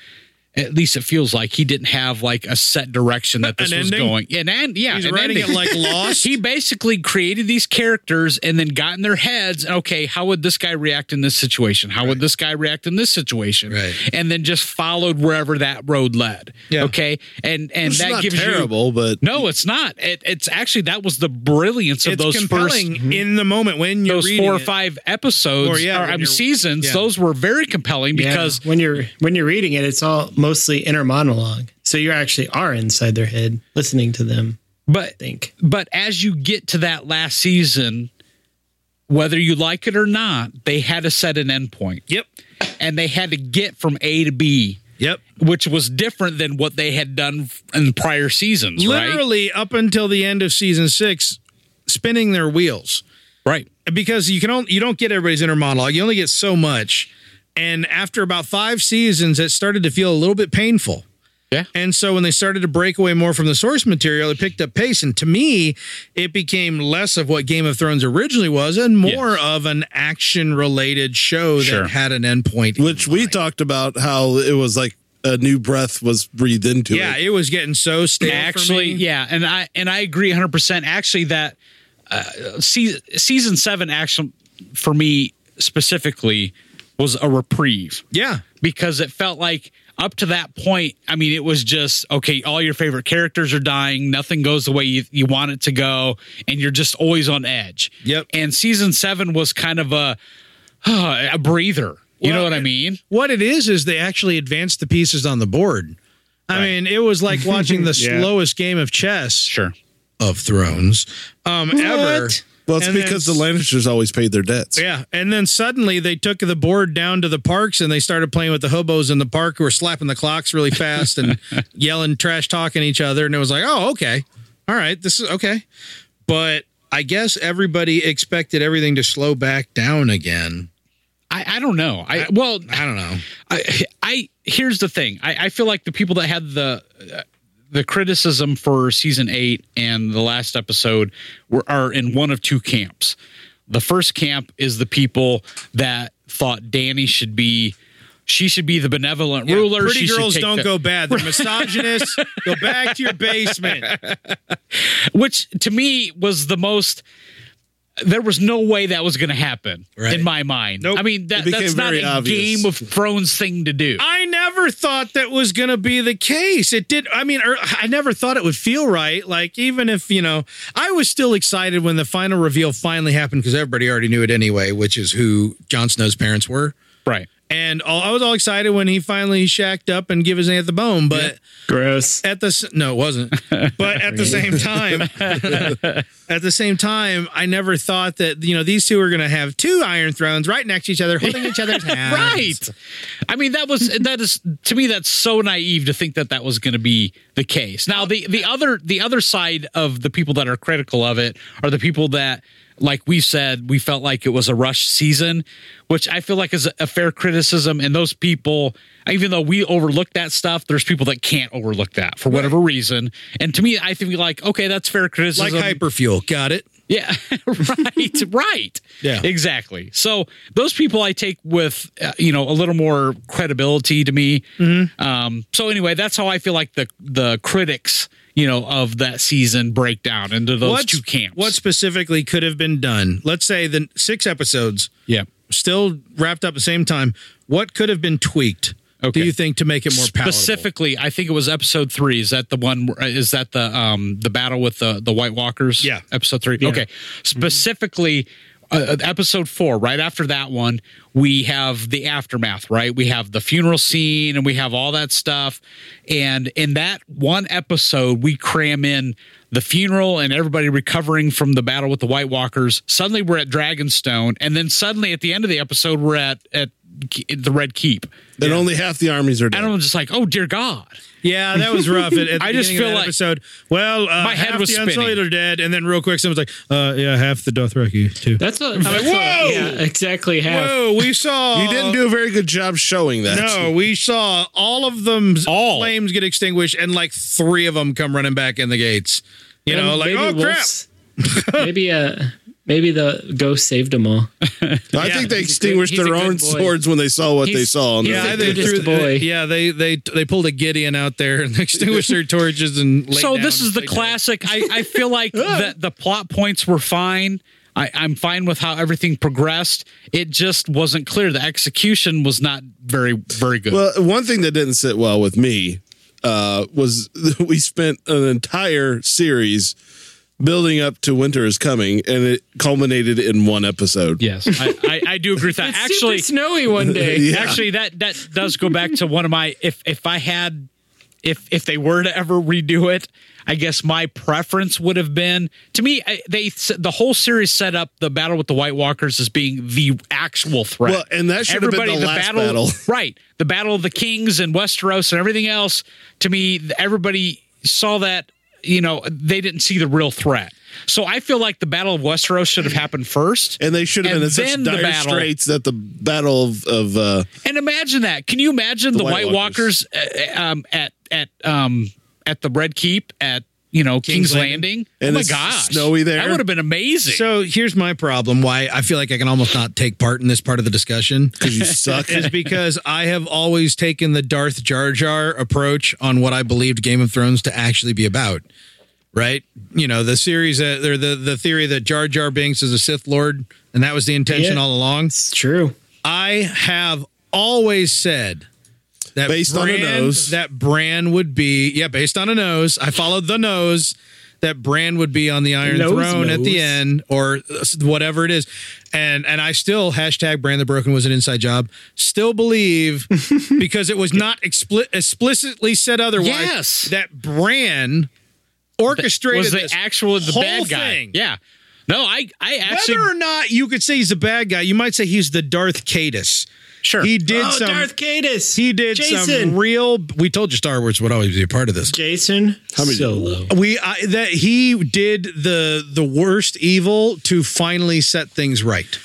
Speaker 5: at least it feels like he didn't have like a set direction that this
Speaker 1: An
Speaker 5: was
Speaker 1: ending?
Speaker 5: going. And, and yeah,
Speaker 1: He's
Speaker 5: an
Speaker 1: writing
Speaker 5: ending.
Speaker 1: it like Lost.
Speaker 5: he basically created these characters and then got in their heads okay how would this guy react in this situation how would this guy react in this situation
Speaker 6: Right.
Speaker 5: and then just followed wherever that road led
Speaker 1: Yeah.
Speaker 5: okay and and
Speaker 2: It's
Speaker 5: that
Speaker 2: not
Speaker 5: gives you
Speaker 2: terrible, but
Speaker 5: no it's not it, it's actually that was the brilliance of
Speaker 1: it's
Speaker 5: those first
Speaker 1: compelling in the moment when you're
Speaker 5: those
Speaker 1: reading
Speaker 5: four or
Speaker 1: it.
Speaker 5: five episodes
Speaker 1: Or,
Speaker 5: or,
Speaker 1: yeah, when
Speaker 5: I mean,
Speaker 1: you're-
Speaker 5: seasons
Speaker 1: yeah.
Speaker 5: those were very compelling
Speaker 3: Yeah,
Speaker 5: because
Speaker 3: when you're when you're reading it, it's all mostly inner monologue. So you actually are inside their head, listening to them.
Speaker 5: but
Speaker 3: Think
Speaker 5: but as you get to that last season whether you like it or not they had to set an end point
Speaker 1: Yep.
Speaker 5: and they had to get from A to B,
Speaker 1: Yep.
Speaker 5: which was different than what they had done f- in prior seasons, right?
Speaker 1: Literally up until the end of season six, spinning their wheels.
Speaker 5: Right.
Speaker 1: because you can only you don't get everybody's inner monologue. You only get so much. And after about five seasons, it started to feel a little bit painful.
Speaker 5: Yeah.
Speaker 1: And so when they started to break away more from the source material, it picked up pace. And to me, it became less of what Game of Thrones originally was and more
Speaker 5: Yes.
Speaker 1: of an action related show
Speaker 5: Sure.
Speaker 1: that had an endpoint.
Speaker 2: which we talked about how it was like a new breath was breathed into
Speaker 1: yeah,
Speaker 2: it.
Speaker 1: it was getting so stale. for
Speaker 5: Actually,
Speaker 1: me.
Speaker 5: yeah, and I and I agree 100%. Actually that uh, se- season 7 action for me specifically was a reprieve.
Speaker 1: Yeah.
Speaker 5: because it felt like up to that point, I mean, it was just okay, all your favorite characters are dying, nothing goes the way you, you want it to go, and you're just always on edge.
Speaker 1: Yep.
Speaker 5: And season seven was kind of a a breather. You know
Speaker 1: Well,
Speaker 5: what I
Speaker 1: it-
Speaker 5: mean?
Speaker 1: What it is is they actually advanced the pieces on the board. I mean, it was like watching the
Speaker 3: Yeah.
Speaker 1: slowest game of chess
Speaker 5: Sure.
Speaker 6: of Thrones.
Speaker 1: um, ever.
Speaker 2: Well, it's
Speaker 1: And then-
Speaker 2: because the Lannisters always paid their debts.
Speaker 1: Yeah, and then suddenly they took the board down to the parks and they started playing with the hobos in the park who were slapping the clocks really fast and yelling trash talking each other and it was like, "Oh, okay. All right, this is okay." But I guess everybody expected everything to slow back down again.
Speaker 5: I, I don't know. I well,
Speaker 6: I don't know.
Speaker 5: I, I here's the thing. I, I feel like the people that had the uh, the criticism for season eight and the last episode were are in one of two camps. The first camp is the people that thought Danny should be she should be the benevolent ruler.
Speaker 1: Pretty
Speaker 5: she should
Speaker 1: girls
Speaker 5: take
Speaker 1: don't
Speaker 5: the-
Speaker 1: go bad. They're misogynists. go back to your basement.
Speaker 5: which to me was the most. There was no way that was going to happen
Speaker 6: Right.
Speaker 5: in my mind.
Speaker 1: Nope.
Speaker 5: I mean, that,
Speaker 2: became
Speaker 5: that's not
Speaker 2: very
Speaker 5: a
Speaker 2: obvious.
Speaker 5: Game of Thrones thing to do.
Speaker 1: I never thought that was going to be the case. It did. I mean, er, I never thought it would feel right. Like, even if, you know, I was still excited when the final reveal finally happened because everybody already knew it anyway, which is who.
Speaker 6: Jon Snow's parents were.
Speaker 5: right.
Speaker 1: And all, I was all excited when he finally shacked up and give his aunt the bone. But
Speaker 3: gross.
Speaker 1: at the, s- no, it wasn't. But at the same time, at the same time, I never thought that, you know, these two are going to have two Iron Thrones right next to each other, holding each other's hands.
Speaker 5: right i mean that was that is to me that's so naive to think that that was going to be the case now the the other the other side of the people that are critical of it are the people that like we said we felt like it was a rush season which i feel like is a fair criticism and those people even though we overlook that stuff there's people that can't overlook that for whatever reason and to me i think like okay that's fair criticism
Speaker 1: Like hyperfuel. Got it.
Speaker 5: yeah, right, right.
Speaker 1: Yeah.
Speaker 5: exactly. So those people I take with uh, you know a little more credibility to me. Um, so anyway, that's how I feel like the the critics you know of that season break down into those two camps.
Speaker 1: What specifically could have been done? Let's say the six episodes
Speaker 5: yeah,
Speaker 1: still wrapped up at the same time. What could have been tweaked?
Speaker 5: Okay.
Speaker 1: Do you think to make it more palatable?
Speaker 5: specifically I think it was episode three. Is that the one? where- uh, Is that the um the battle with the the White Walkers?
Speaker 1: Yeah.
Speaker 5: episode three. Okay, specifically. Uh, episode four, right after that one, we have the aftermath, right? We have the funeral scene and we have all that stuff. And in that one episode, we cram in the funeral and everybody recovering from the battle with the White Walkers. Suddenly we're at Dragonstone. And then suddenly at the end of the episode, we're at, at the Red Keep.
Speaker 2: And only half the armies are dead.
Speaker 5: And I'm just like, oh, dear God.
Speaker 1: Yeah, that was rough. At, at
Speaker 5: I
Speaker 1: the
Speaker 5: just
Speaker 1: beginning
Speaker 5: feel
Speaker 1: of that
Speaker 5: like-
Speaker 1: episode. Well, uh,
Speaker 5: My head
Speaker 1: half
Speaker 5: was
Speaker 1: the
Speaker 5: spinning.
Speaker 1: Unsullied are dead, and then real quick, someone's like, uh, "Yeah, half the Dothraki too."
Speaker 3: That's what. I'm like,
Speaker 1: whoa!
Speaker 3: Yeah, exactly half.
Speaker 1: Whoa, we saw.
Speaker 2: you didn't do a very good job showing that.
Speaker 1: No, we saw all of them.
Speaker 5: All.
Speaker 1: flames get extinguished, and like three of them come running back in the gates. You know, like
Speaker 3: Maybe
Speaker 1: oh
Speaker 3: we'll
Speaker 1: crap!
Speaker 3: s- maybe uh maybe the ghost saved them all.
Speaker 2: I
Speaker 1: Yeah,
Speaker 2: think they
Speaker 3: he's a good-
Speaker 2: extinguished
Speaker 3: he's a
Speaker 2: their
Speaker 3: good
Speaker 2: own
Speaker 3: boy.
Speaker 2: swords when they saw what they
Speaker 3: He's-
Speaker 2: saw. and they're
Speaker 3: yeah, I
Speaker 2: like,
Speaker 3: think-
Speaker 1: they
Speaker 3: Just a boy.
Speaker 1: Yeah, they they they pulled a Gideon out there and extinguished their torches and. laid
Speaker 5: so
Speaker 1: down
Speaker 5: this
Speaker 1: and
Speaker 5: is the
Speaker 1: played
Speaker 5: classic. I, I feel like the, the plot points were fine. I, I'm fine with how everything progressed. It just wasn't clear. The execution was not very, very good.
Speaker 2: Well, one thing that didn't sit well with me uh, was we spent an entire series building up to winter is coming, and it culminated in one episode.
Speaker 5: yes, I, I, I do agree with that.
Speaker 3: It's
Speaker 5: Actually,
Speaker 3: super snowy one day.
Speaker 5: actually, that that does go back to one of my. If if I had, if if they were to ever redo it, I guess my preference would have been to me. I, they s- the whole series set up the battle with the White Walkers as being the actual threat.
Speaker 2: Well, and that should have been the last battle.
Speaker 5: right? The battle of the kings and Westeros and everything else. To me, th- everybody saw that. You know, they didn't see the real threat. So I feel like the battle of Westeros should have happened first.
Speaker 2: And they should have
Speaker 5: And
Speaker 2: been in such
Speaker 5: then the
Speaker 2: dire
Speaker 5: battle.
Speaker 2: straits that the battle of, of uh,
Speaker 5: And imagine that. Can you imagine the,
Speaker 2: White
Speaker 5: White, Walkers, uh, um, at at um, at the Red Keep at you know King's,
Speaker 1: Landing.
Speaker 5: Landing?
Speaker 2: And
Speaker 5: oh my
Speaker 2: it's
Speaker 5: gosh,
Speaker 2: snowy there.
Speaker 5: That would have been amazing.
Speaker 1: down. So here's my problem.
Speaker 6: Why I feel like I can almost not take part in this part of the discussion.
Speaker 2: because you suck.
Speaker 6: is because I have always taken the Darth Jar Jar approach on what I believed Game of Thrones to actually be about. Right? You know, the series that, or the the theory that Jar Jar Binks is a Sith Lord, and that was the intention
Speaker 3: Yeah.
Speaker 6: all along.
Speaker 3: It's true.
Speaker 6: I have always said that
Speaker 2: Based on a nose.
Speaker 6: that Bran would be yeah, based on a nose. I followed the nose that Bran would be on the Iron
Speaker 3: Nose
Speaker 6: Throne at the
Speaker 3: nose.
Speaker 6: end or whatever it is, and and I still hashtag Bran the Broken was an inside job. Still believe because it was not expli- explicitly said otherwise.
Speaker 5: Yes.
Speaker 6: that Bran orchestrated
Speaker 5: was the
Speaker 6: this
Speaker 5: actual the
Speaker 6: whole
Speaker 5: bad guy?
Speaker 6: thing.
Speaker 5: Yeah. No, I I actually
Speaker 6: Whether or not you could say he's a bad guy, you might say he's the Darth Cadus.
Speaker 5: sure
Speaker 6: He did
Speaker 3: oh,
Speaker 6: some
Speaker 3: Darth Cadus.
Speaker 6: He did
Speaker 3: Jason.
Speaker 6: some real. We told you Star Wars would always be a part of this.
Speaker 3: Jason
Speaker 2: many-
Speaker 3: Solo.
Speaker 6: We I, that he did the the worst evil to finally set things right.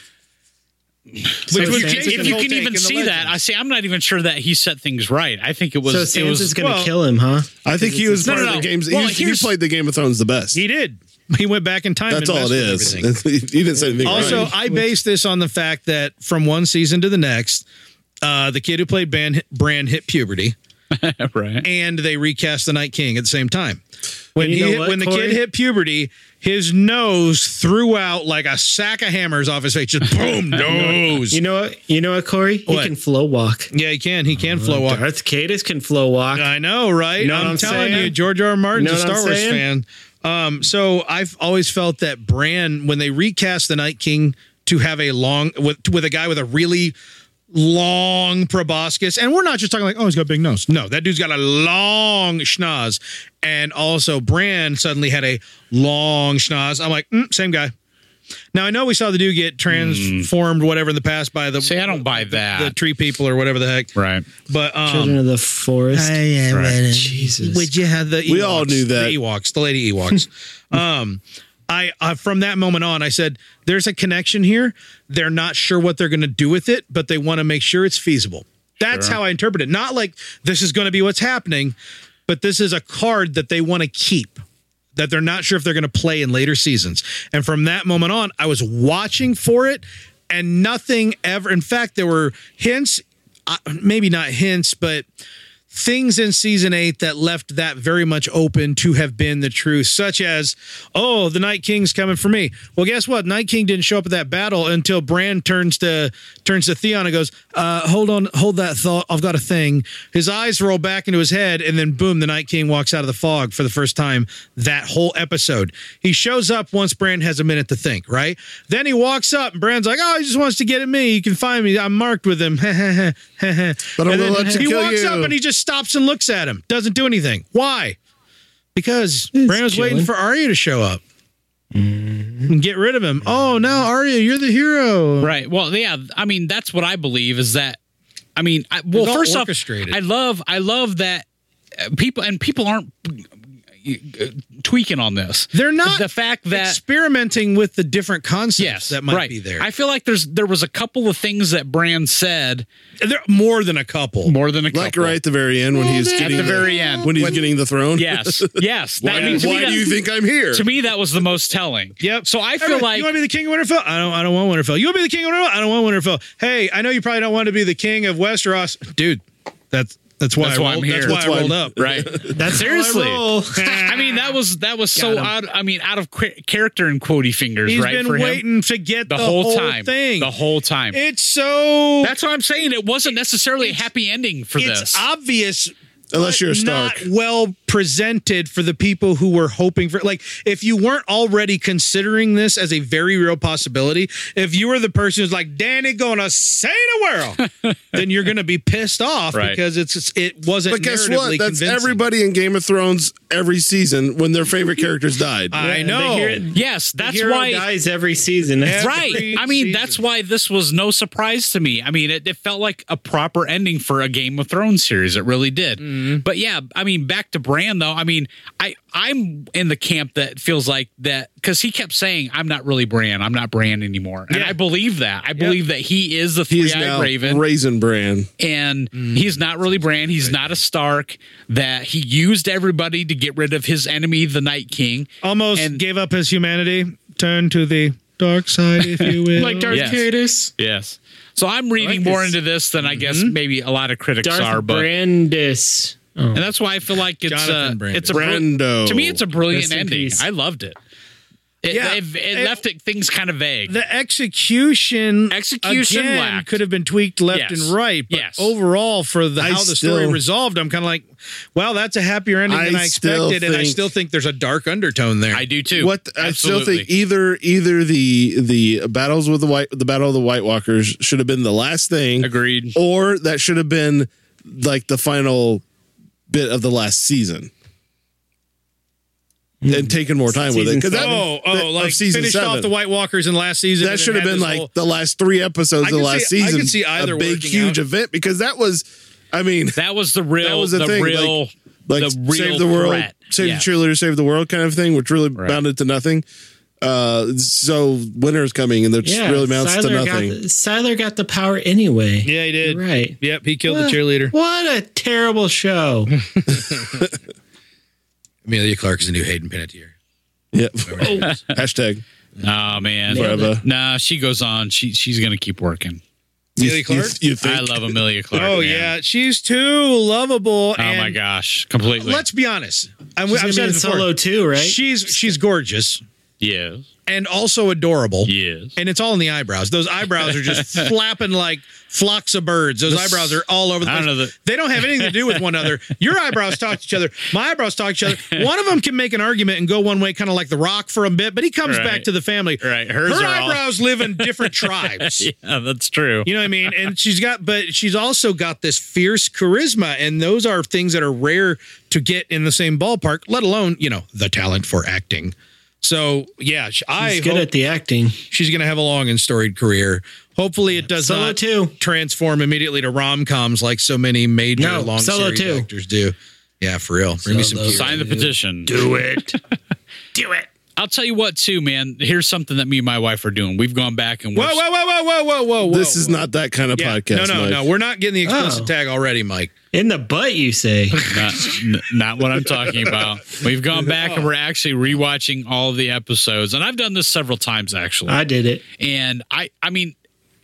Speaker 3: So
Speaker 5: If you,
Speaker 3: Sansa's
Speaker 5: can, if
Speaker 3: gonna-
Speaker 5: you
Speaker 6: whole take
Speaker 5: can
Speaker 6: in
Speaker 5: even
Speaker 6: the
Speaker 5: see that,
Speaker 6: legend.
Speaker 5: I see. I'm not even sure that he set things right. I think it was.
Speaker 3: so
Speaker 5: it
Speaker 3: Sansa's
Speaker 5: was
Speaker 3: gonna
Speaker 1: well-
Speaker 3: kill him, huh?
Speaker 2: I think he was
Speaker 5: No,
Speaker 2: part
Speaker 5: no,
Speaker 2: of the
Speaker 5: no.
Speaker 2: games.
Speaker 5: Well,
Speaker 2: he, he
Speaker 5: here's-
Speaker 2: played the Game of Thrones the best.
Speaker 1: He did. He went back in time.
Speaker 2: That's
Speaker 1: and
Speaker 2: all it
Speaker 1: messed with
Speaker 2: is.
Speaker 1: everything.
Speaker 2: he didn't say anything.
Speaker 1: Also,
Speaker 2: right.
Speaker 1: I base this on the fact that from one season to the next, uh, the kid who played Ban- Bran hit puberty,
Speaker 5: gonna right.
Speaker 1: and they recast the Night King at the same time. When
Speaker 3: And you
Speaker 1: he
Speaker 3: know
Speaker 1: hit,
Speaker 3: what,
Speaker 1: when the
Speaker 3: Corey?
Speaker 1: kid hit puberty, his nose threw out like a sack of hammers off his face. Just boom, nose.
Speaker 3: You know what? You know what, Corey? He
Speaker 1: What?
Speaker 3: can flow walk.
Speaker 1: yeah, he can. He
Speaker 3: Oh,
Speaker 1: can flow walk.
Speaker 3: Darth Cadus can flow walk.
Speaker 1: I know, right?
Speaker 3: You know
Speaker 1: I'm,
Speaker 3: what I'm
Speaker 1: telling
Speaker 3: saying?
Speaker 1: you, George R. R. Martin's
Speaker 3: You know
Speaker 1: a
Speaker 3: what
Speaker 1: Star
Speaker 3: I'm
Speaker 1: Wars
Speaker 3: saying?
Speaker 1: fan. Um, so I've always felt that Bran, when they recast the Night King to have a long with with a guy with a really long proboscis, and we're not just talking like, oh, he's got a big nose. No, that dude's got a long schnoz, and also Bran suddenly had a long schnoz. I'm like, mm, same guy. Now I know we saw the dude get transformed, whatever in the past by the
Speaker 5: See, I don't buy that.
Speaker 1: the tree people or whatever the heck,
Speaker 5: right.
Speaker 1: but um,
Speaker 3: Children of the Forest. Jesus.
Speaker 1: would you have the Ewoks,
Speaker 2: We all knew that.
Speaker 1: the Ewoks, the lady Ewoks. um, I uh, from that moment on, I said, "There's a connection here. They're not sure what they're going to do with it, but they want to make sure it's feasible." That's how I interpret it. Not like this is going to be what's happening, but this is a card that they want to keep that they're not sure if they're going to play in later seasons. And from that moment on, I was watching for it, and nothing ever. In fact, there were hints, uh, maybe not hints, but things in season eight that left that very much open to have been the truth, such as, oh, the Night King's coming for me. Well, guess what? Night King didn't show up at that battle until Bran turns to turns to Theon and goes, uh, hold on, hold that thought. I've got a thing. His eyes roll back into his head, and then boom, the Night King walks out of the fog for the first time that whole episode. He shows up once Bran has a minute to think, right? Then he walks up and Bran's like, Oh, he just wants to get at me. You can find me. I'm marked with him.
Speaker 2: But I'm
Speaker 1: And
Speaker 2: gonna
Speaker 1: then
Speaker 2: let you
Speaker 1: he
Speaker 2: kill
Speaker 1: walks
Speaker 2: you.
Speaker 1: up and he just stops and looks at him. Doesn't do anything. Why? Because Bran was
Speaker 3: chilling.
Speaker 1: waiting for Arya to show up and get rid of him. Oh no, Arya, you're the hero.
Speaker 5: Right. Well, yeah. I mean, that's what I believe is that. I mean, I, well,
Speaker 1: all
Speaker 5: first off,
Speaker 1: orchestrated.
Speaker 5: I love, I love that uh, people and people aren't uh, tweaking on this.
Speaker 1: They're not
Speaker 5: the fact that
Speaker 1: experimenting with the different concepts
Speaker 5: yes,
Speaker 1: that might
Speaker 5: right.
Speaker 1: be there.
Speaker 5: I feel like there's there was a couple of things that Brand said
Speaker 1: there more than a couple.
Speaker 5: more than a couple.
Speaker 2: Like right at the very end when he's
Speaker 5: at
Speaker 2: getting
Speaker 5: the very end.
Speaker 2: when he's getting the throne.
Speaker 5: yes, yes.
Speaker 2: Why,
Speaker 5: That, I mean, to,
Speaker 2: why
Speaker 5: me, that,
Speaker 2: do you think I'm here?
Speaker 5: to me, that was the most telling.
Speaker 1: Yep.
Speaker 5: So I feel
Speaker 1: Everybody,
Speaker 5: like
Speaker 1: you want to be the king of Winterfell. I don't. I don't want Winterfell. You want to be the king of Winterfell. I don't want Winterfell. Hey, I know you probably don't want to be the king of Westeros, dude. That's that's why
Speaker 5: That's
Speaker 1: I
Speaker 5: why I'm
Speaker 1: rolled,
Speaker 5: here.
Speaker 1: That's why
Speaker 5: That's
Speaker 1: I
Speaker 2: why
Speaker 1: rolled
Speaker 2: I'm-
Speaker 1: up.
Speaker 5: right.
Speaker 1: That's
Speaker 5: Seriously.
Speaker 1: How I, roll.
Speaker 5: I mean, that was that was so out. I mean, out of qu- character and quotey fingers.
Speaker 1: He's
Speaker 5: right
Speaker 1: been
Speaker 5: for him.
Speaker 1: waiting to get
Speaker 5: the, whole, time.
Speaker 1: thing.
Speaker 5: The whole time.
Speaker 1: it's so.
Speaker 5: That's what I'm saying. It wasn't necessarily a happy ending for
Speaker 1: it's
Speaker 5: this.
Speaker 1: obvious
Speaker 2: Unless you're a
Speaker 1: not
Speaker 2: Stark.
Speaker 1: well presented for the people who were hoping for like if you weren't already considering this as a very real possibility if you were the person who's like danny gonna say the world then you're gonna be pissed off
Speaker 5: Right.
Speaker 1: because it's it's- it wasn't
Speaker 2: But guess what?
Speaker 1: narratively
Speaker 2: That's
Speaker 1: convincing.
Speaker 2: everybody in Game of Thrones every season when their favorite characters died.
Speaker 1: i know
Speaker 3: hero-
Speaker 5: yes,
Speaker 3: The
Speaker 5: that's
Speaker 3: hero
Speaker 5: why.
Speaker 3: dies every season. That's
Speaker 5: Right. I mean, that's why this was no surprise to me. I mean, it, it felt like a proper ending for a Game of Thrones series. It really did. But yeah, I mean, back to Bran though. I mean, I I'm in the camp that feels like that because he kept saying, "I'm not really Bran. I'm not Bran anymore," and I believe that. I believe that he is the
Speaker 2: He is
Speaker 5: three-eyed
Speaker 2: now
Speaker 5: Raven.
Speaker 2: Raisin Bran.
Speaker 5: and he's not really Bran. He's not a Stark. That he used everybody to get rid of his enemy, the Night King.
Speaker 1: almost
Speaker 5: And-
Speaker 1: gave up his humanity turned to the dark side if you will
Speaker 3: like Darth
Speaker 5: Yes.
Speaker 3: Cadus.
Speaker 5: Yes. So I'm reading more into this than I guess maybe a lot of critics
Speaker 3: Darth
Speaker 5: are, but
Speaker 3: Brandis. Oh.
Speaker 5: and that's why I feel like it's
Speaker 6: Jonathan
Speaker 5: uh,
Speaker 6: Brandis.
Speaker 5: it's a br-
Speaker 2: Brando.
Speaker 5: to me it's a brilliant
Speaker 3: Rest in
Speaker 5: ending.
Speaker 3: peace.
Speaker 5: I loved it. It,
Speaker 1: Yeah.
Speaker 5: it, it
Speaker 1: It-
Speaker 5: left it, things kind of vague.
Speaker 1: the execution
Speaker 5: Execution
Speaker 1: again
Speaker 5: lacked.
Speaker 1: could have been tweaked left
Speaker 5: Yes.
Speaker 1: and right but
Speaker 5: Yes.
Speaker 1: overall for the
Speaker 2: I
Speaker 1: how the story
Speaker 2: still-
Speaker 1: resolved i'm kind of like well that's a happier ending than
Speaker 2: I
Speaker 1: i
Speaker 2: still
Speaker 1: expected and i
Speaker 2: think-
Speaker 1: still think there's a dark under
Speaker 6: Tone there.
Speaker 5: I do too.
Speaker 2: What I still think either either the the battles with the white the battle of the White Walkers should have been the last thing,
Speaker 5: agreed.
Speaker 2: or that should have been like the final bit of the last season, and taken more time with it
Speaker 3: Season
Speaker 2: because that
Speaker 1: oh
Speaker 2: that-
Speaker 1: oh
Speaker 2: of
Speaker 1: like
Speaker 2: season
Speaker 1: finished off
Speaker 2: seven.
Speaker 1: the white walkers in last season
Speaker 2: that
Speaker 1: and
Speaker 2: should
Speaker 1: then
Speaker 2: have
Speaker 1: had
Speaker 2: been
Speaker 1: this
Speaker 2: like
Speaker 1: whole-
Speaker 2: the last three episodes
Speaker 1: I
Speaker 2: of the
Speaker 1: can
Speaker 2: last
Speaker 1: see- I can
Speaker 2: season.
Speaker 1: see either
Speaker 2: a big
Speaker 1: working
Speaker 2: huge
Speaker 1: out.
Speaker 2: event because that was, I mean,
Speaker 5: That was the real
Speaker 2: that was
Speaker 5: the,
Speaker 2: the, thing.
Speaker 5: real
Speaker 2: like, like
Speaker 5: the real
Speaker 2: save the world,
Speaker 5: threat.
Speaker 2: save
Speaker 5: Yeah.
Speaker 2: the cheerleader, save the world kind of thing, which really
Speaker 5: Right.
Speaker 2: mounted to nothing. Uh, so winter is coming, and that
Speaker 3: Yeah,
Speaker 2: really mounts to
Speaker 3: Siler got
Speaker 2: nothing.
Speaker 3: the- Siler got the power anyway.
Speaker 1: yeah he did
Speaker 3: You're right.
Speaker 1: yep he killed
Speaker 3: What-
Speaker 1: the cheerleader
Speaker 3: What a terrible show.
Speaker 6: Amelia Clark is the new Hayden Panettiere.
Speaker 2: Yep. Hashtag
Speaker 5: Oh man.
Speaker 3: Nailed
Speaker 2: forever.
Speaker 5: Nah, she goes on. She she's gonna keep working.
Speaker 2: You,
Speaker 1: Amelia Clark?
Speaker 2: you- you think?
Speaker 5: I love Amelia Clark.
Speaker 1: oh
Speaker 5: man.
Speaker 1: yeah she's too lovable
Speaker 5: Oh
Speaker 1: and
Speaker 5: my gosh. Completely.
Speaker 1: let's be honest i'm,
Speaker 3: She's
Speaker 1: I've
Speaker 3: gonna be
Speaker 1: said
Speaker 3: in
Speaker 1: it before.
Speaker 3: solo too, right?
Speaker 1: she's she's gorgeous
Speaker 5: yes.
Speaker 1: and also adorable
Speaker 5: Yes.
Speaker 1: and it's all in the eyebrows. Those eyebrows are just flapping like flocks of birds. Those
Speaker 5: This-
Speaker 1: eyebrows are all over the
Speaker 5: I
Speaker 1: place.
Speaker 5: don't know that-
Speaker 1: They don't have anything to do with one another. Your eyebrows talk to each other. My eyebrows talk to each other. One of them can make an argument and go one way, kind of like The Rock for a bit, but he comes
Speaker 5: Right.
Speaker 1: back to the family.
Speaker 5: Right. Hers
Speaker 1: Her
Speaker 5: are all-
Speaker 1: eyebrows live in different tribes.
Speaker 5: Yeah, that's true.
Speaker 1: You know what I mean? And she's got, but she's also got this fierce charisma, and those are things that are rare to get in the same ballpark. Let alone, you know, the talent for acting. So yeah, sh- I
Speaker 3: She's good
Speaker 1: hope-
Speaker 3: at the acting.
Speaker 1: she's going to have a long and storied career. Hopefully, it does
Speaker 3: Solo
Speaker 1: not
Speaker 3: two.
Speaker 1: transform immediately to rom coms like so many major
Speaker 3: No,
Speaker 1: long
Speaker 3: Solo
Speaker 1: series
Speaker 3: two.
Speaker 1: actors do. Yeah, for real. Bring me some.
Speaker 3: Solo.
Speaker 1: Keira.
Speaker 5: Sign the petition.
Speaker 3: Do it. Do it.
Speaker 5: I'll tell you what, too, man. Here's something that me and my wife are doing. We've gone back and
Speaker 1: Whoa,
Speaker 5: we're-
Speaker 1: whoa, whoa, whoa, whoa, whoa, whoa, whoa.
Speaker 2: This is not that kind of
Speaker 1: Yeah.
Speaker 2: podcast.
Speaker 1: No, no,
Speaker 2: Mike.
Speaker 1: no. We're not getting the explicit
Speaker 3: Oh.
Speaker 1: tag already, Mike.
Speaker 3: In the butt, you say.
Speaker 5: not, n- not what I'm talking about. We've gone back and we're actually rewatching all of the episodes, and I've done this several times actually.
Speaker 3: I did it.
Speaker 5: and I, I mean,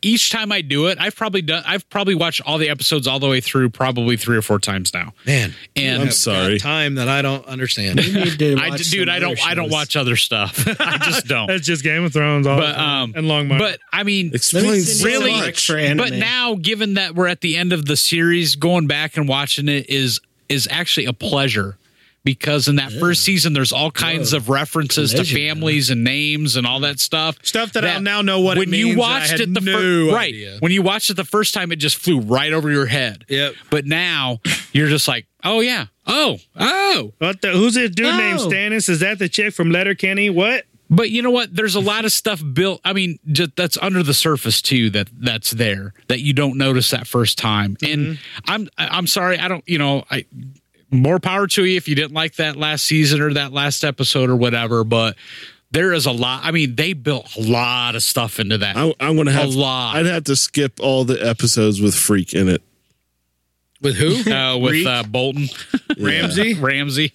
Speaker 5: each time I do it, I've probably done, I've probably watched all the episodes all the way through, probably three or four times now.
Speaker 1: Man,
Speaker 5: And
Speaker 2: I'm sorry.
Speaker 1: time that I don't understand.
Speaker 3: You need to
Speaker 5: I,
Speaker 3: watch
Speaker 5: d-
Speaker 3: some
Speaker 5: dude, I
Speaker 3: other
Speaker 5: don't, I don't
Speaker 3: shows.
Speaker 5: watch other stuff. I just don't.
Speaker 1: It's just Game of Thrones, all
Speaker 5: But um,
Speaker 1: Longmire.
Speaker 5: But I mean,
Speaker 3: Let me
Speaker 2: Explains
Speaker 3: send you
Speaker 5: really-
Speaker 3: some
Speaker 2: much.
Speaker 3: links for anime.
Speaker 5: But now, given that we're at the end of the series, going back and watching it is is actually a pleasure because in that first season, there's all kinds of references
Speaker 3: Pleasure.
Speaker 5: to families and names and all that stuff.
Speaker 1: Stuff that I'll now know what it
Speaker 5: when
Speaker 1: means,
Speaker 5: you
Speaker 1: and I
Speaker 5: watched
Speaker 1: had
Speaker 5: it the
Speaker 1: no
Speaker 5: first right
Speaker 1: idea.
Speaker 5: when you watched it the first time, it just flew right over your head.
Speaker 1: Yep.
Speaker 5: But now you're just like, oh yeah, oh oh.
Speaker 1: what the? Who's this dude
Speaker 3: No.
Speaker 1: named Stannis? Is that the chick from Letterkenny? What?
Speaker 5: But you know what? There's a lot of stuff built. I mean, just, that's under the surface too. That that's
Speaker 6: Mm-hmm.
Speaker 5: there that you don't notice that first time. And I'm I- I'm sorry. I don't. You know, I more power to you if you didn't like that last season or that last episode or whatever. But there is a lot. I mean, they built a lot of stuff into that.
Speaker 6: Oh,
Speaker 2: I, I'm gonna have
Speaker 5: lot.
Speaker 2: I'd have to skip all the episodes with Freak in it.
Speaker 6: With who?
Speaker 5: uh, with uh, Bolton
Speaker 1: Ramsey?
Speaker 5: Ramsey,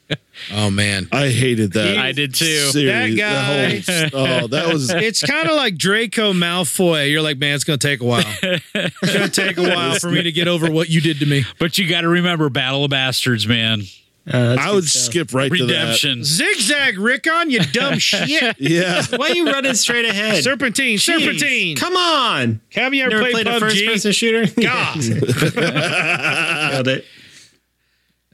Speaker 6: oh man.
Speaker 2: I hated that.
Speaker 5: I did too.
Speaker 2: series,
Speaker 1: That
Speaker 2: the whole- oh, that was
Speaker 1: It's kind of like Draco Malfoy. You're like, man, it's going to take a while. It's going to take a while for me to get over what you did to me.
Speaker 5: But you got to remember Battle of Bastards, man.
Speaker 3: Uh, that's
Speaker 2: I
Speaker 3: good
Speaker 2: would
Speaker 3: stuff.
Speaker 2: skip right
Speaker 5: Redemption.
Speaker 1: Zigzag, Rickon, you dumb shit.
Speaker 2: to that. Yeah.
Speaker 3: Why are you running straight ahead?
Speaker 1: Serpentine,
Speaker 3: Jeez,
Speaker 1: Serpentine.
Speaker 3: Come on.
Speaker 1: Have you ever
Speaker 3: Never
Speaker 1: played,
Speaker 3: played a first
Speaker 1: PUBG?
Speaker 3: person shooter?
Speaker 1: God.
Speaker 3: Nailed it.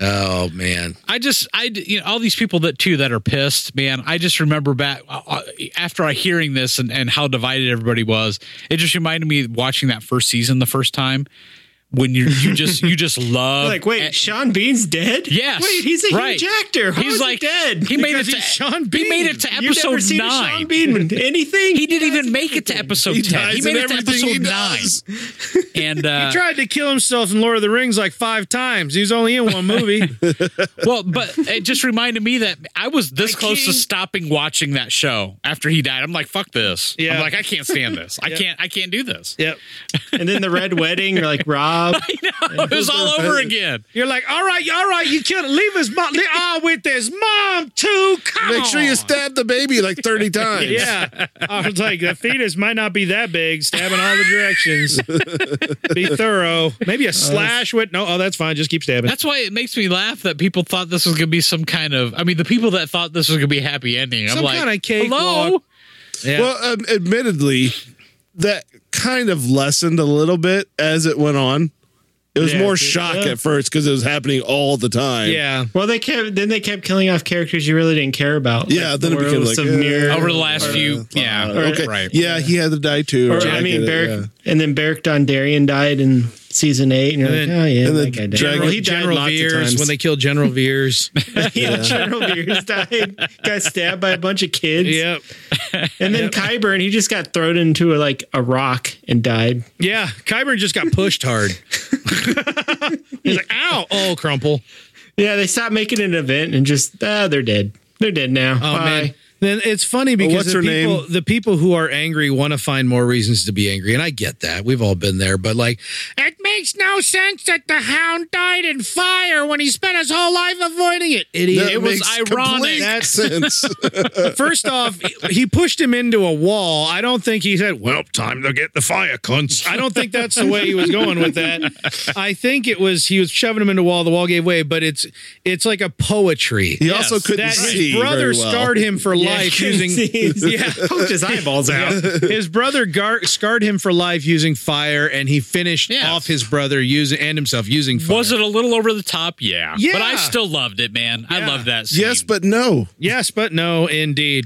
Speaker 6: Oh man.
Speaker 5: I just, I, d- you know, all these people that too that are pissed, man. I just remember back uh, after I hearing this and, and how divided everybody was. It just reminded me watching that first season the first time when you you just you just love
Speaker 3: Like, wait, Sean Bean's dead?
Speaker 5: Yes,
Speaker 3: Wait, he's a
Speaker 5: right.
Speaker 3: huge actor. How
Speaker 5: He's
Speaker 3: is
Speaker 5: like
Speaker 3: he dead?
Speaker 5: He made it
Speaker 1: Because
Speaker 5: to
Speaker 1: he's Sean
Speaker 5: He made it to
Speaker 3: You've
Speaker 5: episode
Speaker 3: never seen a
Speaker 5: nine.
Speaker 3: Sean Bean in anything?
Speaker 5: He didn't even make it to episode ten. He
Speaker 2: dies
Speaker 5: made
Speaker 2: in
Speaker 5: it to
Speaker 2: everything he
Speaker 5: episode nine,
Speaker 2: does.
Speaker 5: and uh,
Speaker 1: Tried to kill himself in Lord of the Rings like five times. He was only in one movie.
Speaker 5: well, but it just reminded me that I was this close to stopping watching that show after he died. I'm like, fuck this.
Speaker 1: Yeah.
Speaker 5: I'm like, I can't stand this. I can't. I can't do this.
Speaker 1: yep.
Speaker 3: And then the Red Wedding, you're like, Rob.
Speaker 5: it was all over again.
Speaker 1: You're like, all right, all right, you killed it. Leave his mom. Leave, ah, with his mom too. Come
Speaker 2: Make sure you
Speaker 1: on.
Speaker 2: stab the baby like 30 times.
Speaker 1: Yeah. I was like, the fetus might not be that big. Stab in all the directions. be thorough. Maybe
Speaker 3: Uh,
Speaker 1: a slash with no, oh, that's fine. Just keep stabbing.
Speaker 5: That's why it makes me laugh that people thought this was going to be some kind of. I mean, the people that thought this was going to be a happy ending. I'm
Speaker 1: Some
Speaker 5: like,
Speaker 1: kind of
Speaker 5: hello.
Speaker 1: cakewalk. Yeah.
Speaker 2: Well, um, admittedly, that kind of lessened a little bit as it went on. It was
Speaker 1: Yeah,
Speaker 2: more
Speaker 1: it did.
Speaker 2: shock at first because it was happening all the time.
Speaker 1: yeah.
Speaker 3: Well, they kept then they kept killing off characters you really didn't care about.
Speaker 2: Yeah,
Speaker 3: Like,
Speaker 2: then it
Speaker 3: Laura
Speaker 2: became
Speaker 3: was
Speaker 2: like,
Speaker 3: some
Speaker 2: uh,
Speaker 3: near-
Speaker 5: Over the last few,
Speaker 1: uh,
Speaker 5: yeah,
Speaker 2: Okay.
Speaker 5: right.
Speaker 2: Yeah, he had to die too.
Speaker 3: or,
Speaker 2: right?
Speaker 3: I mean,
Speaker 2: get it,
Speaker 3: Beric, and then Beric Dondarrion died in season eight, and you're
Speaker 1: And
Speaker 3: like,
Speaker 1: then-
Speaker 3: oh yeah,
Speaker 2: and then
Speaker 3: that guy died.
Speaker 2: Dragon-
Speaker 3: well, he died
Speaker 6: General
Speaker 3: lots
Speaker 6: Veers
Speaker 3: of times.
Speaker 6: when they killed General Veers.
Speaker 3: yeah, General Veers died, got stabbed by a bunch of kids,
Speaker 1: Yep.
Speaker 3: and then Kyburn, he just got thrown into a, like a rock and died.
Speaker 1: Yeah. Kyburn just got pushed hard. He's like, ow. Oh, crumple.
Speaker 3: Yeah, they stopped making an event and just ah, they're dead. They're dead now.
Speaker 6: Oh
Speaker 3: Bye.
Speaker 6: man.
Speaker 1: Then it's funny because
Speaker 2: Oh, what's
Speaker 1: the,
Speaker 2: her
Speaker 1: people,
Speaker 2: name?
Speaker 1: the people who are angry want to find more
Speaker 6: More reasons to be angry, and I get that. We've all been there, but like,
Speaker 1: It makes no sense that the hound died in fire when he spent his whole life avoiding it, idiot.
Speaker 2: That
Speaker 5: It was
Speaker 2: makes
Speaker 5: ironic.
Speaker 2: complete sense.
Speaker 1: First off, he pushed him into a wall. I don't think he said, Well, time to get the fire, cunts. I don't think that's the way he was going with that. I think it was he was shoving him into a wall, the wall gave way, but it's it's like a poetry.
Speaker 2: He also couldn't
Speaker 1: That
Speaker 2: see.
Speaker 1: his brother
Speaker 2: very well.
Speaker 1: scarred him for
Speaker 3: Yeah,
Speaker 1: life
Speaker 3: couldn't
Speaker 1: using
Speaker 3: see. He's- poked his eyeballs out.
Speaker 1: his brother gar- scarred him for life using fire, and he finished
Speaker 5: Yes.
Speaker 1: off his brother using and himself using fire.
Speaker 5: Was it a little over the top? Yeah.
Speaker 1: Yeah.
Speaker 5: But I still loved it, man. I
Speaker 1: Yeah.
Speaker 5: love that scene.
Speaker 2: Yes, but no.
Speaker 1: Yes, but no, indeed.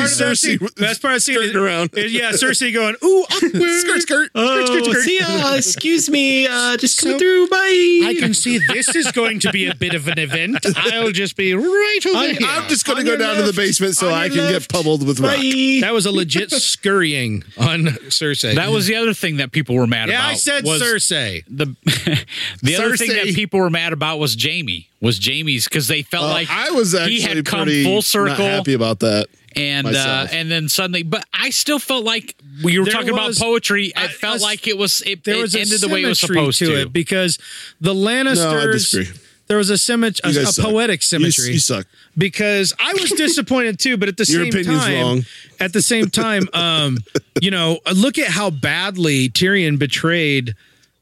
Speaker 1: Best
Speaker 2: Cersei
Speaker 1: part of that scene- best part of the scene is-
Speaker 2: skirting around.
Speaker 1: is, yeah, Cersei going, ooh, awkward.
Speaker 2: Skirt, skirt.
Speaker 3: Oh,
Speaker 2: skirt, skirt, skirt.
Speaker 3: see ya. Excuse me. Uh, just coming through. Bye.
Speaker 1: I can see this is going to be a bit of an event. I'll just be right over
Speaker 2: I,
Speaker 1: here.
Speaker 2: am just going to
Speaker 3: On
Speaker 2: go
Speaker 3: your
Speaker 2: down to
Speaker 3: left.
Speaker 2: the basement so
Speaker 3: On
Speaker 2: I
Speaker 3: your
Speaker 2: can get
Speaker 3: left.
Speaker 2: pummeled with rock.
Speaker 3: Bye.
Speaker 1: that was a legit scurrying on Cersei.
Speaker 5: That was the other thing that people were mad
Speaker 1: yeah,
Speaker 5: about.
Speaker 1: I said
Speaker 5: was
Speaker 1: Cersei.
Speaker 5: The the other thing that
Speaker 2: Cersei.
Speaker 5: people were mad about was Jamie. Was Jamie's because they felt
Speaker 2: Uh,
Speaker 5: like
Speaker 2: I was actually
Speaker 5: he had come
Speaker 2: pretty
Speaker 5: full
Speaker 2: Not
Speaker 5: circle
Speaker 2: happy about that.
Speaker 5: and uh,
Speaker 2: myself.
Speaker 5: and then suddenly, but I still felt like we were
Speaker 1: There
Speaker 5: talking
Speaker 1: was-
Speaker 5: about poetry. I,
Speaker 1: I-
Speaker 5: felt
Speaker 1: us-
Speaker 5: like it was it,
Speaker 1: There
Speaker 5: it
Speaker 1: was a
Speaker 5: ended the way it was
Speaker 1: symmetry
Speaker 5: supposed to.
Speaker 1: it because the Lannisters.
Speaker 2: disagree.
Speaker 1: There was a symmetry,
Speaker 2: You
Speaker 1: a,
Speaker 2: guys
Speaker 1: a
Speaker 2: suck.
Speaker 1: poetic
Speaker 2: You-
Speaker 1: symmetry.
Speaker 2: You, suck.
Speaker 1: because I was disappointed too. But at the
Speaker 2: Your
Speaker 1: same
Speaker 2: opinion's
Speaker 1: time,
Speaker 2: wrong.
Speaker 1: at the same time, um, you know, look at how badly Tyrion betrayed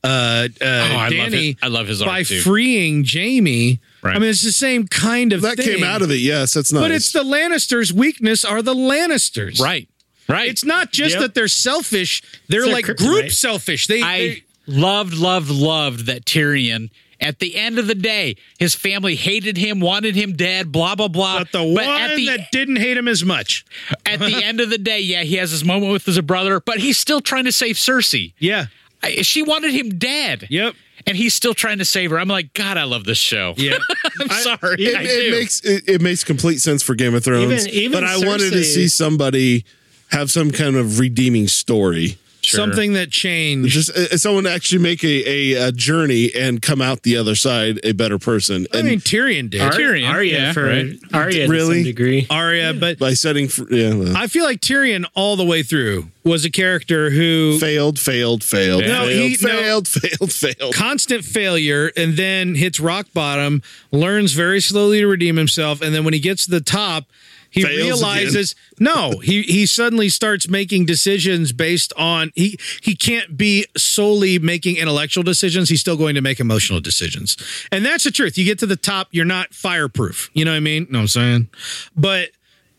Speaker 1: uh, uh,
Speaker 5: oh, I love
Speaker 1: Danny
Speaker 5: it. I love his
Speaker 1: by
Speaker 5: art too.
Speaker 1: freeing Jamie.
Speaker 5: Right.
Speaker 1: I mean, it's the same kind of
Speaker 2: That
Speaker 1: thing,
Speaker 2: came out of it. Yes, that's not.
Speaker 1: But it's the Lannisters' weakness are the Lannisters,
Speaker 5: right, right.
Speaker 1: It's not just
Speaker 3: Yep.
Speaker 1: that they're selfish; they're
Speaker 3: their
Speaker 1: like
Speaker 3: kryptonite.
Speaker 1: group selfish. They,
Speaker 5: I
Speaker 1: they-
Speaker 5: loved, loved, loved that Tyrion. At the end of the day, his family hated him, wanted him dead, blah blah blah.
Speaker 1: but the one
Speaker 5: uh, at the,
Speaker 1: that didn't hate him as much.
Speaker 5: at the end of the day, yeah, he has his moment with his brother, but he's still trying to save Cersei.
Speaker 1: Yeah.
Speaker 5: I- She wanted him dead.
Speaker 1: Yep.
Speaker 5: And he's still trying to save her. I'm like, God, I love this show.
Speaker 1: Yeah.
Speaker 5: I'm sorry.
Speaker 2: It,
Speaker 5: I
Speaker 2: it
Speaker 5: do.
Speaker 2: makes it, it makes complete sense for Game of Thrones.
Speaker 3: Even- even
Speaker 2: but I wanted to
Speaker 3: Cersei-
Speaker 2: see somebody have some kind of redeeming story.
Speaker 1: something that changed.
Speaker 2: Just uh, someone actually make a, a, a journey and come out the other side a better person.
Speaker 1: I
Speaker 2: And
Speaker 1: mean, Tyrion did.
Speaker 5: Ar-
Speaker 3: Tyrion,
Speaker 5: Tyrion,
Speaker 3: Arya
Speaker 5: yeah,
Speaker 3: for
Speaker 5: right.
Speaker 3: Arya to
Speaker 2: Really?
Speaker 3: some degree.
Speaker 1: Arya, but
Speaker 2: by setting, fr- yeah, well,
Speaker 1: I feel like Tyrion all the way through was a character who
Speaker 2: failed, failed, failed,
Speaker 1: No,
Speaker 2: failed,
Speaker 1: he- no.
Speaker 2: failed, failed, failed.
Speaker 1: constant failure and then hits rock bottom, learns very slowly to redeem himself, and then when he gets to the top, he
Speaker 2: Fails
Speaker 1: realizes no, he he suddenly starts making decisions based on he he can't be solely making intellectual decisions, he's still going to make emotional decisions. And that's the truth. You get to the top, you're not fireproof. You know what I mean? No, I'm saying? But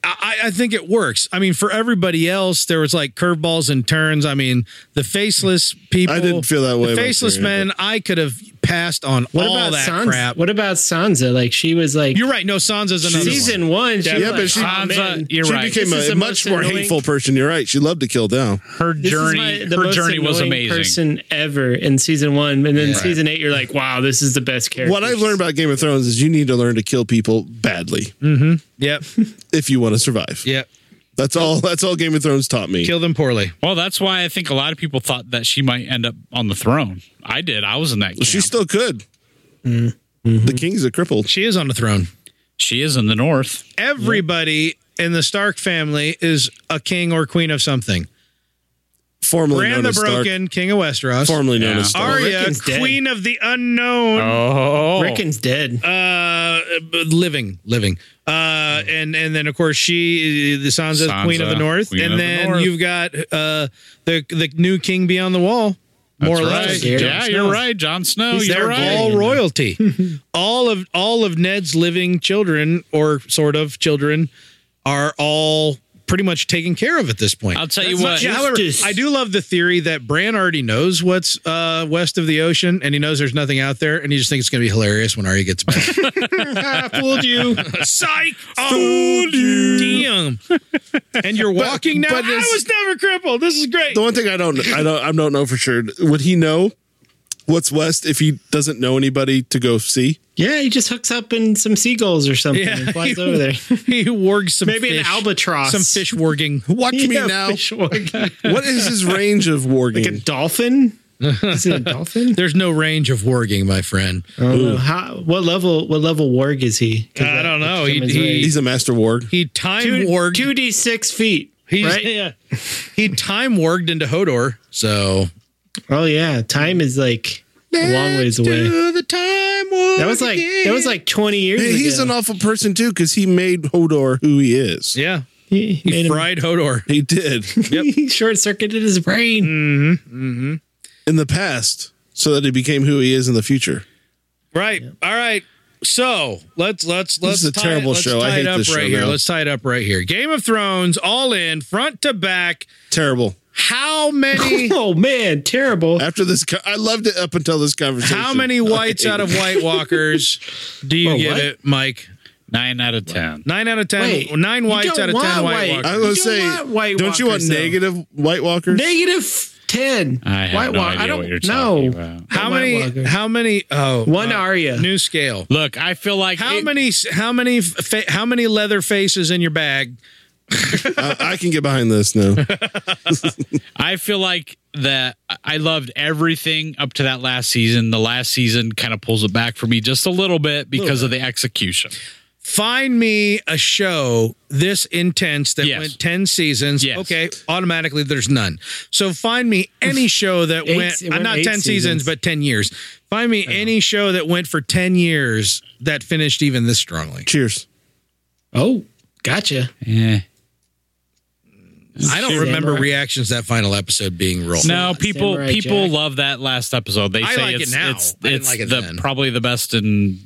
Speaker 1: I, I think it works. I mean, for everybody else, there was like curveballs and turns. I mean, the faceless people.
Speaker 2: I didn't feel that way
Speaker 1: The
Speaker 2: about
Speaker 1: faceless
Speaker 2: Tyrion,
Speaker 1: men. I could have passed on
Speaker 3: What
Speaker 1: all
Speaker 3: about
Speaker 1: that
Speaker 3: Sansa?
Speaker 1: crap.
Speaker 3: What about Sansa? Like she was like
Speaker 1: You're right. No, Sansa's another one.
Speaker 3: season one. She
Speaker 2: Yeah,
Speaker 3: was
Speaker 2: but
Speaker 3: like,
Speaker 2: she-
Speaker 3: "Oh,
Speaker 5: Sansa,
Speaker 3: man,
Speaker 5: you're
Speaker 2: she
Speaker 5: right.
Speaker 2: became
Speaker 3: This is
Speaker 2: a
Speaker 3: the
Speaker 2: much
Speaker 3: most
Speaker 2: more
Speaker 3: annoying-
Speaker 2: hateful person. You're right. She loved to kill down.
Speaker 5: her
Speaker 3: this is
Speaker 5: journey,
Speaker 3: my- the
Speaker 5: her
Speaker 3: most
Speaker 5: journey was
Speaker 3: annoying
Speaker 5: amazing.
Speaker 3: Person ever in season one, and then
Speaker 5: Yeah.
Speaker 3: season eight, you're like, wow, this is the best character.
Speaker 2: What I've learned about Game of Thrones is you need to learn to kill people badly
Speaker 1: Yep.
Speaker 2: if you want to survive.
Speaker 1: Yep.
Speaker 2: That's all. That's all Game of Thrones taught me.
Speaker 1: Kill them poorly.
Speaker 5: Well, that's why I think a lot of people thought that she might end up on the throne. I did. I was in that. Camp.
Speaker 2: She still could. The king's a cripple.
Speaker 1: She is on the throne.
Speaker 5: she is in the north.
Speaker 1: Everybody in the Stark family is a king or queen of something.
Speaker 2: Formerly
Speaker 1: Bran
Speaker 2: known
Speaker 1: the
Speaker 2: as Stark.
Speaker 1: Broken, king of Westeros.
Speaker 2: Formerly known
Speaker 5: Yeah.
Speaker 2: as Stark.
Speaker 1: Arya,
Speaker 3: Rickon's dead.
Speaker 1: queen of the unknown.
Speaker 5: Oh,
Speaker 3: Rickon's dead.
Speaker 1: uh living living uh and and then of course she the sansa,
Speaker 5: Sansa,
Speaker 1: queen of the north
Speaker 5: Queen
Speaker 1: and
Speaker 5: of the
Speaker 1: then
Speaker 5: North.
Speaker 1: you've got uh the the new king beyond the wall more or less
Speaker 5: right.
Speaker 3: Jon
Speaker 5: Yeah,
Speaker 3: Snow.
Speaker 5: you're right, Jon Snow.
Speaker 1: they're
Speaker 5: you're Oh, right.
Speaker 1: all royalty all of all of ned's living children or sort of children are all pretty much taken care of at this point
Speaker 5: I'll tell you what.
Speaker 1: yeah, however,
Speaker 3: Justice.
Speaker 1: I do love the theory that Bran already knows what's uh, west of the ocean, and he knows there's nothing out there, and he just thinks it's going to be hilarious when Arya gets back. Fooled you, psych. Fooled you. Damn. And you're walking now.
Speaker 2: but
Speaker 1: I
Speaker 2: it's-
Speaker 1: was never crippled. This is great.
Speaker 2: The one thing I don't, I don't, I don't know for sure. Would he know what's west if he doesn't know anybody to go see?
Speaker 3: yeah, he just hooks up in some seagulls or something
Speaker 1: Yeah,
Speaker 3: and flies
Speaker 1: he-
Speaker 3: over there.
Speaker 1: He wargs some
Speaker 3: Maybe
Speaker 1: fish,
Speaker 3: an albatross.
Speaker 1: some fish warging.
Speaker 2: Watch
Speaker 3: Yeah,
Speaker 2: me now.
Speaker 3: fish organ.
Speaker 2: What is his range of warging?
Speaker 3: like a dolphin. Is it a dolphin?
Speaker 1: There's no range of warging, my friend.
Speaker 3: I don't know. How, what level? What level warg is he?
Speaker 1: I don't know. He-
Speaker 3: determines
Speaker 1: he-
Speaker 3: range.
Speaker 2: He's a master warg.
Speaker 1: He time
Speaker 3: two
Speaker 1: warged.
Speaker 3: two d six feet.
Speaker 1: He's-
Speaker 3: right?
Speaker 1: yeah. He time warged into Hodor. So
Speaker 3: Oh yeah, time is like a long ways away.
Speaker 1: To the time warg
Speaker 3: That was like that was
Speaker 1: again.
Speaker 3: like twenty years.
Speaker 2: Hey, he's
Speaker 3: ago.
Speaker 2: an awful person too because he made Hodor who he is.
Speaker 1: Yeah.
Speaker 3: He, he made
Speaker 1: He
Speaker 3: him-
Speaker 1: fried Hodor.
Speaker 2: He did
Speaker 3: he short circuited his brain.
Speaker 2: in the past, so that he became who he is in the future.
Speaker 1: Right. All right. So let's let's let's
Speaker 2: is a
Speaker 1: tie
Speaker 2: terrible
Speaker 1: it, let's
Speaker 2: show.
Speaker 1: Tie
Speaker 2: I
Speaker 1: it
Speaker 2: hate
Speaker 1: up
Speaker 2: this
Speaker 1: right
Speaker 2: show
Speaker 1: here.
Speaker 2: now.
Speaker 1: Let's tie it up right here. Game of Thrones, all in, front to back.
Speaker 2: Terrible.
Speaker 1: How many
Speaker 3: Oh man, terrible.
Speaker 2: After this, co- I loved it up until this conversation.
Speaker 1: how many whites out of White Walkers do you
Speaker 3: Well,
Speaker 1: give
Speaker 3: what?
Speaker 1: it, Mike?
Speaker 5: Nine out of ten.
Speaker 1: Nine out of ten.
Speaker 3: Wait,
Speaker 1: nine
Speaker 3: you
Speaker 1: whites
Speaker 3: don't
Speaker 1: out of ten
Speaker 3: want
Speaker 1: White
Speaker 3: white.
Speaker 1: Walkers.
Speaker 2: I was
Speaker 3: You
Speaker 2: say,
Speaker 3: don't want White
Speaker 2: don't you want
Speaker 3: Walkers, though.
Speaker 2: negative White Walkers?
Speaker 3: Negative ten.
Speaker 5: I have
Speaker 3: White
Speaker 5: no
Speaker 3: Walk-
Speaker 5: idea
Speaker 3: I don't
Speaker 5: what you're
Speaker 3: know.
Speaker 5: talking about.
Speaker 1: how
Speaker 3: White
Speaker 1: many?
Speaker 3: Walker.
Speaker 1: How many? Oh,
Speaker 3: One Arya.
Speaker 1: New scale.
Speaker 5: Look, I feel like
Speaker 1: How
Speaker 5: it-
Speaker 1: many? How many? Fa- how many leather faces in your bag?
Speaker 2: I, I can get behind this now.
Speaker 5: I feel like that I loved everything up to that last season. The last season kind of pulls it back for me just a little bit because of the execution.
Speaker 1: find me a show this intense that
Speaker 5: Yes.
Speaker 1: went 10 seasons.
Speaker 5: Yes.
Speaker 1: Okay, automatically there's none. So find me any show that
Speaker 3: Eight-
Speaker 1: went,
Speaker 3: it
Speaker 1: uh,
Speaker 3: went
Speaker 1: not
Speaker 3: eight
Speaker 1: 10 seasons,
Speaker 3: seasons.
Speaker 1: but 10 years. Find me any show that went for 10 years that finished even this strongly.
Speaker 2: Cheers.
Speaker 3: Oh, gotcha.
Speaker 5: Yeah.
Speaker 1: I don't
Speaker 3: Sure.
Speaker 1: remember
Speaker 3: Samurai.
Speaker 1: reactions that final episode being rolled.
Speaker 5: No, people
Speaker 3: Samurai
Speaker 5: people
Speaker 3: Jack.
Speaker 5: love that last episode. They
Speaker 1: I
Speaker 5: say
Speaker 1: like it
Speaker 5: it's
Speaker 1: now.
Speaker 5: it's,
Speaker 1: I didn't
Speaker 5: it's
Speaker 1: like it
Speaker 5: the,
Speaker 1: then.
Speaker 5: probably the best in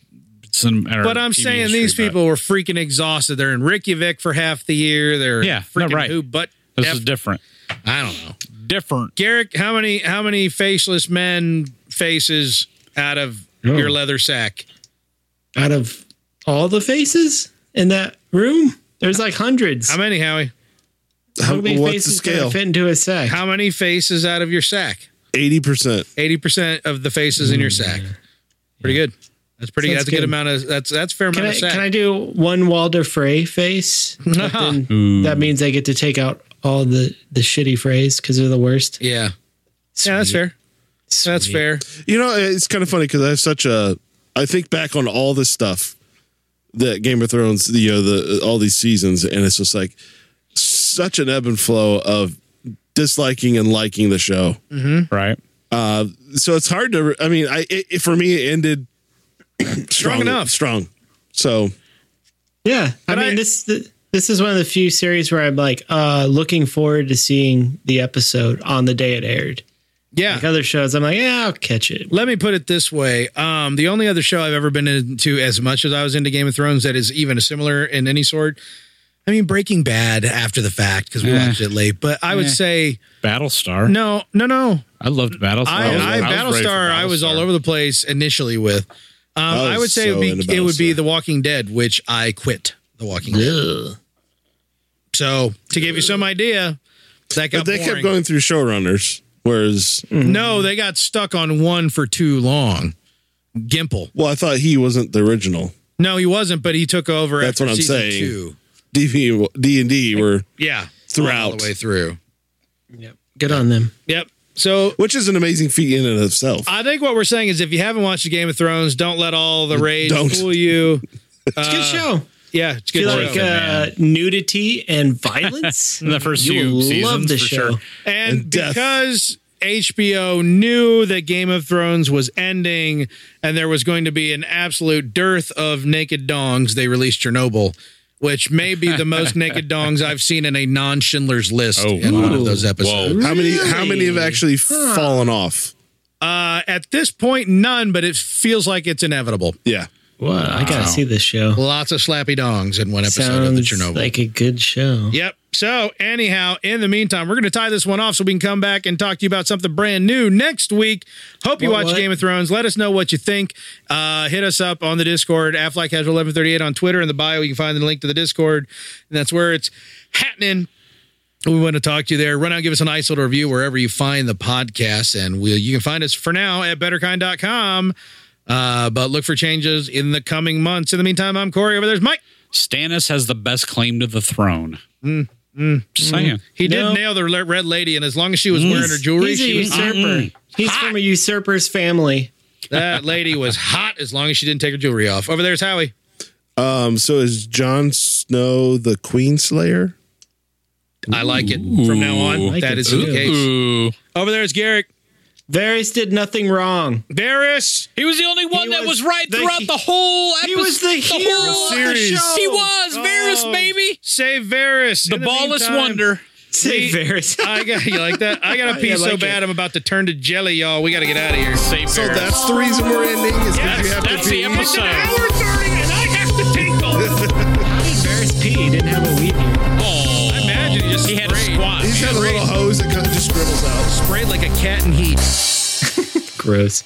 Speaker 5: some.
Speaker 1: But I'm saying these people were freaking exhausted. They're in Reykjavik for half the year. They're
Speaker 5: Yeah, no,
Speaker 1: freaking
Speaker 5: right.
Speaker 1: who but
Speaker 5: This
Speaker 1: F-
Speaker 5: is different.
Speaker 1: I don't know.
Speaker 5: Different.
Speaker 1: Garrick, how many how many faceless men faces out of
Speaker 3: Oh.
Speaker 1: your leather sack?
Speaker 3: Out of all the faces in that room, there's like hundreds.
Speaker 1: How many, Howie?
Speaker 2: How,
Speaker 3: many
Speaker 2: what's the
Speaker 3: faces can I
Speaker 2: scale?
Speaker 3: fit into a sack?
Speaker 1: How many faces out of your sack?
Speaker 2: Eighty percent.
Speaker 1: 80% of the faces in your sack. Pretty good. That's pretty
Speaker 3: Mm. Sounds
Speaker 1: that's a good
Speaker 3: good.
Speaker 1: amount of that's that's a fair
Speaker 3: Can
Speaker 1: amount
Speaker 3: I,
Speaker 1: of sack.
Speaker 3: can I do one Walder Frey face? But then that means I get to take out all the the shitty phrase because they're the worst.
Speaker 1: Yeah. Yeah, that's fair. That's
Speaker 3: Sweet.
Speaker 1: fair.
Speaker 2: You know, it's kind of funny because I have such a. I think back on all this stuff that Game of Thrones, you know, the all these seasons, and it's just like such an ebb and flow of disliking and liking the show.
Speaker 5: Right.
Speaker 2: Uh, so it's hard to. I mean, I it, it- for me it ended strong
Speaker 7: enough.
Speaker 2: strong. So
Speaker 3: Yeah, I
Speaker 7: But
Speaker 3: mean
Speaker 7: I-
Speaker 3: this this is one of the few series where I'm like uh looking forward to seeing the episode on the day it aired.
Speaker 1: Yeah.
Speaker 3: Like other shows, I'm like, yeah, I'll catch it.
Speaker 1: Let me put it this way. Um, the only other show I've ever been into as much as I was into Game of Thrones that is even similar in any sort. I mean, Breaking Bad after the fact because we
Speaker 5: Eh.
Speaker 1: watched it late, but I would
Speaker 5: Eh.
Speaker 1: say
Speaker 5: Battlestar.
Speaker 1: no, no, no.
Speaker 5: I loved Battlestar.
Speaker 1: I, I,
Speaker 5: was ready for
Speaker 1: Battlestar, I was all over the place initially with. Um,
Speaker 2: I was
Speaker 1: I would say it
Speaker 2: so
Speaker 1: would,
Speaker 2: into
Speaker 1: be, it would be
Speaker 2: Battlestar.
Speaker 1: The Walking Dead, which I quit The Walking Dead. So to give you some idea, that got
Speaker 2: but they
Speaker 1: boring.
Speaker 2: kept going through showrunners, whereas
Speaker 5: Mm.
Speaker 1: No, they got stuck on one for too long. Gimple.
Speaker 2: well, I thought he wasn't the original.
Speaker 1: No, he wasn't, but he took over.
Speaker 2: That's
Speaker 1: after
Speaker 2: what I'm
Speaker 1: season
Speaker 2: saying.
Speaker 1: Two.
Speaker 2: DP D and D were
Speaker 1: Yeah, all
Speaker 2: throughout,
Speaker 1: the way through.
Speaker 3: Good on them.
Speaker 1: Yep. So
Speaker 2: which is an amazing feat in and of itself.
Speaker 1: I think what we're saying is, if you haven't watched Game of Thrones, don't let all the rage
Speaker 2: Don't.
Speaker 1: fool you.
Speaker 3: It's a good show.
Speaker 1: Yeah, it's a
Speaker 3: If
Speaker 1: good.
Speaker 3: you
Speaker 1: show.
Speaker 3: like uh, nudity and violence,
Speaker 5: In the first
Speaker 3: you
Speaker 5: few
Speaker 3: will
Speaker 5: seasons,
Speaker 3: love the
Speaker 5: for
Speaker 3: show.
Speaker 5: sure.
Speaker 1: And,
Speaker 2: and death.
Speaker 1: because HBO knew that Game of Thrones was ending and there was going to be an absolute dearth of naked dongs, they released Chernobyl, which may be the most naked dongs I've seen in a non Schindler's list
Speaker 5: Oh,
Speaker 1: in one of
Speaker 5: wow.
Speaker 1: those episodes.
Speaker 2: How many? How many have actually fallen off?
Speaker 1: Uh, at this point, none, but it feels like it's inevitable.
Speaker 2: Yeah.
Speaker 3: Wow, I gotta see this show.
Speaker 1: Lots of slappy dongs in one episode of the
Speaker 3: Sounds
Speaker 1: Chernobyl.
Speaker 3: like a good show.
Speaker 1: Yep. So, anyhow, in the meantime, we're going to tie this one off so we can come back and talk to you about something brand new next week. Hope you
Speaker 3: What,
Speaker 1: watch
Speaker 3: what?
Speaker 1: Game of Thrones. Let us know what you think. Uh, hit us up on the Discord, Affleck Casual 1138 on Twitter. In the bio, you can find the link to the Discord. And that's where it's happening. We want to talk to you there. Run out, and give us a nice little review wherever you find the podcast. And we'll, you can find us for now at betterkind.com. Uh, but look for changes in the coming months. In the meantime, I'm Corey. Over there's Mike.
Speaker 5: Stannis has the best claim to the throne.
Speaker 1: Mm,
Speaker 5: Just saying.
Speaker 1: He did
Speaker 3: No.
Speaker 1: nail the le- red lady, and as long as she was wearing her jewelry,
Speaker 3: He's a
Speaker 1: she was,
Speaker 3: usurper. He's from a usurper's family.
Speaker 1: that lady was hot. As long as she didn't take her jewelry off. Over there's Howie.
Speaker 2: Um. So is Jon Snow the Queen Slayer?
Speaker 1: I like it from now on.
Speaker 3: Like
Speaker 1: that
Speaker 3: it
Speaker 1: is the
Speaker 3: too.
Speaker 1: case.
Speaker 5: Ooh.
Speaker 1: Over there's Garrick.
Speaker 3: Varys did nothing wrong.
Speaker 1: Varys.
Speaker 5: He was the only one that
Speaker 3: was
Speaker 5: was, right
Speaker 3: the
Speaker 5: throughout
Speaker 3: he-
Speaker 5: the whole episode.
Speaker 3: He was the hero
Speaker 5: whole
Speaker 3: of the
Speaker 2: series.
Speaker 3: show.
Speaker 5: He was Varys, baby.
Speaker 1: Save Varys.
Speaker 5: The
Speaker 1: Oh, In
Speaker 5: ballless
Speaker 1: meantime-
Speaker 5: wonder.
Speaker 3: Say Varys.
Speaker 1: I got you like that. I got to pee
Speaker 3: Yeah,
Speaker 1: so
Speaker 3: like
Speaker 1: bad.
Speaker 3: it.
Speaker 1: I'm about to turn to jelly, y'all. We got to get out of here.
Speaker 5: Save
Speaker 2: So
Speaker 5: Varys.
Speaker 2: that's the reason we're ending. Is because
Speaker 5: Yes,
Speaker 2: you have
Speaker 5: that's
Speaker 2: to
Speaker 5: the
Speaker 2: pee.
Speaker 5: episode.
Speaker 3: Varys P didn't have a weeping.
Speaker 5: I imagine he just he had a squat.
Speaker 2: He's got a little hose that kind of just scribbles out.
Speaker 1: Sprayed like a cat in heat.
Speaker 3: Gross.